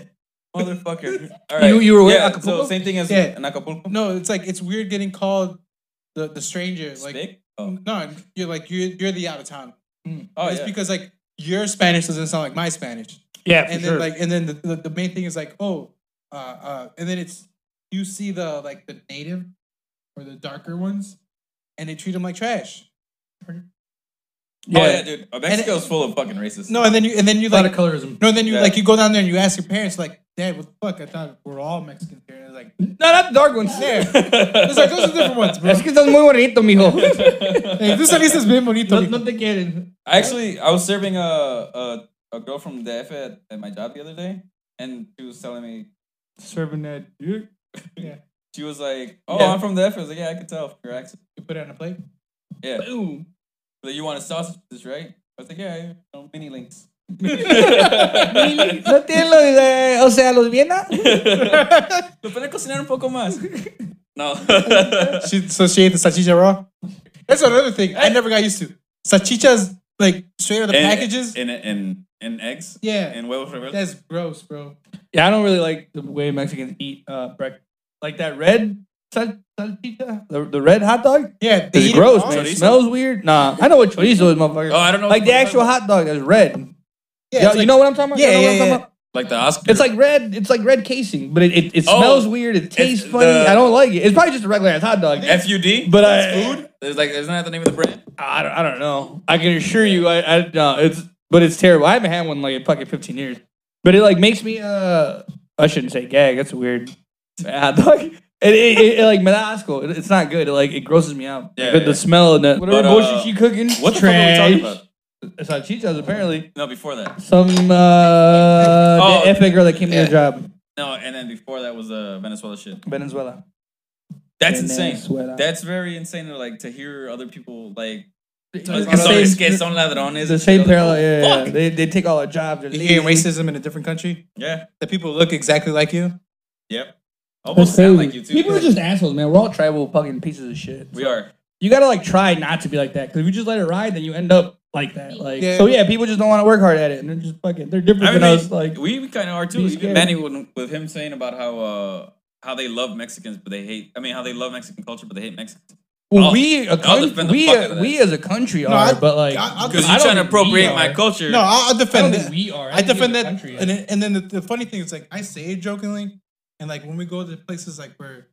Speaker 3: it.
Speaker 4: Motherfucker. All right.
Speaker 2: You- you were with
Speaker 4: yeah,
Speaker 2: Acapulco?
Speaker 4: So same thing as
Speaker 3: Yeah.
Speaker 4: in Acapulco.
Speaker 3: No, it's like it's weird getting called the the stranger. Like
Speaker 4: Stick? Oh,
Speaker 3: no, you're like you're you're the out of town.
Speaker 4: oh
Speaker 3: it's
Speaker 4: yeah.
Speaker 3: because like your Spanish doesn't sound like my Spanish.
Speaker 2: Yeah,
Speaker 3: and then like and then the, the, the main thing is like oh, uh, uh, and then it's you see the like the native or the darker ones, and they treat them like trash.
Speaker 4: Oh yeah, dude. Oh, Mexico's full of fucking racists.
Speaker 3: No, and then you and then
Speaker 2: a
Speaker 3: you
Speaker 2: lot
Speaker 3: like
Speaker 2: of colorism.
Speaker 3: no, and then you
Speaker 4: Yeah.
Speaker 3: like you go down there and you ask your parents like, Dad, what the fuck? I thought we're all Mexicans here. And it's like,
Speaker 2: No, not the dark ones.
Speaker 3: yeah. It's like those are different ones, bro.
Speaker 2: Es que estás muy bonito, mijo.
Speaker 3: Hey, this at least is bien bonito. mijo.
Speaker 2: te quieren.
Speaker 4: I actually I was serving a a, a girl from the F at, at my job the other day, and she was telling me
Speaker 2: Serving that.
Speaker 4: she was like, "Oh,
Speaker 2: Yeah.
Speaker 4: I'm from the F." I was like, "Yeah, I could tell from your accent."
Speaker 3: You put it on a plate.
Speaker 4: Yeah,
Speaker 2: Ooh.
Speaker 4: like you want a sausage, this right? I was like, "Yeah, I know, mini links."
Speaker 2: No tienen los, eh, o sea, los Viena.
Speaker 4: Lo pueden cocinar un poco más. No.
Speaker 3: She, so she ate the salchicha raw. That's another thing I never got used to. Salchichas like straight out of the packages.
Speaker 4: and and and eggs
Speaker 3: yeah,
Speaker 4: and huevos revueltos.
Speaker 3: that's gross, bro.
Speaker 2: Yeah, I don't really like the way Mexicans eat uh, breakfast. Like that red sal- salchicha? The, the red hot dog?
Speaker 3: Yeah,
Speaker 2: It's
Speaker 3: eat it
Speaker 2: gross,
Speaker 3: raw.
Speaker 2: man. It
Speaker 4: Chorizo?
Speaker 2: smells weird. Nah, I know what chorizo is, motherfucker.
Speaker 4: Oh, I don't know.
Speaker 2: like
Speaker 4: what
Speaker 2: the
Speaker 4: you're
Speaker 2: actual
Speaker 4: talking
Speaker 2: hot dog that's red.
Speaker 3: Yeah,
Speaker 2: Y'all-
Speaker 3: it's
Speaker 2: you
Speaker 3: like-
Speaker 2: know what I'm talking about?
Speaker 3: Yeah,
Speaker 2: Y'all know what I'm
Speaker 3: yeah,
Speaker 2: talking
Speaker 3: yeah.
Speaker 2: about?
Speaker 4: about? Like the Oscar.
Speaker 2: It's like red. It's like red casing, but it, it, it
Speaker 4: Oh,
Speaker 2: smells weird. It tastes
Speaker 4: the-
Speaker 2: funny. I don't like it. It's probably just a regular ass hot dog.
Speaker 4: FUD.
Speaker 2: But
Speaker 4: That's
Speaker 2: I-
Speaker 4: food. It's like isn't that the name of the brand?
Speaker 2: I don't, I don't know. I can assure you, I, I no, it's but it's terrible. I haven't had one in like in fucking fifteen years. But it like makes me uh, I shouldn't say gag. That's weird. Hot dog. It, it, it, it, like me da asco. It- it's not good. It like it grosses me out.
Speaker 4: Yeah,
Speaker 2: the,
Speaker 4: yeah.
Speaker 2: the smell and that whatever
Speaker 4: But, uh,
Speaker 2: bullshit she cooking.
Speaker 4: What the fuck are we talking about?
Speaker 2: It's not chichas apparently.
Speaker 4: No, before that.
Speaker 2: Some uh, oh,
Speaker 4: Oh,
Speaker 2: FA girl that came to
Speaker 4: yeah.
Speaker 2: the job.
Speaker 4: No, and then before that was uh, Venezuela shit.
Speaker 2: Venezuela.
Speaker 4: That's
Speaker 2: Venezuela.
Speaker 4: insane. That's very insane. to, Like to hear other people like.
Speaker 2: Like,
Speaker 4: "Es que son-
Speaker 2: same-
Speaker 4: es que son ladrones,"
Speaker 2: The
Speaker 4: and
Speaker 2: same
Speaker 4: shit, like,
Speaker 2: parallel. Yeah, yeah,
Speaker 4: fuck.
Speaker 2: yeah. They, they take all our jobs. they're
Speaker 3: You hear
Speaker 2: lazy.
Speaker 3: racism in a different country?
Speaker 4: Yeah.
Speaker 3: The people look exactly like you?
Speaker 4: Yep. Almost sound like you too.
Speaker 2: People are just assholes, man. We're all tribal fucking pieces of shit.
Speaker 4: We are.
Speaker 2: you gotta like try not to be like that because if you just let it ride, then you end up like that. Like
Speaker 3: Yeah.
Speaker 2: so, yeah. People just don't want to work hard at it, and they're just fucking. They're different
Speaker 4: I mean,
Speaker 2: than us. Like
Speaker 4: we, we kind of are too.
Speaker 2: be
Speaker 4: Even
Speaker 2: scared.
Speaker 4: Manny when- with him saying about how uh how they love Mexicans but they hate. I mean, how they love Mexican culture but they hate Mexicans.
Speaker 2: well,
Speaker 4: I'll-
Speaker 2: we a
Speaker 4: I'll
Speaker 2: coun-
Speaker 4: defend the
Speaker 2: we
Speaker 4: fuck out of
Speaker 2: a,
Speaker 4: that.
Speaker 2: we as a country are,
Speaker 3: I-
Speaker 2: but like
Speaker 3: I- I-
Speaker 4: Because
Speaker 2: I
Speaker 4: you're
Speaker 2: don't
Speaker 4: trying to
Speaker 2: think we
Speaker 4: appropriate my
Speaker 2: are.
Speaker 4: culture.
Speaker 3: No, I'll, I'll defend it.
Speaker 2: we are.
Speaker 3: I defend that.
Speaker 2: Country,
Speaker 3: and, then- and then the, the funny thing is, like, I say it jokingly, and like when we go to places like where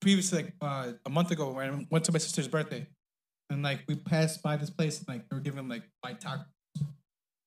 Speaker 3: previously, like uh, a month ago, when I went to my sister's birthday, and like we passed by this place, and like they were giving like white tacos,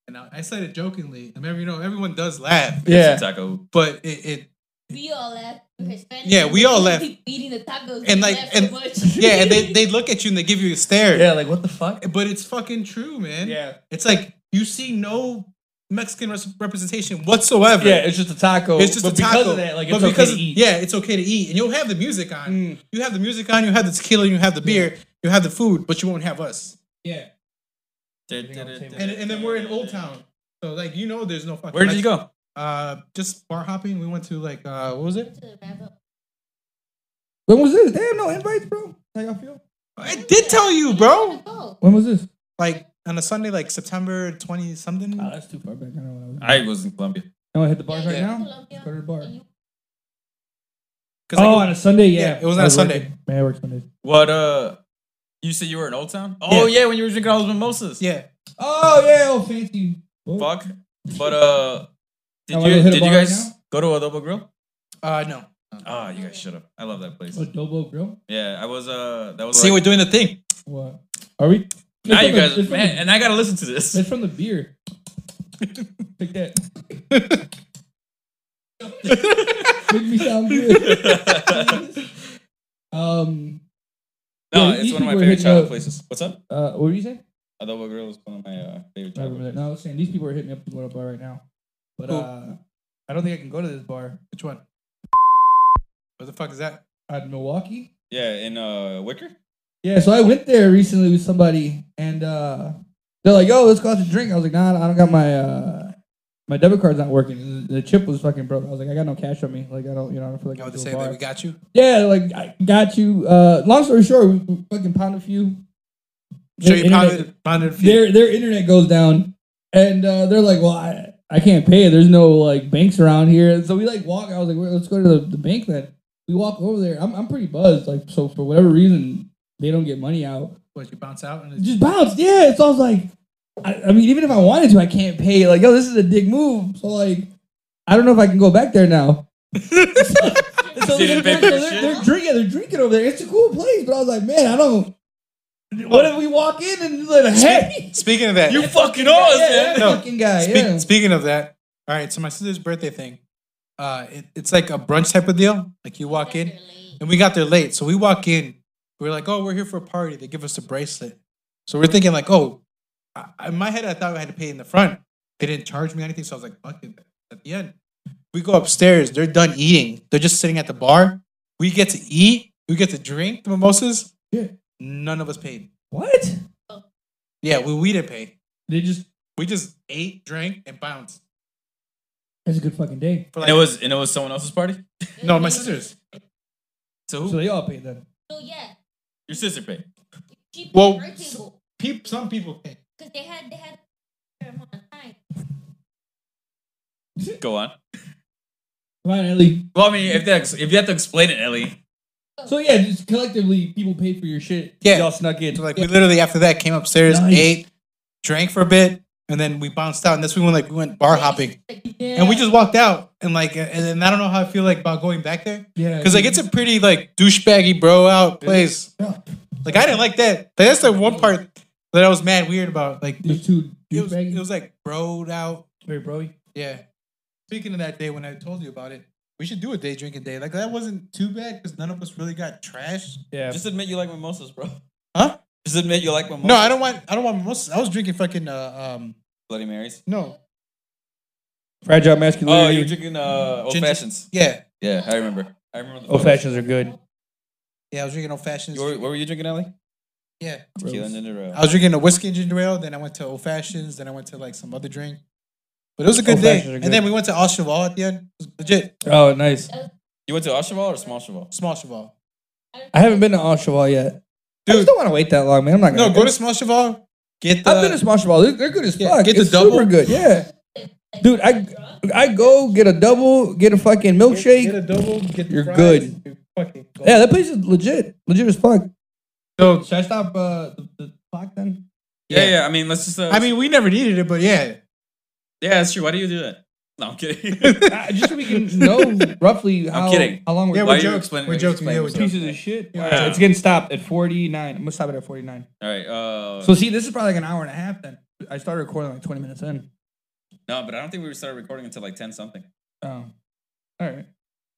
Speaker 3: and I, I said it jokingly, and every, you know everyone does laugh,
Speaker 2: yeah.
Speaker 4: Taco.
Speaker 3: but it, it
Speaker 5: We all left. We're Hispanic.
Speaker 3: Yeah, we all left.
Speaker 5: Eating the tacos.
Speaker 3: And,
Speaker 5: we
Speaker 3: like,
Speaker 5: left
Speaker 3: and-
Speaker 5: so much.
Speaker 3: yeah, and they they look at you and they give you a stare,
Speaker 2: Yeah, like what the fuck?
Speaker 3: but it's fucking true, man.
Speaker 2: Yeah,
Speaker 3: It's like you see no Mexican res- representation whatsoever.
Speaker 2: yeah. It's just a taco.
Speaker 3: It's just
Speaker 2: but
Speaker 3: a taco.
Speaker 2: Because of that, like it's
Speaker 3: but because
Speaker 2: okay to eat. Hmm.
Speaker 3: yeah, it's okay to eat, and you'll have the music on. You have the music on. You have the tequila. You have the beer. You have the food, but you won't have us.
Speaker 2: yeah.
Speaker 3: And, and then we're in Old Town, so like you know, there's no fucking.
Speaker 4: Where did you go?
Speaker 3: Uh, just bar hopping. We went to like uh, what was it?
Speaker 5: To the rabbit.
Speaker 2: When was this? Damn, no invites, bro. How y'all feel?
Speaker 3: I did tell you, bro.
Speaker 5: Oh,
Speaker 2: When was this?
Speaker 3: Like on a Sunday, like September twenty something.
Speaker 2: Oh, that's too far back. I don't know.
Speaker 4: I was in Colombia.
Speaker 2: No, I hit the bars
Speaker 5: yeah,
Speaker 2: right
Speaker 5: you
Speaker 2: now.
Speaker 5: can love them.
Speaker 2: Go to the bar.
Speaker 5: And you-
Speaker 3: Cause
Speaker 2: Oh,
Speaker 3: like,
Speaker 2: on a Sunday, yeah.
Speaker 3: yeah, it was
Speaker 2: I
Speaker 3: on a
Speaker 2: working.
Speaker 3: Sunday.
Speaker 2: Man, I work Sundays.
Speaker 4: What uh? You said you were in Old Town? Oh yeah, when you were drinking all those mimosas.
Speaker 3: yeah.
Speaker 2: Oh yeah, oh fancy.
Speaker 4: Fuck. But uh, did
Speaker 2: I wanna
Speaker 4: you
Speaker 2: hit a
Speaker 4: did you
Speaker 2: bar right
Speaker 4: guys
Speaker 2: now.
Speaker 4: go to Adobo Grill?
Speaker 3: Uh, no.
Speaker 4: Ah, you guys shut up. I love that place.
Speaker 2: Adobo grill.
Speaker 4: Yeah, I was uh, that was.
Speaker 3: See,
Speaker 4: like,
Speaker 3: we're doing the thing.
Speaker 2: What? Are we?
Speaker 4: now
Speaker 2: It's
Speaker 4: you
Speaker 2: from the-
Speaker 4: guys,
Speaker 2: it's from
Speaker 4: man, and I gotta listen to
Speaker 2: the,
Speaker 4: this.
Speaker 2: it's from the beer. Take that. Make me sound good. um.
Speaker 4: No,
Speaker 2: Yeah,
Speaker 4: it's
Speaker 2: you
Speaker 4: one of my
Speaker 2: people are
Speaker 4: favorite
Speaker 2: hitting
Speaker 4: childhood
Speaker 2: up-
Speaker 4: places. What's up?
Speaker 2: Uh, what were you saying?
Speaker 4: Adobo Grill is one of my uh, favorite
Speaker 2: I
Speaker 4: childhood
Speaker 2: remember that.
Speaker 4: places.
Speaker 2: No, I was saying these people are hitting me up to go to a bar right now, but
Speaker 3: Who?
Speaker 2: uh, I don't think I can go to this bar
Speaker 3: Which one? What the fuck is that?
Speaker 2: at Milwaukee.
Speaker 4: Yeah, in uh, Wicker.
Speaker 2: Yeah, so I went there recently with somebody, and uh, they're like, "Yo, let's go out to drink." I was like, "Nah, I don't got my uh, my debit card's not working. And The the chip was fucking broke." I was like, "I got no cash on me. Like, I don't, you know, I don't feel like
Speaker 3: You
Speaker 2: going
Speaker 3: want
Speaker 2: to
Speaker 3: to
Speaker 2: a
Speaker 3: say
Speaker 2: bar."
Speaker 3: that we got you?
Speaker 2: yeah, they're like I got you. Uh, long story short, we, we fucking pound a few.
Speaker 3: Sure, you
Speaker 2: Internet-
Speaker 3: pounded, pounded a few.
Speaker 2: Their their internet goes down, and uh, they're like, "Well, I I can't pay. There's no like banks around here." And so we like walk. I was like, well, "Let's go to the, the bank then." We walk over there. I'm I'm pretty buzzed. Like, so for whatever reason, they don't get money out.
Speaker 3: What, you bounce out? And
Speaker 2: It just bounced. Yeah. So I was like, I, I mean, even if I wanted to, I can't pay. Like, yo, this is a dick move. So like, I don't know if I can go back there now. so
Speaker 4: You
Speaker 2: they're,
Speaker 4: didn't
Speaker 2: they're,
Speaker 4: pay for your shit?
Speaker 2: they're drinking. They're drinking over there. It's a cool place, but I was like, man, I don't. What if we walk in and like, hey,
Speaker 3: Speaking of that,
Speaker 4: You fucking
Speaker 2: yeah,
Speaker 4: ours,
Speaker 2: yeah,
Speaker 4: man.
Speaker 2: that
Speaker 3: No.
Speaker 2: fucking guy,
Speaker 3: Speak,
Speaker 2: yeah.
Speaker 3: Speaking of that, all right. So my sister's birthday thing, uh, it, it's like a brunch type of deal. Like you walk in, and we got there late, so we walk in. We're like, oh, we're here for a party. They give us a bracelet, so we're thinking like, oh, I, in my head, I thought I had to pay in the front. They didn't charge me anything, so I was like, fuck it. At the end, we go upstairs. They're done eating. They're just sitting at the bar. We get to eat. We get to drink the mimosas.
Speaker 2: Yeah.
Speaker 3: None of us paid.
Speaker 2: What?
Speaker 3: Yeah, we, we didn't pay.
Speaker 2: They just.
Speaker 3: We just ate, drank, and bounced.
Speaker 2: That's a good fucking day.
Speaker 3: For
Speaker 4: And it was and it was someone else's party.
Speaker 3: no, my sister's.
Speaker 4: So
Speaker 2: So
Speaker 4: who?
Speaker 2: they all paid then.
Speaker 5: So yeah,
Speaker 4: Your sister paid.
Speaker 5: she paid
Speaker 3: Well,
Speaker 5: her table
Speaker 3: peop, some people think.
Speaker 5: because they had they had a fair amount of time.
Speaker 4: Go on.
Speaker 2: Come on, Ellie.
Speaker 4: Well, I mean, if that if you have to explain it, Ellie,
Speaker 2: So yeah, just collectively, people paid for your shit.
Speaker 3: Yeah.
Speaker 2: y'all snuck in.
Speaker 3: So like we literally after that came upstairs,
Speaker 2: Nice.
Speaker 3: ate, drank for a bit, and then we bounced out. And that's when we went like we went bar hopping,
Speaker 5: Yeah.
Speaker 3: and we just walked out. And like, and then I don't know how I feel like about going back there
Speaker 2: yeah,
Speaker 3: because like it's a pretty like douchebaggy bro out place.
Speaker 2: Yeah.
Speaker 3: Like I didn't like that. Like, that's the one part that I was mad weird about. Like it
Speaker 2: there's two
Speaker 3: was,
Speaker 2: douchebags.
Speaker 3: it was like broed out.
Speaker 2: Very broy.
Speaker 3: Yeah. Speaking of that day when I told you about it, we should do a day drinking day. Like that wasn't too bad because none of us really got trashed.
Speaker 2: Yeah,
Speaker 4: Just admit you like mimosas, bro.
Speaker 3: Huh?
Speaker 4: Just admit you like mimosas.
Speaker 3: No, I don't want. I don't want mimosas. I was drinking fucking uh, um
Speaker 4: Bloody Marys.
Speaker 3: no
Speaker 2: fragile
Speaker 4: Oh, you
Speaker 2: masculinity.
Speaker 4: were drinking uh, old
Speaker 3: Ginger-
Speaker 4: fashions.
Speaker 3: yeah
Speaker 4: Yeah, I remember. I remember the
Speaker 2: Old
Speaker 4: photos.
Speaker 2: fashions are good.
Speaker 3: yeah. I was drinking old fashions.
Speaker 4: You were- what were you drinking, Ellie?
Speaker 3: Yeah,
Speaker 4: Tequila and ginger ale.
Speaker 3: I was drinking a whiskey and ginger ale. Then I went to old fashions. Then I went to like some other drink. But it was a good
Speaker 2: Old
Speaker 3: day.
Speaker 2: fashions are
Speaker 3: And
Speaker 2: good.
Speaker 3: then we went to All Cheval at the end. It was legit
Speaker 2: Oh, nice.
Speaker 4: You went to Oshawa or Small Cheval?
Speaker 3: small Cheval.
Speaker 2: I haven't been to Oshawa yet. I just
Speaker 3: Dude.
Speaker 2: don't want to wait that long, man. I'm not gonna.
Speaker 3: No,
Speaker 2: make
Speaker 3: go
Speaker 2: that-
Speaker 3: to small Cheval. Get the.
Speaker 2: I've been to Smash Ball. They're, they're good as
Speaker 3: Yeah,
Speaker 2: fuck.
Speaker 3: get the
Speaker 2: it's
Speaker 3: double.
Speaker 2: super good. Yeah, dude. I I go get a double, get a fucking milkshake.
Speaker 3: Get a double. Get the
Speaker 2: You're
Speaker 3: fries,
Speaker 2: good.
Speaker 3: you're fucking golden.
Speaker 2: yeah, that place is legit, legit as fuck. So should I stop uh, the, the clock then?
Speaker 4: Yeah, yeah. I mean, let's just. Uh,
Speaker 3: I mean, we never needed it, but yeah.
Speaker 4: yeah, that's true. Why do you do that? No, I'm kidding.
Speaker 2: Uh, just so we can know roughly how,
Speaker 4: kidding.
Speaker 2: how long we're
Speaker 3: Yeah,
Speaker 4: Why
Speaker 3: we're
Speaker 4: are you
Speaker 3: joking.
Speaker 4: explaining-
Speaker 3: We're joking.
Speaker 4: explaining
Speaker 3: Yeah, we're
Speaker 4: yourself?
Speaker 3: joking.
Speaker 2: pieces of shit.
Speaker 4: Wow.
Speaker 2: Alright, It's getting stopped at 49. I'm gonna stop it at 49.
Speaker 4: All right. Uh,
Speaker 2: So see, this is probably like an hour and a half. Then I started recording like 20 minutes in.
Speaker 4: no, but I don't think we started recording until like ten something.
Speaker 2: Oh, all right.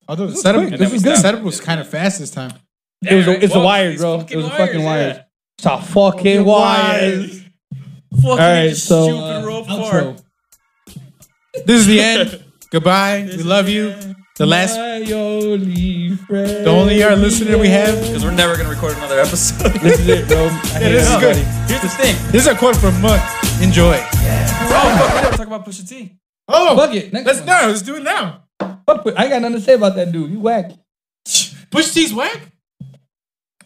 Speaker 3: Although the
Speaker 2: was
Speaker 3: setup,
Speaker 2: quick.
Speaker 3: this
Speaker 2: And then
Speaker 3: was
Speaker 4: we
Speaker 3: good.
Speaker 4: stopped.
Speaker 3: setup was kind of fast this time.
Speaker 2: It was. A, it's
Speaker 4: Well,
Speaker 2: a wired,
Speaker 4: these
Speaker 2: bro. It
Speaker 4: fucking
Speaker 2: was a
Speaker 4: wires,
Speaker 2: fucking
Speaker 4: yeah.
Speaker 2: wired. It's a fucking wired.
Speaker 4: Fucking
Speaker 2: All right, so
Speaker 4: stupid
Speaker 2: uh,
Speaker 4: rope
Speaker 2: outro.
Speaker 4: part.
Speaker 3: This is the end. Goodbye. we love you. The last,
Speaker 2: My only friend.
Speaker 3: the only our listener we have.
Speaker 4: Because we're never gonna record another episode.
Speaker 2: This is it, bro. I hate
Speaker 3: this is good.
Speaker 2: everybody.
Speaker 4: Here's the thing.
Speaker 3: This is a quote from Mutt. Enjoy.
Speaker 4: Oh, fuck, we never talk about Pusha T.
Speaker 3: Oh,
Speaker 2: Fuck it. Next
Speaker 3: Let's
Speaker 2: one.
Speaker 3: no. Let's do it now.
Speaker 2: Fuck it. I got nothing to say about that dude. He whack.
Speaker 3: Push T's whack.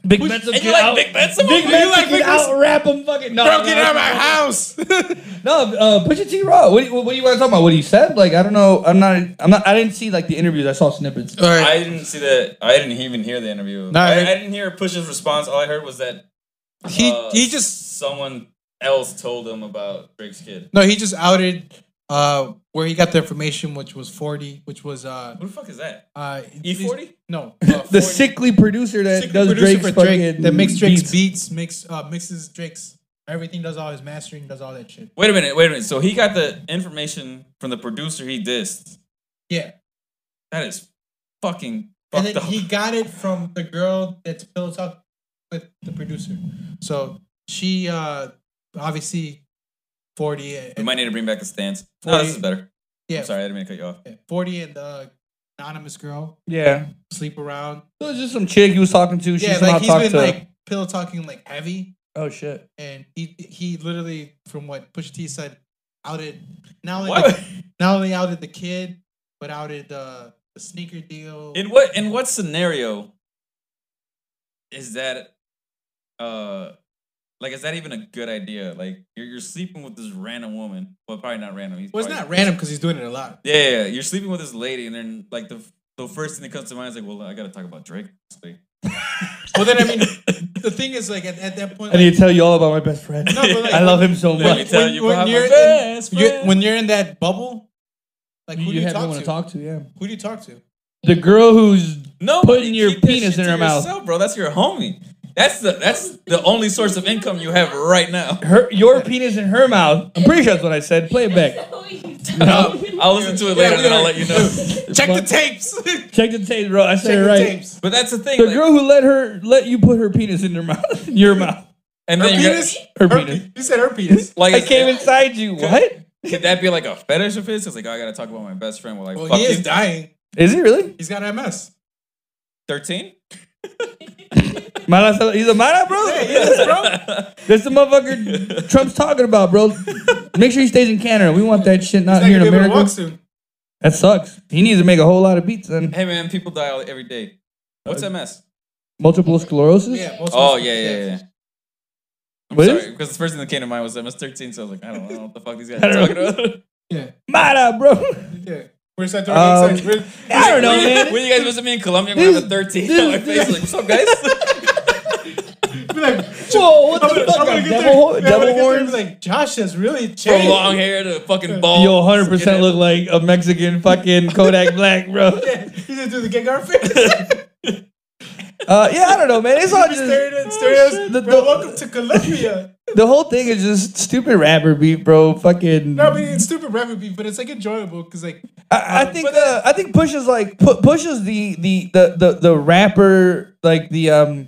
Speaker 2: Big Ben's a
Speaker 4: And you like Big Ben? Someone
Speaker 2: Big
Speaker 3: You
Speaker 2: Ben's
Speaker 3: like
Speaker 2: like
Speaker 3: Big Ben's-
Speaker 2: out rap him. Fucking no.
Speaker 3: Bro,
Speaker 2: no,
Speaker 3: get
Speaker 2: no,
Speaker 3: out of my house.
Speaker 2: No, uh, Pusha T Raw. What do you, what do you want to talk about? What he said? Like I don't know. I'm not. I'm not. I didn't see like the interviews. I saw snippets.
Speaker 3: All right.
Speaker 4: I didn't see that. I didn't even hear the interview.
Speaker 3: No,
Speaker 4: I,
Speaker 3: it-
Speaker 4: I didn't hear Pusha's response. All I heard was that
Speaker 3: He
Speaker 4: uh,
Speaker 3: he just
Speaker 4: someone else told him about Drake's kid.
Speaker 3: no. He just outed uh where he got the information, which was forty, which was uh
Speaker 4: Who the fuck is that?
Speaker 3: uh
Speaker 4: E40?
Speaker 3: No, uh,
Speaker 2: The
Speaker 3: 40.
Speaker 2: sickly producer that
Speaker 3: Sick
Speaker 2: does
Speaker 3: producer
Speaker 2: Drake's
Speaker 3: for
Speaker 2: fucking
Speaker 3: Drake that makes Drake's
Speaker 2: beats.
Speaker 3: beats, makes uh mixes Drake's everything, does all his mastering, does all that shit.
Speaker 4: Wait a minute. Wait a minute. So he got the information from the producer he dissed.
Speaker 3: Yeah,
Speaker 4: That is fucking
Speaker 3: and
Speaker 4: fucked
Speaker 3: then
Speaker 4: up.
Speaker 3: he got it from the girl that's pillow talk with the producer. So she uh obviously forty.
Speaker 4: we
Speaker 3: And,
Speaker 4: might need to bring back the stands. No, this is better.
Speaker 3: yeah,
Speaker 4: I'm sorry, I didn't mean to cut you off.
Speaker 3: yeah, forty and the anonymous girl
Speaker 2: Yeah.
Speaker 3: sleep around.
Speaker 2: It was just some chick he was talking to. She
Speaker 3: yeah,
Speaker 2: somehow
Speaker 3: like he's
Speaker 2: talked
Speaker 3: been
Speaker 2: to.
Speaker 3: like pillow talking like heavy,
Speaker 2: oh shit.
Speaker 3: and he he literally from what Pusha T said outed not only
Speaker 4: What?
Speaker 3: the, not only outed the kid, but outed the the sneaker deal.
Speaker 4: In what in what scenario is that uh like is that even a good idea? Like you're you're sleeping with this random woman. Well probably not random. He's
Speaker 3: well, it's
Speaker 4: probably-
Speaker 3: not random because he's doing it a lot.
Speaker 4: Yeah, yeah, yeah. You're sleeping with this lady and then like the the first thing that comes to mind is like, well, I gotta talk about Drake. this week.
Speaker 3: Well, then I mean, the thing is like at, at that point,
Speaker 2: I
Speaker 3: like,
Speaker 2: need to tell you all about my best friend.
Speaker 3: No, but, like,
Speaker 2: I love him so
Speaker 4: Let me
Speaker 2: much.
Speaker 4: tell
Speaker 3: when-
Speaker 4: you
Speaker 3: when
Speaker 4: about my
Speaker 3: you're in-
Speaker 4: best
Speaker 3: you're,
Speaker 4: friend.
Speaker 3: when you're in that bubble, like who
Speaker 2: You,
Speaker 3: do you
Speaker 2: have no
Speaker 3: talk
Speaker 2: one
Speaker 3: to?
Speaker 2: to talk to, yeah.
Speaker 3: Who do you talk to?
Speaker 2: The girl who's
Speaker 4: No,
Speaker 2: putting
Speaker 4: but
Speaker 2: your
Speaker 4: keep that
Speaker 2: penis
Speaker 4: shit
Speaker 2: in
Speaker 4: to
Speaker 2: her mouth.
Speaker 4: yourself, bro. That's your homie. That's the that's the only source of income you have right now.
Speaker 2: her, your penis in her mouth. I'm pretty sure that's what I said. Play it back.
Speaker 4: I'll, I'll listen to it later and then I'll let you know.
Speaker 3: Check the tapes. Check
Speaker 2: Check the tape, bro. I said it
Speaker 3: the
Speaker 2: right.
Speaker 3: tapes.
Speaker 4: But that's the thing.
Speaker 2: The
Speaker 4: like-
Speaker 2: girl who let her let you put her penis in her mouth, in your mouth.
Speaker 4: and
Speaker 3: Her
Speaker 4: then you're
Speaker 3: penis.
Speaker 2: Her penis.
Speaker 3: You said her penis.
Speaker 4: like,
Speaker 2: I came inside you. What?
Speaker 4: could that be like a fetish of his? It's like, oh, I gotta talk about my best friend. Well, like,
Speaker 3: Well,
Speaker 4: fuck
Speaker 3: he
Speaker 4: you.
Speaker 3: is dying.
Speaker 2: Is he really?
Speaker 3: He's got MS.
Speaker 4: Thirteen.
Speaker 2: Mala, sal- he's a mala, bro. That's the motherfucker Trump's talking about, bro. Make sure he stays in Canada. We want that shit not
Speaker 3: He's
Speaker 2: here
Speaker 3: not
Speaker 2: in
Speaker 3: gonna be able to walk
Speaker 2: America.
Speaker 3: soon.
Speaker 2: That sucks. He needs to make a whole lot of beats then.
Speaker 4: Hey man, people die all- every day. What's MS?
Speaker 2: Multiple sclerosis.
Speaker 3: Yeah. most
Speaker 4: Oh
Speaker 3: of us-
Speaker 4: yeah, yeah, yeah. yeah. I'm
Speaker 2: What
Speaker 4: sorry,
Speaker 2: is-
Speaker 4: because the first thing that came to mind was MS thirteen, so I was like, I don't know what the fuck these guys
Speaker 2: I
Speaker 4: are
Speaker 2: don't
Speaker 4: talking about.
Speaker 3: Yeah.
Speaker 2: Mala, bro.
Speaker 3: Yeah. Where's that
Speaker 2: Um,
Speaker 3: doing? Um,
Speaker 2: I don't know,
Speaker 4: when,
Speaker 2: man.
Speaker 4: When you guys visit me in Colombia, I'm gonna have a 13 on my face. Like, what's up, guys?
Speaker 2: Whoa, what the
Speaker 3: I'm
Speaker 2: fuck?
Speaker 3: gonna get
Speaker 2: devil hor-
Speaker 3: there.
Speaker 2: devil
Speaker 3: devil
Speaker 2: horns?
Speaker 3: Like Josh has really
Speaker 4: From
Speaker 3: changed.
Speaker 4: long hair to fucking bald.
Speaker 2: You'll 100% look like a Mexican fucking Kodak Black, bro.
Speaker 3: He didn't do the gay face.
Speaker 2: Uh, yeah, I don't know, man. It's all just
Speaker 3: Staring at stereos.
Speaker 2: Oh, the,
Speaker 3: Bro,
Speaker 2: the,
Speaker 3: welcome to Colombia.
Speaker 2: the whole thing is just stupid rapper beat, bro. Fucking.
Speaker 3: No, I mean it's stupid rapper beef, but it's like enjoyable because like
Speaker 2: I, I think
Speaker 3: but then-
Speaker 2: uh, I think Push is like pu- Push is the the the the, the rapper like the um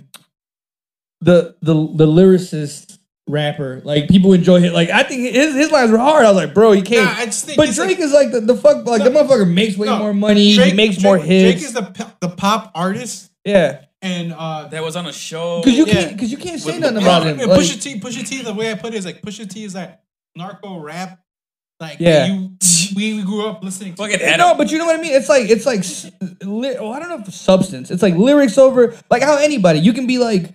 Speaker 2: the the the lyricist rapper like people enjoy it like I think his his lines were hard I was like bro he can't
Speaker 3: Nah, I just think
Speaker 2: but
Speaker 3: he's,
Speaker 2: Drake
Speaker 3: like-
Speaker 2: is like the, the fuck like the
Speaker 3: No.
Speaker 2: motherfucker makes way
Speaker 3: No.
Speaker 2: more money he makes more hits
Speaker 3: Drake is the p- the pop artist,
Speaker 2: yeah
Speaker 3: and uh,
Speaker 4: That was on a show.
Speaker 2: because you
Speaker 3: Yeah.
Speaker 2: can't because you can't say
Speaker 4: With
Speaker 2: nothing
Speaker 4: LeBron.
Speaker 2: about him
Speaker 3: and
Speaker 2: like-
Speaker 3: Pusha T. Pusha T. The way I put it is like Pusha T. is like narco rap. Like
Speaker 2: Yeah.
Speaker 3: you, we, we grew up listening. to
Speaker 4: fucking
Speaker 2: Yeah,
Speaker 4: Adam.
Speaker 2: No, but you know what I mean. It's like it's like s- li- oh, I don't know if it's substance. It's like lyrics over like how anybody you can be like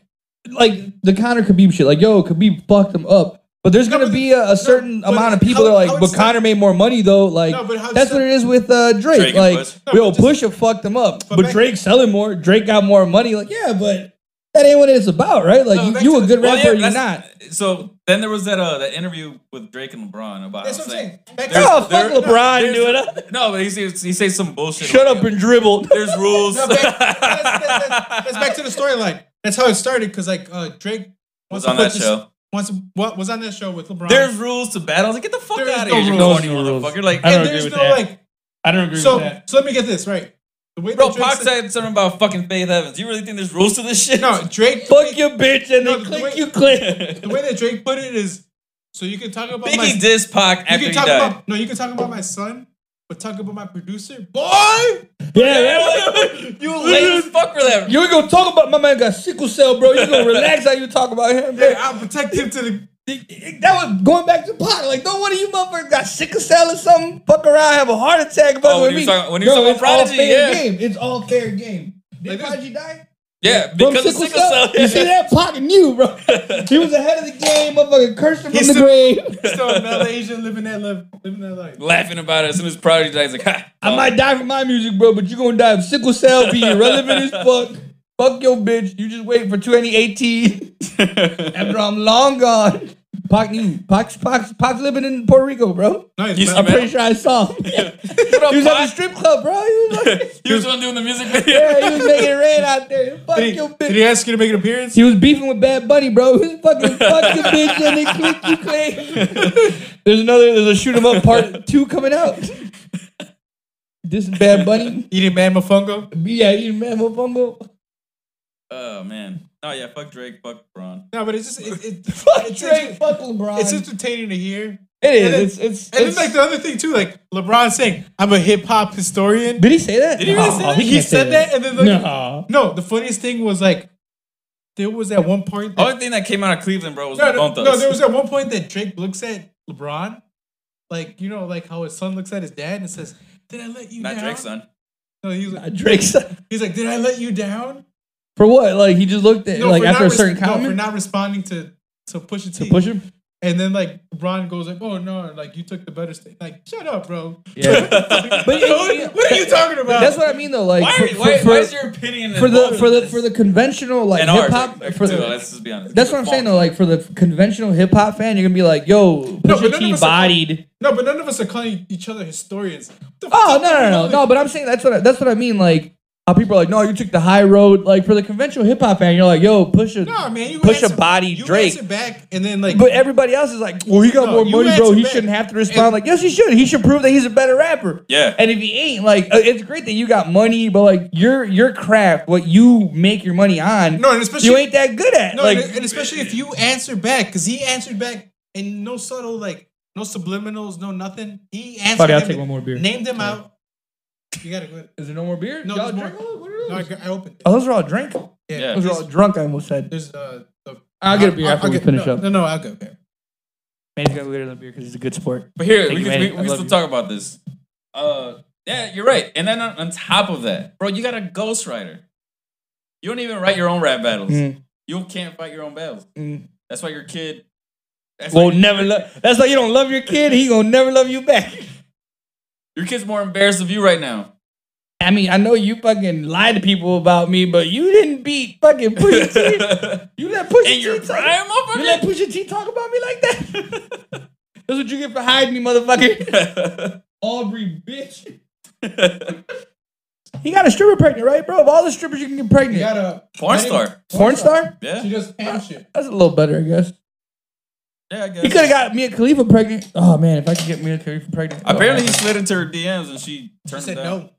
Speaker 2: like the Connor Khabib shit. Like yo, Khabib fucked him up. But there's
Speaker 3: No,
Speaker 2: gonna
Speaker 3: but-
Speaker 2: be a, a certain
Speaker 3: but
Speaker 2: amount of people that
Speaker 3: how-
Speaker 2: are like,
Speaker 3: how
Speaker 2: but
Speaker 3: it's not-
Speaker 2: Connor made more money though. Like
Speaker 3: No, but how it's
Speaker 2: that's
Speaker 3: not-
Speaker 2: what it is with uh, Drake.
Speaker 4: Drake and
Speaker 2: like
Speaker 4: Push.
Speaker 3: No,
Speaker 2: yo,
Speaker 3: but just-
Speaker 2: Pusha fucked him up, but,
Speaker 3: But back-
Speaker 2: Drake's selling more. Drake got more money. Like yeah, but that ain't what it's about, right? Like
Speaker 3: No,
Speaker 2: you,
Speaker 3: back
Speaker 2: you
Speaker 3: to
Speaker 2: a
Speaker 3: the-
Speaker 2: good
Speaker 4: Well,
Speaker 2: rapper,
Speaker 4: yeah,
Speaker 2: or you're not.
Speaker 4: that's- So then there was that uh that interview with Drake and LeBron about.
Speaker 3: That's
Speaker 4: how
Speaker 3: what I'm saying. Back to-
Speaker 2: Oh fuck
Speaker 4: there- no,
Speaker 2: LeBron,
Speaker 4: there's-
Speaker 2: dude.
Speaker 4: No, but he says he says some bullshit.
Speaker 2: Shut
Speaker 4: like,
Speaker 2: up and dribble.
Speaker 4: There's rules.
Speaker 3: No, back, that's, that's- that's- that's back to the storyline. That's how it started because like uh, Drake
Speaker 4: was
Speaker 3: wants
Speaker 4: on
Speaker 3: to
Speaker 4: that
Speaker 3: put this-
Speaker 4: show.
Speaker 3: Wants to- what was on that show with LeBron?
Speaker 4: There's rules to battles. Like get the fuck
Speaker 3: There is
Speaker 4: out of
Speaker 3: no
Speaker 4: here, you
Speaker 2: rules.
Speaker 4: corny
Speaker 2: There's no rules.
Speaker 4: motherfucker. Like
Speaker 2: I don't
Speaker 3: and
Speaker 2: agree
Speaker 3: there's
Speaker 2: with
Speaker 3: no
Speaker 2: that.
Speaker 3: like.
Speaker 2: I don't agree
Speaker 3: So so let me get this right. The way
Speaker 4: Bro,
Speaker 3: that Drake
Speaker 4: Pac
Speaker 3: said,
Speaker 4: said something about fucking Faith Evans. You really think there's rules to this shit?
Speaker 3: no Drake.
Speaker 2: Fuck your bitch and
Speaker 3: No,
Speaker 2: then
Speaker 3: the
Speaker 2: click
Speaker 3: way-
Speaker 2: you click.
Speaker 3: The way that Drake put it is, so you can talk about my
Speaker 4: Biggie dissed Pac
Speaker 3: you
Speaker 4: after
Speaker 3: can
Speaker 4: he
Speaker 3: talk
Speaker 4: died.
Speaker 3: about no, you can talk about my son, but talk about my producer, boy.
Speaker 2: Yeah, yeah.
Speaker 4: you lame as fuck for that.
Speaker 2: You ain't gonna talk about my man got sickle cell, bro. You gonna relax how you talk about him, bro.
Speaker 3: I'll protect him to the.
Speaker 2: That was going back to pot. Like, don't one of you motherfuckers got sickle cell or something? Fuck around, have a heart attack, fuck
Speaker 4: Oh, when
Speaker 2: with
Speaker 4: he
Speaker 2: me.
Speaker 4: was talking- when he was
Speaker 2: No,
Speaker 4: talking
Speaker 2: it's
Speaker 4: about
Speaker 2: all
Speaker 4: Prodigy,
Speaker 2: fair
Speaker 4: yeah.
Speaker 2: game. It's all fair game.
Speaker 3: Like
Speaker 2: Did
Speaker 3: this-
Speaker 2: Prodigy die?
Speaker 4: yeah,
Speaker 2: From
Speaker 4: because of
Speaker 2: sickle,
Speaker 4: sickle
Speaker 2: cell.
Speaker 4: cell.
Speaker 2: You see that? Pocket knew, bro. he was ahead of the game, motherfucker cursed him from
Speaker 3: He's
Speaker 2: the
Speaker 3: still-
Speaker 2: grave.
Speaker 3: Still in Malaysia, living that life, living that life.
Speaker 4: Laughing about it as soon as Prodigy dies, like, ha.
Speaker 2: I might die from my music, bro, but you gonna die of sickle cell, be irrelevant as fuck. Fuck your bitch. You just wait for 2018. After I'm long gone. Pac, Pac's, Pac's, Pac's living in Puerto Rico, bro.
Speaker 3: No, he's
Speaker 4: You
Speaker 3: not-
Speaker 2: I'm
Speaker 4: Man.
Speaker 2: pretty sure I saw him.
Speaker 4: What up,
Speaker 2: he was at the
Speaker 4: Pac?
Speaker 2: strip club, bro. He was like,
Speaker 4: He was the one doing the music video.
Speaker 2: yeah, he was making it rain out there. Fuck
Speaker 3: Did
Speaker 2: your
Speaker 3: he,
Speaker 2: bitch.
Speaker 3: did he ask you to make an appearance?
Speaker 2: He was beefing with Bad Bunny, bro. He was fucking fuck your bitch and then click you click. There's another, there's a shoot 'em up part two coming out. This is Bad Bunny.
Speaker 3: Eating man mofongo.
Speaker 2: Yeah, you remember Bumble?
Speaker 4: Oh man. Oh yeah, fuck Drake, fuck Braun.
Speaker 3: No, but it's just it, it,
Speaker 2: Fuck
Speaker 3: it's,
Speaker 2: Drake, fuck LeBron.
Speaker 3: It's entertaining to hear.
Speaker 2: it is.
Speaker 3: and then-
Speaker 2: it's it's.
Speaker 3: And
Speaker 2: it's-
Speaker 3: then like the other thing too, like LeBron saying, "I'm a hip hop historian."
Speaker 2: did he say that?
Speaker 4: Did he really say that?
Speaker 3: He said that, and then like,
Speaker 2: no.
Speaker 3: no, the funniest thing was like, there was at one point. That,
Speaker 4: Only thing that came out of Cleveland, bro, was
Speaker 3: no,
Speaker 4: the
Speaker 3: no,
Speaker 4: bump
Speaker 3: no,
Speaker 4: thugs.
Speaker 3: there was at one point that Drake looks at LeBron, like you know, like how his son looks at his dad and says, "Did I let you
Speaker 4: Not
Speaker 3: down?"
Speaker 4: Drake's son.
Speaker 3: No, he was like,
Speaker 2: Drake's
Speaker 3: he's like, "Did I let you down?"
Speaker 2: for what? Like he just looked at
Speaker 3: No,
Speaker 2: like
Speaker 3: for
Speaker 2: after a
Speaker 3: not res-
Speaker 2: certain
Speaker 3: no, for
Speaker 2: comment
Speaker 3: not responding to to Pusha T.
Speaker 2: to push him.
Speaker 3: and then like LeBron goes like, "Oh no, like you took the better state." Like, shut up, bro.
Speaker 2: But
Speaker 3: what, what are you talking about?
Speaker 2: that's what I mean though. Like
Speaker 4: Why,
Speaker 2: for,
Speaker 4: are, why,
Speaker 2: for,
Speaker 4: why is your opinion
Speaker 2: for the
Speaker 4: involved
Speaker 2: for
Speaker 4: in
Speaker 2: the
Speaker 4: this?
Speaker 2: for the conventional like
Speaker 4: And ours,
Speaker 2: hip hop
Speaker 4: like,
Speaker 2: for
Speaker 4: too,
Speaker 2: the.
Speaker 4: let's just be honest.
Speaker 2: That's what I'm saying though. Like for the conventional hip hop fan, you're gonna be like, "Yo,
Speaker 3: No,
Speaker 2: Pusha
Speaker 3: but none
Speaker 2: T
Speaker 3: of us are-
Speaker 2: bodied."
Speaker 3: No, but none of us are calling each other historians. What the
Speaker 2: Oh
Speaker 3: fuck
Speaker 2: no no
Speaker 3: are you
Speaker 2: no
Speaker 3: calling-
Speaker 2: no! But I'm saying that's what I, that's what I mean. Like how people are like, no, you took the high road. Like for the conventional hip hop fan, you're like, yo, push a
Speaker 3: No, man, you
Speaker 2: push a
Speaker 3: answer-
Speaker 2: body
Speaker 3: you
Speaker 2: Drake.
Speaker 3: answer back, and then like,
Speaker 2: But everybody else is like, well, he got
Speaker 3: No,
Speaker 2: more
Speaker 3: you
Speaker 2: money,
Speaker 3: had
Speaker 2: bro.
Speaker 3: to
Speaker 2: He
Speaker 3: bet.
Speaker 2: shouldn't have to respond.
Speaker 3: And-
Speaker 2: like, yes, he should. He should prove that he's a better rapper.
Speaker 4: Yeah.
Speaker 2: And if he ain't, like, uh, it's great that you got money, but like your your craft, what you make your money on,
Speaker 3: No, and especially-
Speaker 2: you ain't that good at.
Speaker 3: no,
Speaker 2: like,
Speaker 3: and, and especially if you answer back, because he answered back, and no subtle like, no subliminals, no nothing. He answered.
Speaker 2: Sorry, I'll
Speaker 3: him
Speaker 2: take
Speaker 3: and
Speaker 2: one more beer.
Speaker 3: Named him out. You gotta go.
Speaker 2: is there no more beer?
Speaker 3: No,
Speaker 2: Y'all
Speaker 3: there's more.
Speaker 2: drink all- what are
Speaker 3: No, I,
Speaker 2: those?
Speaker 3: got- I opened. It.
Speaker 2: Oh, those are all drink.
Speaker 4: Yeah.
Speaker 2: Those are all drunk. I almost said.
Speaker 3: There's uh. The,
Speaker 2: I'll get a beer
Speaker 3: I'll-
Speaker 2: after
Speaker 3: I'll
Speaker 2: we
Speaker 3: get-
Speaker 2: finish
Speaker 3: no,
Speaker 2: up.
Speaker 3: No, no, I'll go there.
Speaker 2: Man's gonna go get another beer because he's a good sport.
Speaker 4: But here,
Speaker 2: Thank
Speaker 4: we
Speaker 2: you, man.
Speaker 4: can, we,
Speaker 2: I
Speaker 4: we can
Speaker 2: love
Speaker 4: still
Speaker 2: you.
Speaker 4: talk about this. Uh, yeah, you're right. And then on, on top of that, bro, you got a ghostwriter. You don't even write your own rap battles.
Speaker 2: Mm.
Speaker 4: You can't fight your own battles.
Speaker 2: Mm.
Speaker 4: That's why your kid. That's
Speaker 2: Well,
Speaker 4: why-
Speaker 2: never love. That's why you don't love your kid. He gonna never love you back.
Speaker 4: Your kid's more embarrassed of you right now.
Speaker 2: I mean, I know you fucking lied to people about me, but you didn't beat fucking Pusha T.
Speaker 4: In
Speaker 2: You let Pusha
Speaker 4: your
Speaker 2: T talk.
Speaker 4: prime,
Speaker 2: You let
Speaker 4: motherfucker.
Speaker 2: Pusha T talk about me like that. That's what you get for hiding me, motherfucker. Aubrey, bitch. He got a stripper pregnant, right, bro? Of all the strippers you can get pregnant,
Speaker 3: You got a
Speaker 4: Porn star.
Speaker 2: porn star.
Speaker 3: She
Speaker 4: Yeah.
Speaker 3: does ham shit.
Speaker 2: That's a little better, I guess.
Speaker 4: Yeah, I guess.
Speaker 2: He could have got Mia Khalifa pregnant. Oh man, if I could get Mia Khalifa pregnant. Oh,
Speaker 4: Apparently, he slid into her DMs and she turned
Speaker 3: Said
Speaker 4: him down.
Speaker 3: no.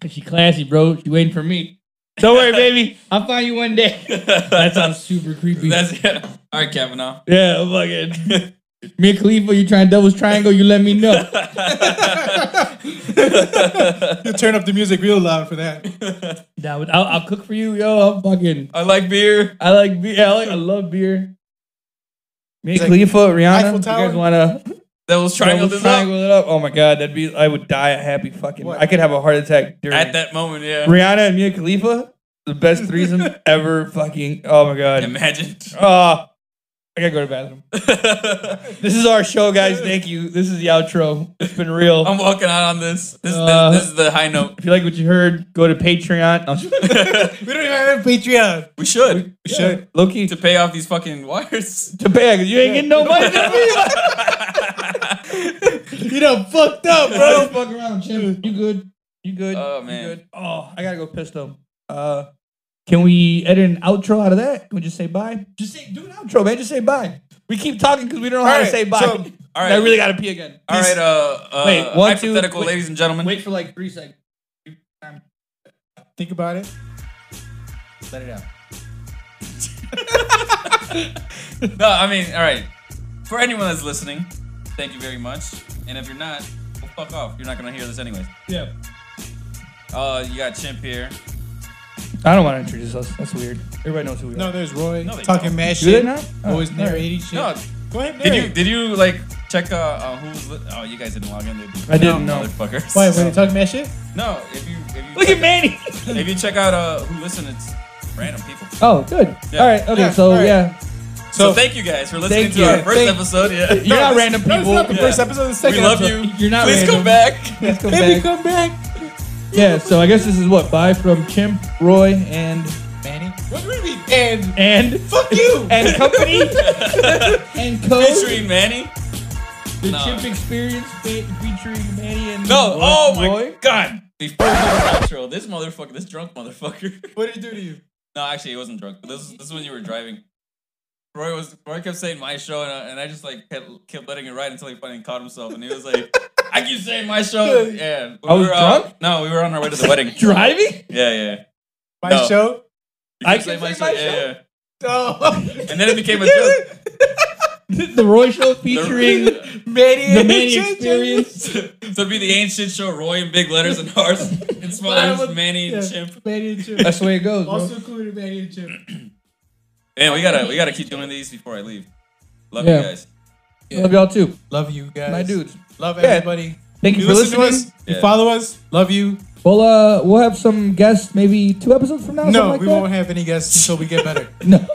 Speaker 2: Cause she classy, bro. She waiting for me. Don't worry, baby. I'll find you one day. That sounds super creepy.
Speaker 4: That's it. All right, uh, Kavanaugh.
Speaker 2: yeah, fucking. Mia Khalifa, you trying devil's triangle? You let me know.
Speaker 3: You turn up the music real loud for that.
Speaker 2: Nah, but I'll, I'll cook for you, yo. I'll fucking.
Speaker 4: I like beer.
Speaker 2: I like beer. I, like, I love beer. Mia Khalifa, Rihanna.
Speaker 3: Eiffel
Speaker 2: You guys
Speaker 3: Tower.
Speaker 2: wanna
Speaker 4: That was triangle
Speaker 2: devil's
Speaker 4: this up.
Speaker 2: triangle it up? Oh my god, that'd be. I would die a happy fucking.
Speaker 3: What?
Speaker 2: I could have a heart attack during
Speaker 4: At that moment, yeah.
Speaker 2: Rihanna and Mia Khalifa, the best threesome ever. Fucking. Oh my god.
Speaker 4: Imagine.
Speaker 2: Uh, I gotta go to the bathroom. This is our show, guys. Thank you. This is the outro. It's been real.
Speaker 4: I'm walking out on this. This,
Speaker 2: Uh,
Speaker 4: this, this is the high note.
Speaker 2: if you like what you heard, go to Patreon. No, I'm just-
Speaker 3: We don't even have Patreon.
Speaker 4: We should.
Speaker 3: We should.
Speaker 2: Low key
Speaker 4: To
Speaker 2: to,
Speaker 4: pay off these fucking wires.
Speaker 2: pay because you ain't getting no money from me.
Speaker 3: You done fucked up,
Speaker 2: Bro,
Speaker 3: bro.
Speaker 2: fuck around, Jim. You good? You good?
Speaker 4: Oh,
Speaker 2: You
Speaker 4: man.
Speaker 2: good? Oh, I gotta go piss though. Uh, can we edit an outro out of that? Can we just say bye? Just say do an outro, man. Just say bye. We keep talking because we don't know how to
Speaker 3: Alright,
Speaker 2: say bye.
Speaker 3: so-
Speaker 4: All right.
Speaker 2: I really gotta pee again.
Speaker 4: all right. Uh, uh,
Speaker 2: Wait, one, two,
Speaker 4: hypothetical,
Speaker 2: wait.
Speaker 4: ladies and gentlemen.
Speaker 2: Wait for like three seconds.
Speaker 3: Think about it. Let it out.
Speaker 4: No, I mean, all right. For anyone that's listening, thank you very much. And if you're not, well, fuck off. You're not gonna hear this anyways.
Speaker 2: Yeah.
Speaker 4: Uh, you got Chimp here.
Speaker 2: I don't want to introduce us. That's weird. Everybody knows who we are.
Speaker 3: No, there's Roy
Speaker 4: No, they
Speaker 3: talking
Speaker 4: don't.
Speaker 3: mad
Speaker 2: Do they
Speaker 3: shit.
Speaker 2: not? Oh,
Speaker 3: Always
Speaker 2: all right.
Speaker 3: narrating shit.
Speaker 4: No,
Speaker 3: Go ahead,
Speaker 4: did
Speaker 3: narrate.
Speaker 4: you did you like check uh, uh who's li- oh you guys didn't log in? Did you?
Speaker 2: I didn't, no.
Speaker 4: Motherfuckers.
Speaker 3: Why? Were they talking mad shit?
Speaker 4: No, if you if you
Speaker 2: Look
Speaker 4: check,
Speaker 2: at Manny.
Speaker 4: if you check out uh who listen, it's random people.
Speaker 2: Oh, good.
Speaker 4: Yeah.
Speaker 2: All right. Okay.
Speaker 3: Yeah,
Speaker 2: So
Speaker 3: all right.
Speaker 2: yeah,
Speaker 4: So, thank you guys for listening
Speaker 2: Thank
Speaker 4: to
Speaker 2: you.
Speaker 4: our first
Speaker 3: Thank-
Speaker 4: episode. Yeah,
Speaker 2: you're not random
Speaker 3: No, it's
Speaker 2: people.
Speaker 3: not the
Speaker 4: Yeah.
Speaker 3: first episode. The
Speaker 4: we
Speaker 3: second.
Speaker 4: love
Speaker 3: episode.
Speaker 4: you.
Speaker 2: You're not
Speaker 4: Please
Speaker 2: random.
Speaker 4: come back.
Speaker 2: Please come
Speaker 3: Baby,
Speaker 2: back.
Speaker 3: come back,
Speaker 2: Yeah. So I guess this is what bye from Chimp, Roy, and
Speaker 3: Manny. What do we mean? And
Speaker 2: and
Speaker 3: fuck you.
Speaker 2: and company and co.
Speaker 4: Featuring Manny.
Speaker 2: the
Speaker 4: No.
Speaker 2: Chimp Experience fe- featuring Manny and
Speaker 4: No,
Speaker 2: Roy,
Speaker 4: oh my
Speaker 2: Roy.
Speaker 4: god. Before we do the outro, this motherfucker, this drunk motherfucker.
Speaker 3: what did he do to you?
Speaker 4: No, actually, he wasn't drunk. But this, this is when you were driving. Roy was Roy kept saying my show, and I, and I just like kept, kept letting it ride until he finally caught himself, and he was like, "I keep saying my show." Yeah,
Speaker 2: I was
Speaker 4: were, uh,
Speaker 2: drunk?
Speaker 4: no, we were on our way to the wedding.
Speaker 2: Driving?
Speaker 4: Yeah, yeah.
Speaker 3: My
Speaker 4: No.
Speaker 3: show.
Speaker 4: You
Speaker 2: I
Speaker 4: keep
Speaker 2: keep
Speaker 4: saying my
Speaker 2: saying my
Speaker 4: show. Yeah,
Speaker 2: show?
Speaker 4: yeah.
Speaker 3: Oh.
Speaker 4: And then it became a joke.
Speaker 2: the Roy Show featuring the,
Speaker 3: Manny. and
Speaker 2: Manny
Speaker 3: Ginger.
Speaker 2: Experience.
Speaker 4: so it'd be the ancient show, Roy in big letters and ours in small
Speaker 3: Well, I
Speaker 4: letters,
Speaker 3: would-
Speaker 4: Manny
Speaker 3: Yeah,
Speaker 4: and Chimp.
Speaker 3: Manny and Chip.
Speaker 2: That's the way it goes. Bro.
Speaker 3: Also included Manny and Chip.
Speaker 4: Man, we gotta we gotta keep doing these before I leave. Love
Speaker 2: Yeah.
Speaker 4: you guys.
Speaker 2: Love y'all too,
Speaker 3: Love you guys.
Speaker 2: my dudes.
Speaker 3: Love
Speaker 2: Yeah.
Speaker 3: everybody.
Speaker 2: Thank you,
Speaker 3: You
Speaker 2: for
Speaker 3: listen
Speaker 2: listening.
Speaker 3: to us.
Speaker 4: Yeah.
Speaker 3: You follow us. Love you.
Speaker 2: We'll uh, we'll have some guests maybe two episodes from now.
Speaker 3: No,
Speaker 2: something like
Speaker 3: we
Speaker 2: that.
Speaker 3: won't have any guests until we get better.
Speaker 2: No,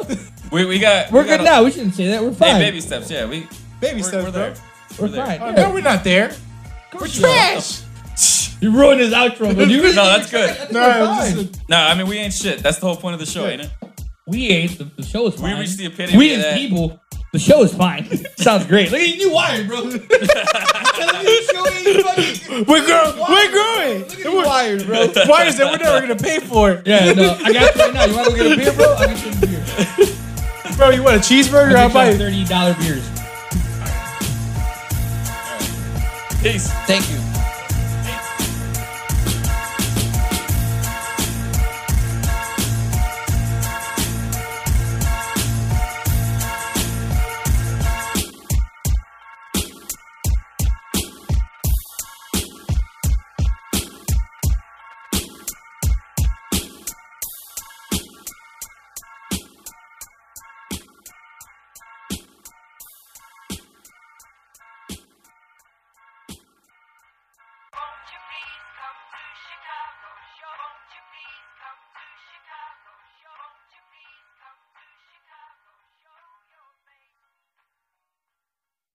Speaker 4: We we got
Speaker 2: we're
Speaker 4: we
Speaker 2: good
Speaker 4: gotta-
Speaker 2: now. We shouldn't say that. We're fine.
Speaker 4: Hey, baby steps. Yeah, we
Speaker 3: Baby
Speaker 4: we're,
Speaker 3: steps,
Speaker 4: we're
Speaker 3: bro.
Speaker 4: there.
Speaker 2: We're
Speaker 4: there.
Speaker 2: fine.
Speaker 3: Oh,
Speaker 2: Yeah.
Speaker 3: no, we're not there. We're trash.
Speaker 2: You ruined his outro, but you
Speaker 4: No, that's good.
Speaker 3: No,
Speaker 2: We're
Speaker 3: it was
Speaker 2: fine.
Speaker 3: just
Speaker 4: No, I mean we ain't shit. That's the whole point of the show, ain't it?
Speaker 2: we ain't. The, the show is
Speaker 4: We
Speaker 2: fine.
Speaker 4: reached the epitome
Speaker 2: We
Speaker 4: of
Speaker 2: as
Speaker 4: that.
Speaker 2: people. The show is fine. Sounds great. Look at you, you wired, bro. Look at you, show ain't fucking-
Speaker 3: a- we're growing. We're growing.
Speaker 2: Look at you, wired, bro.
Speaker 3: Why is that we're never gonna pay for it,
Speaker 2: Yeah, no, I got you right now. You want to go get a beer, bro? I got you a beer.
Speaker 3: bro? You want a cheeseburger?
Speaker 2: I
Speaker 3: I'll buy
Speaker 2: got
Speaker 3: it.
Speaker 2: thirty dollar beers.
Speaker 4: Peace.
Speaker 2: Thank you.
Speaker 1: Won't you please come to Chicago? Sure, won't you please come to Chicago?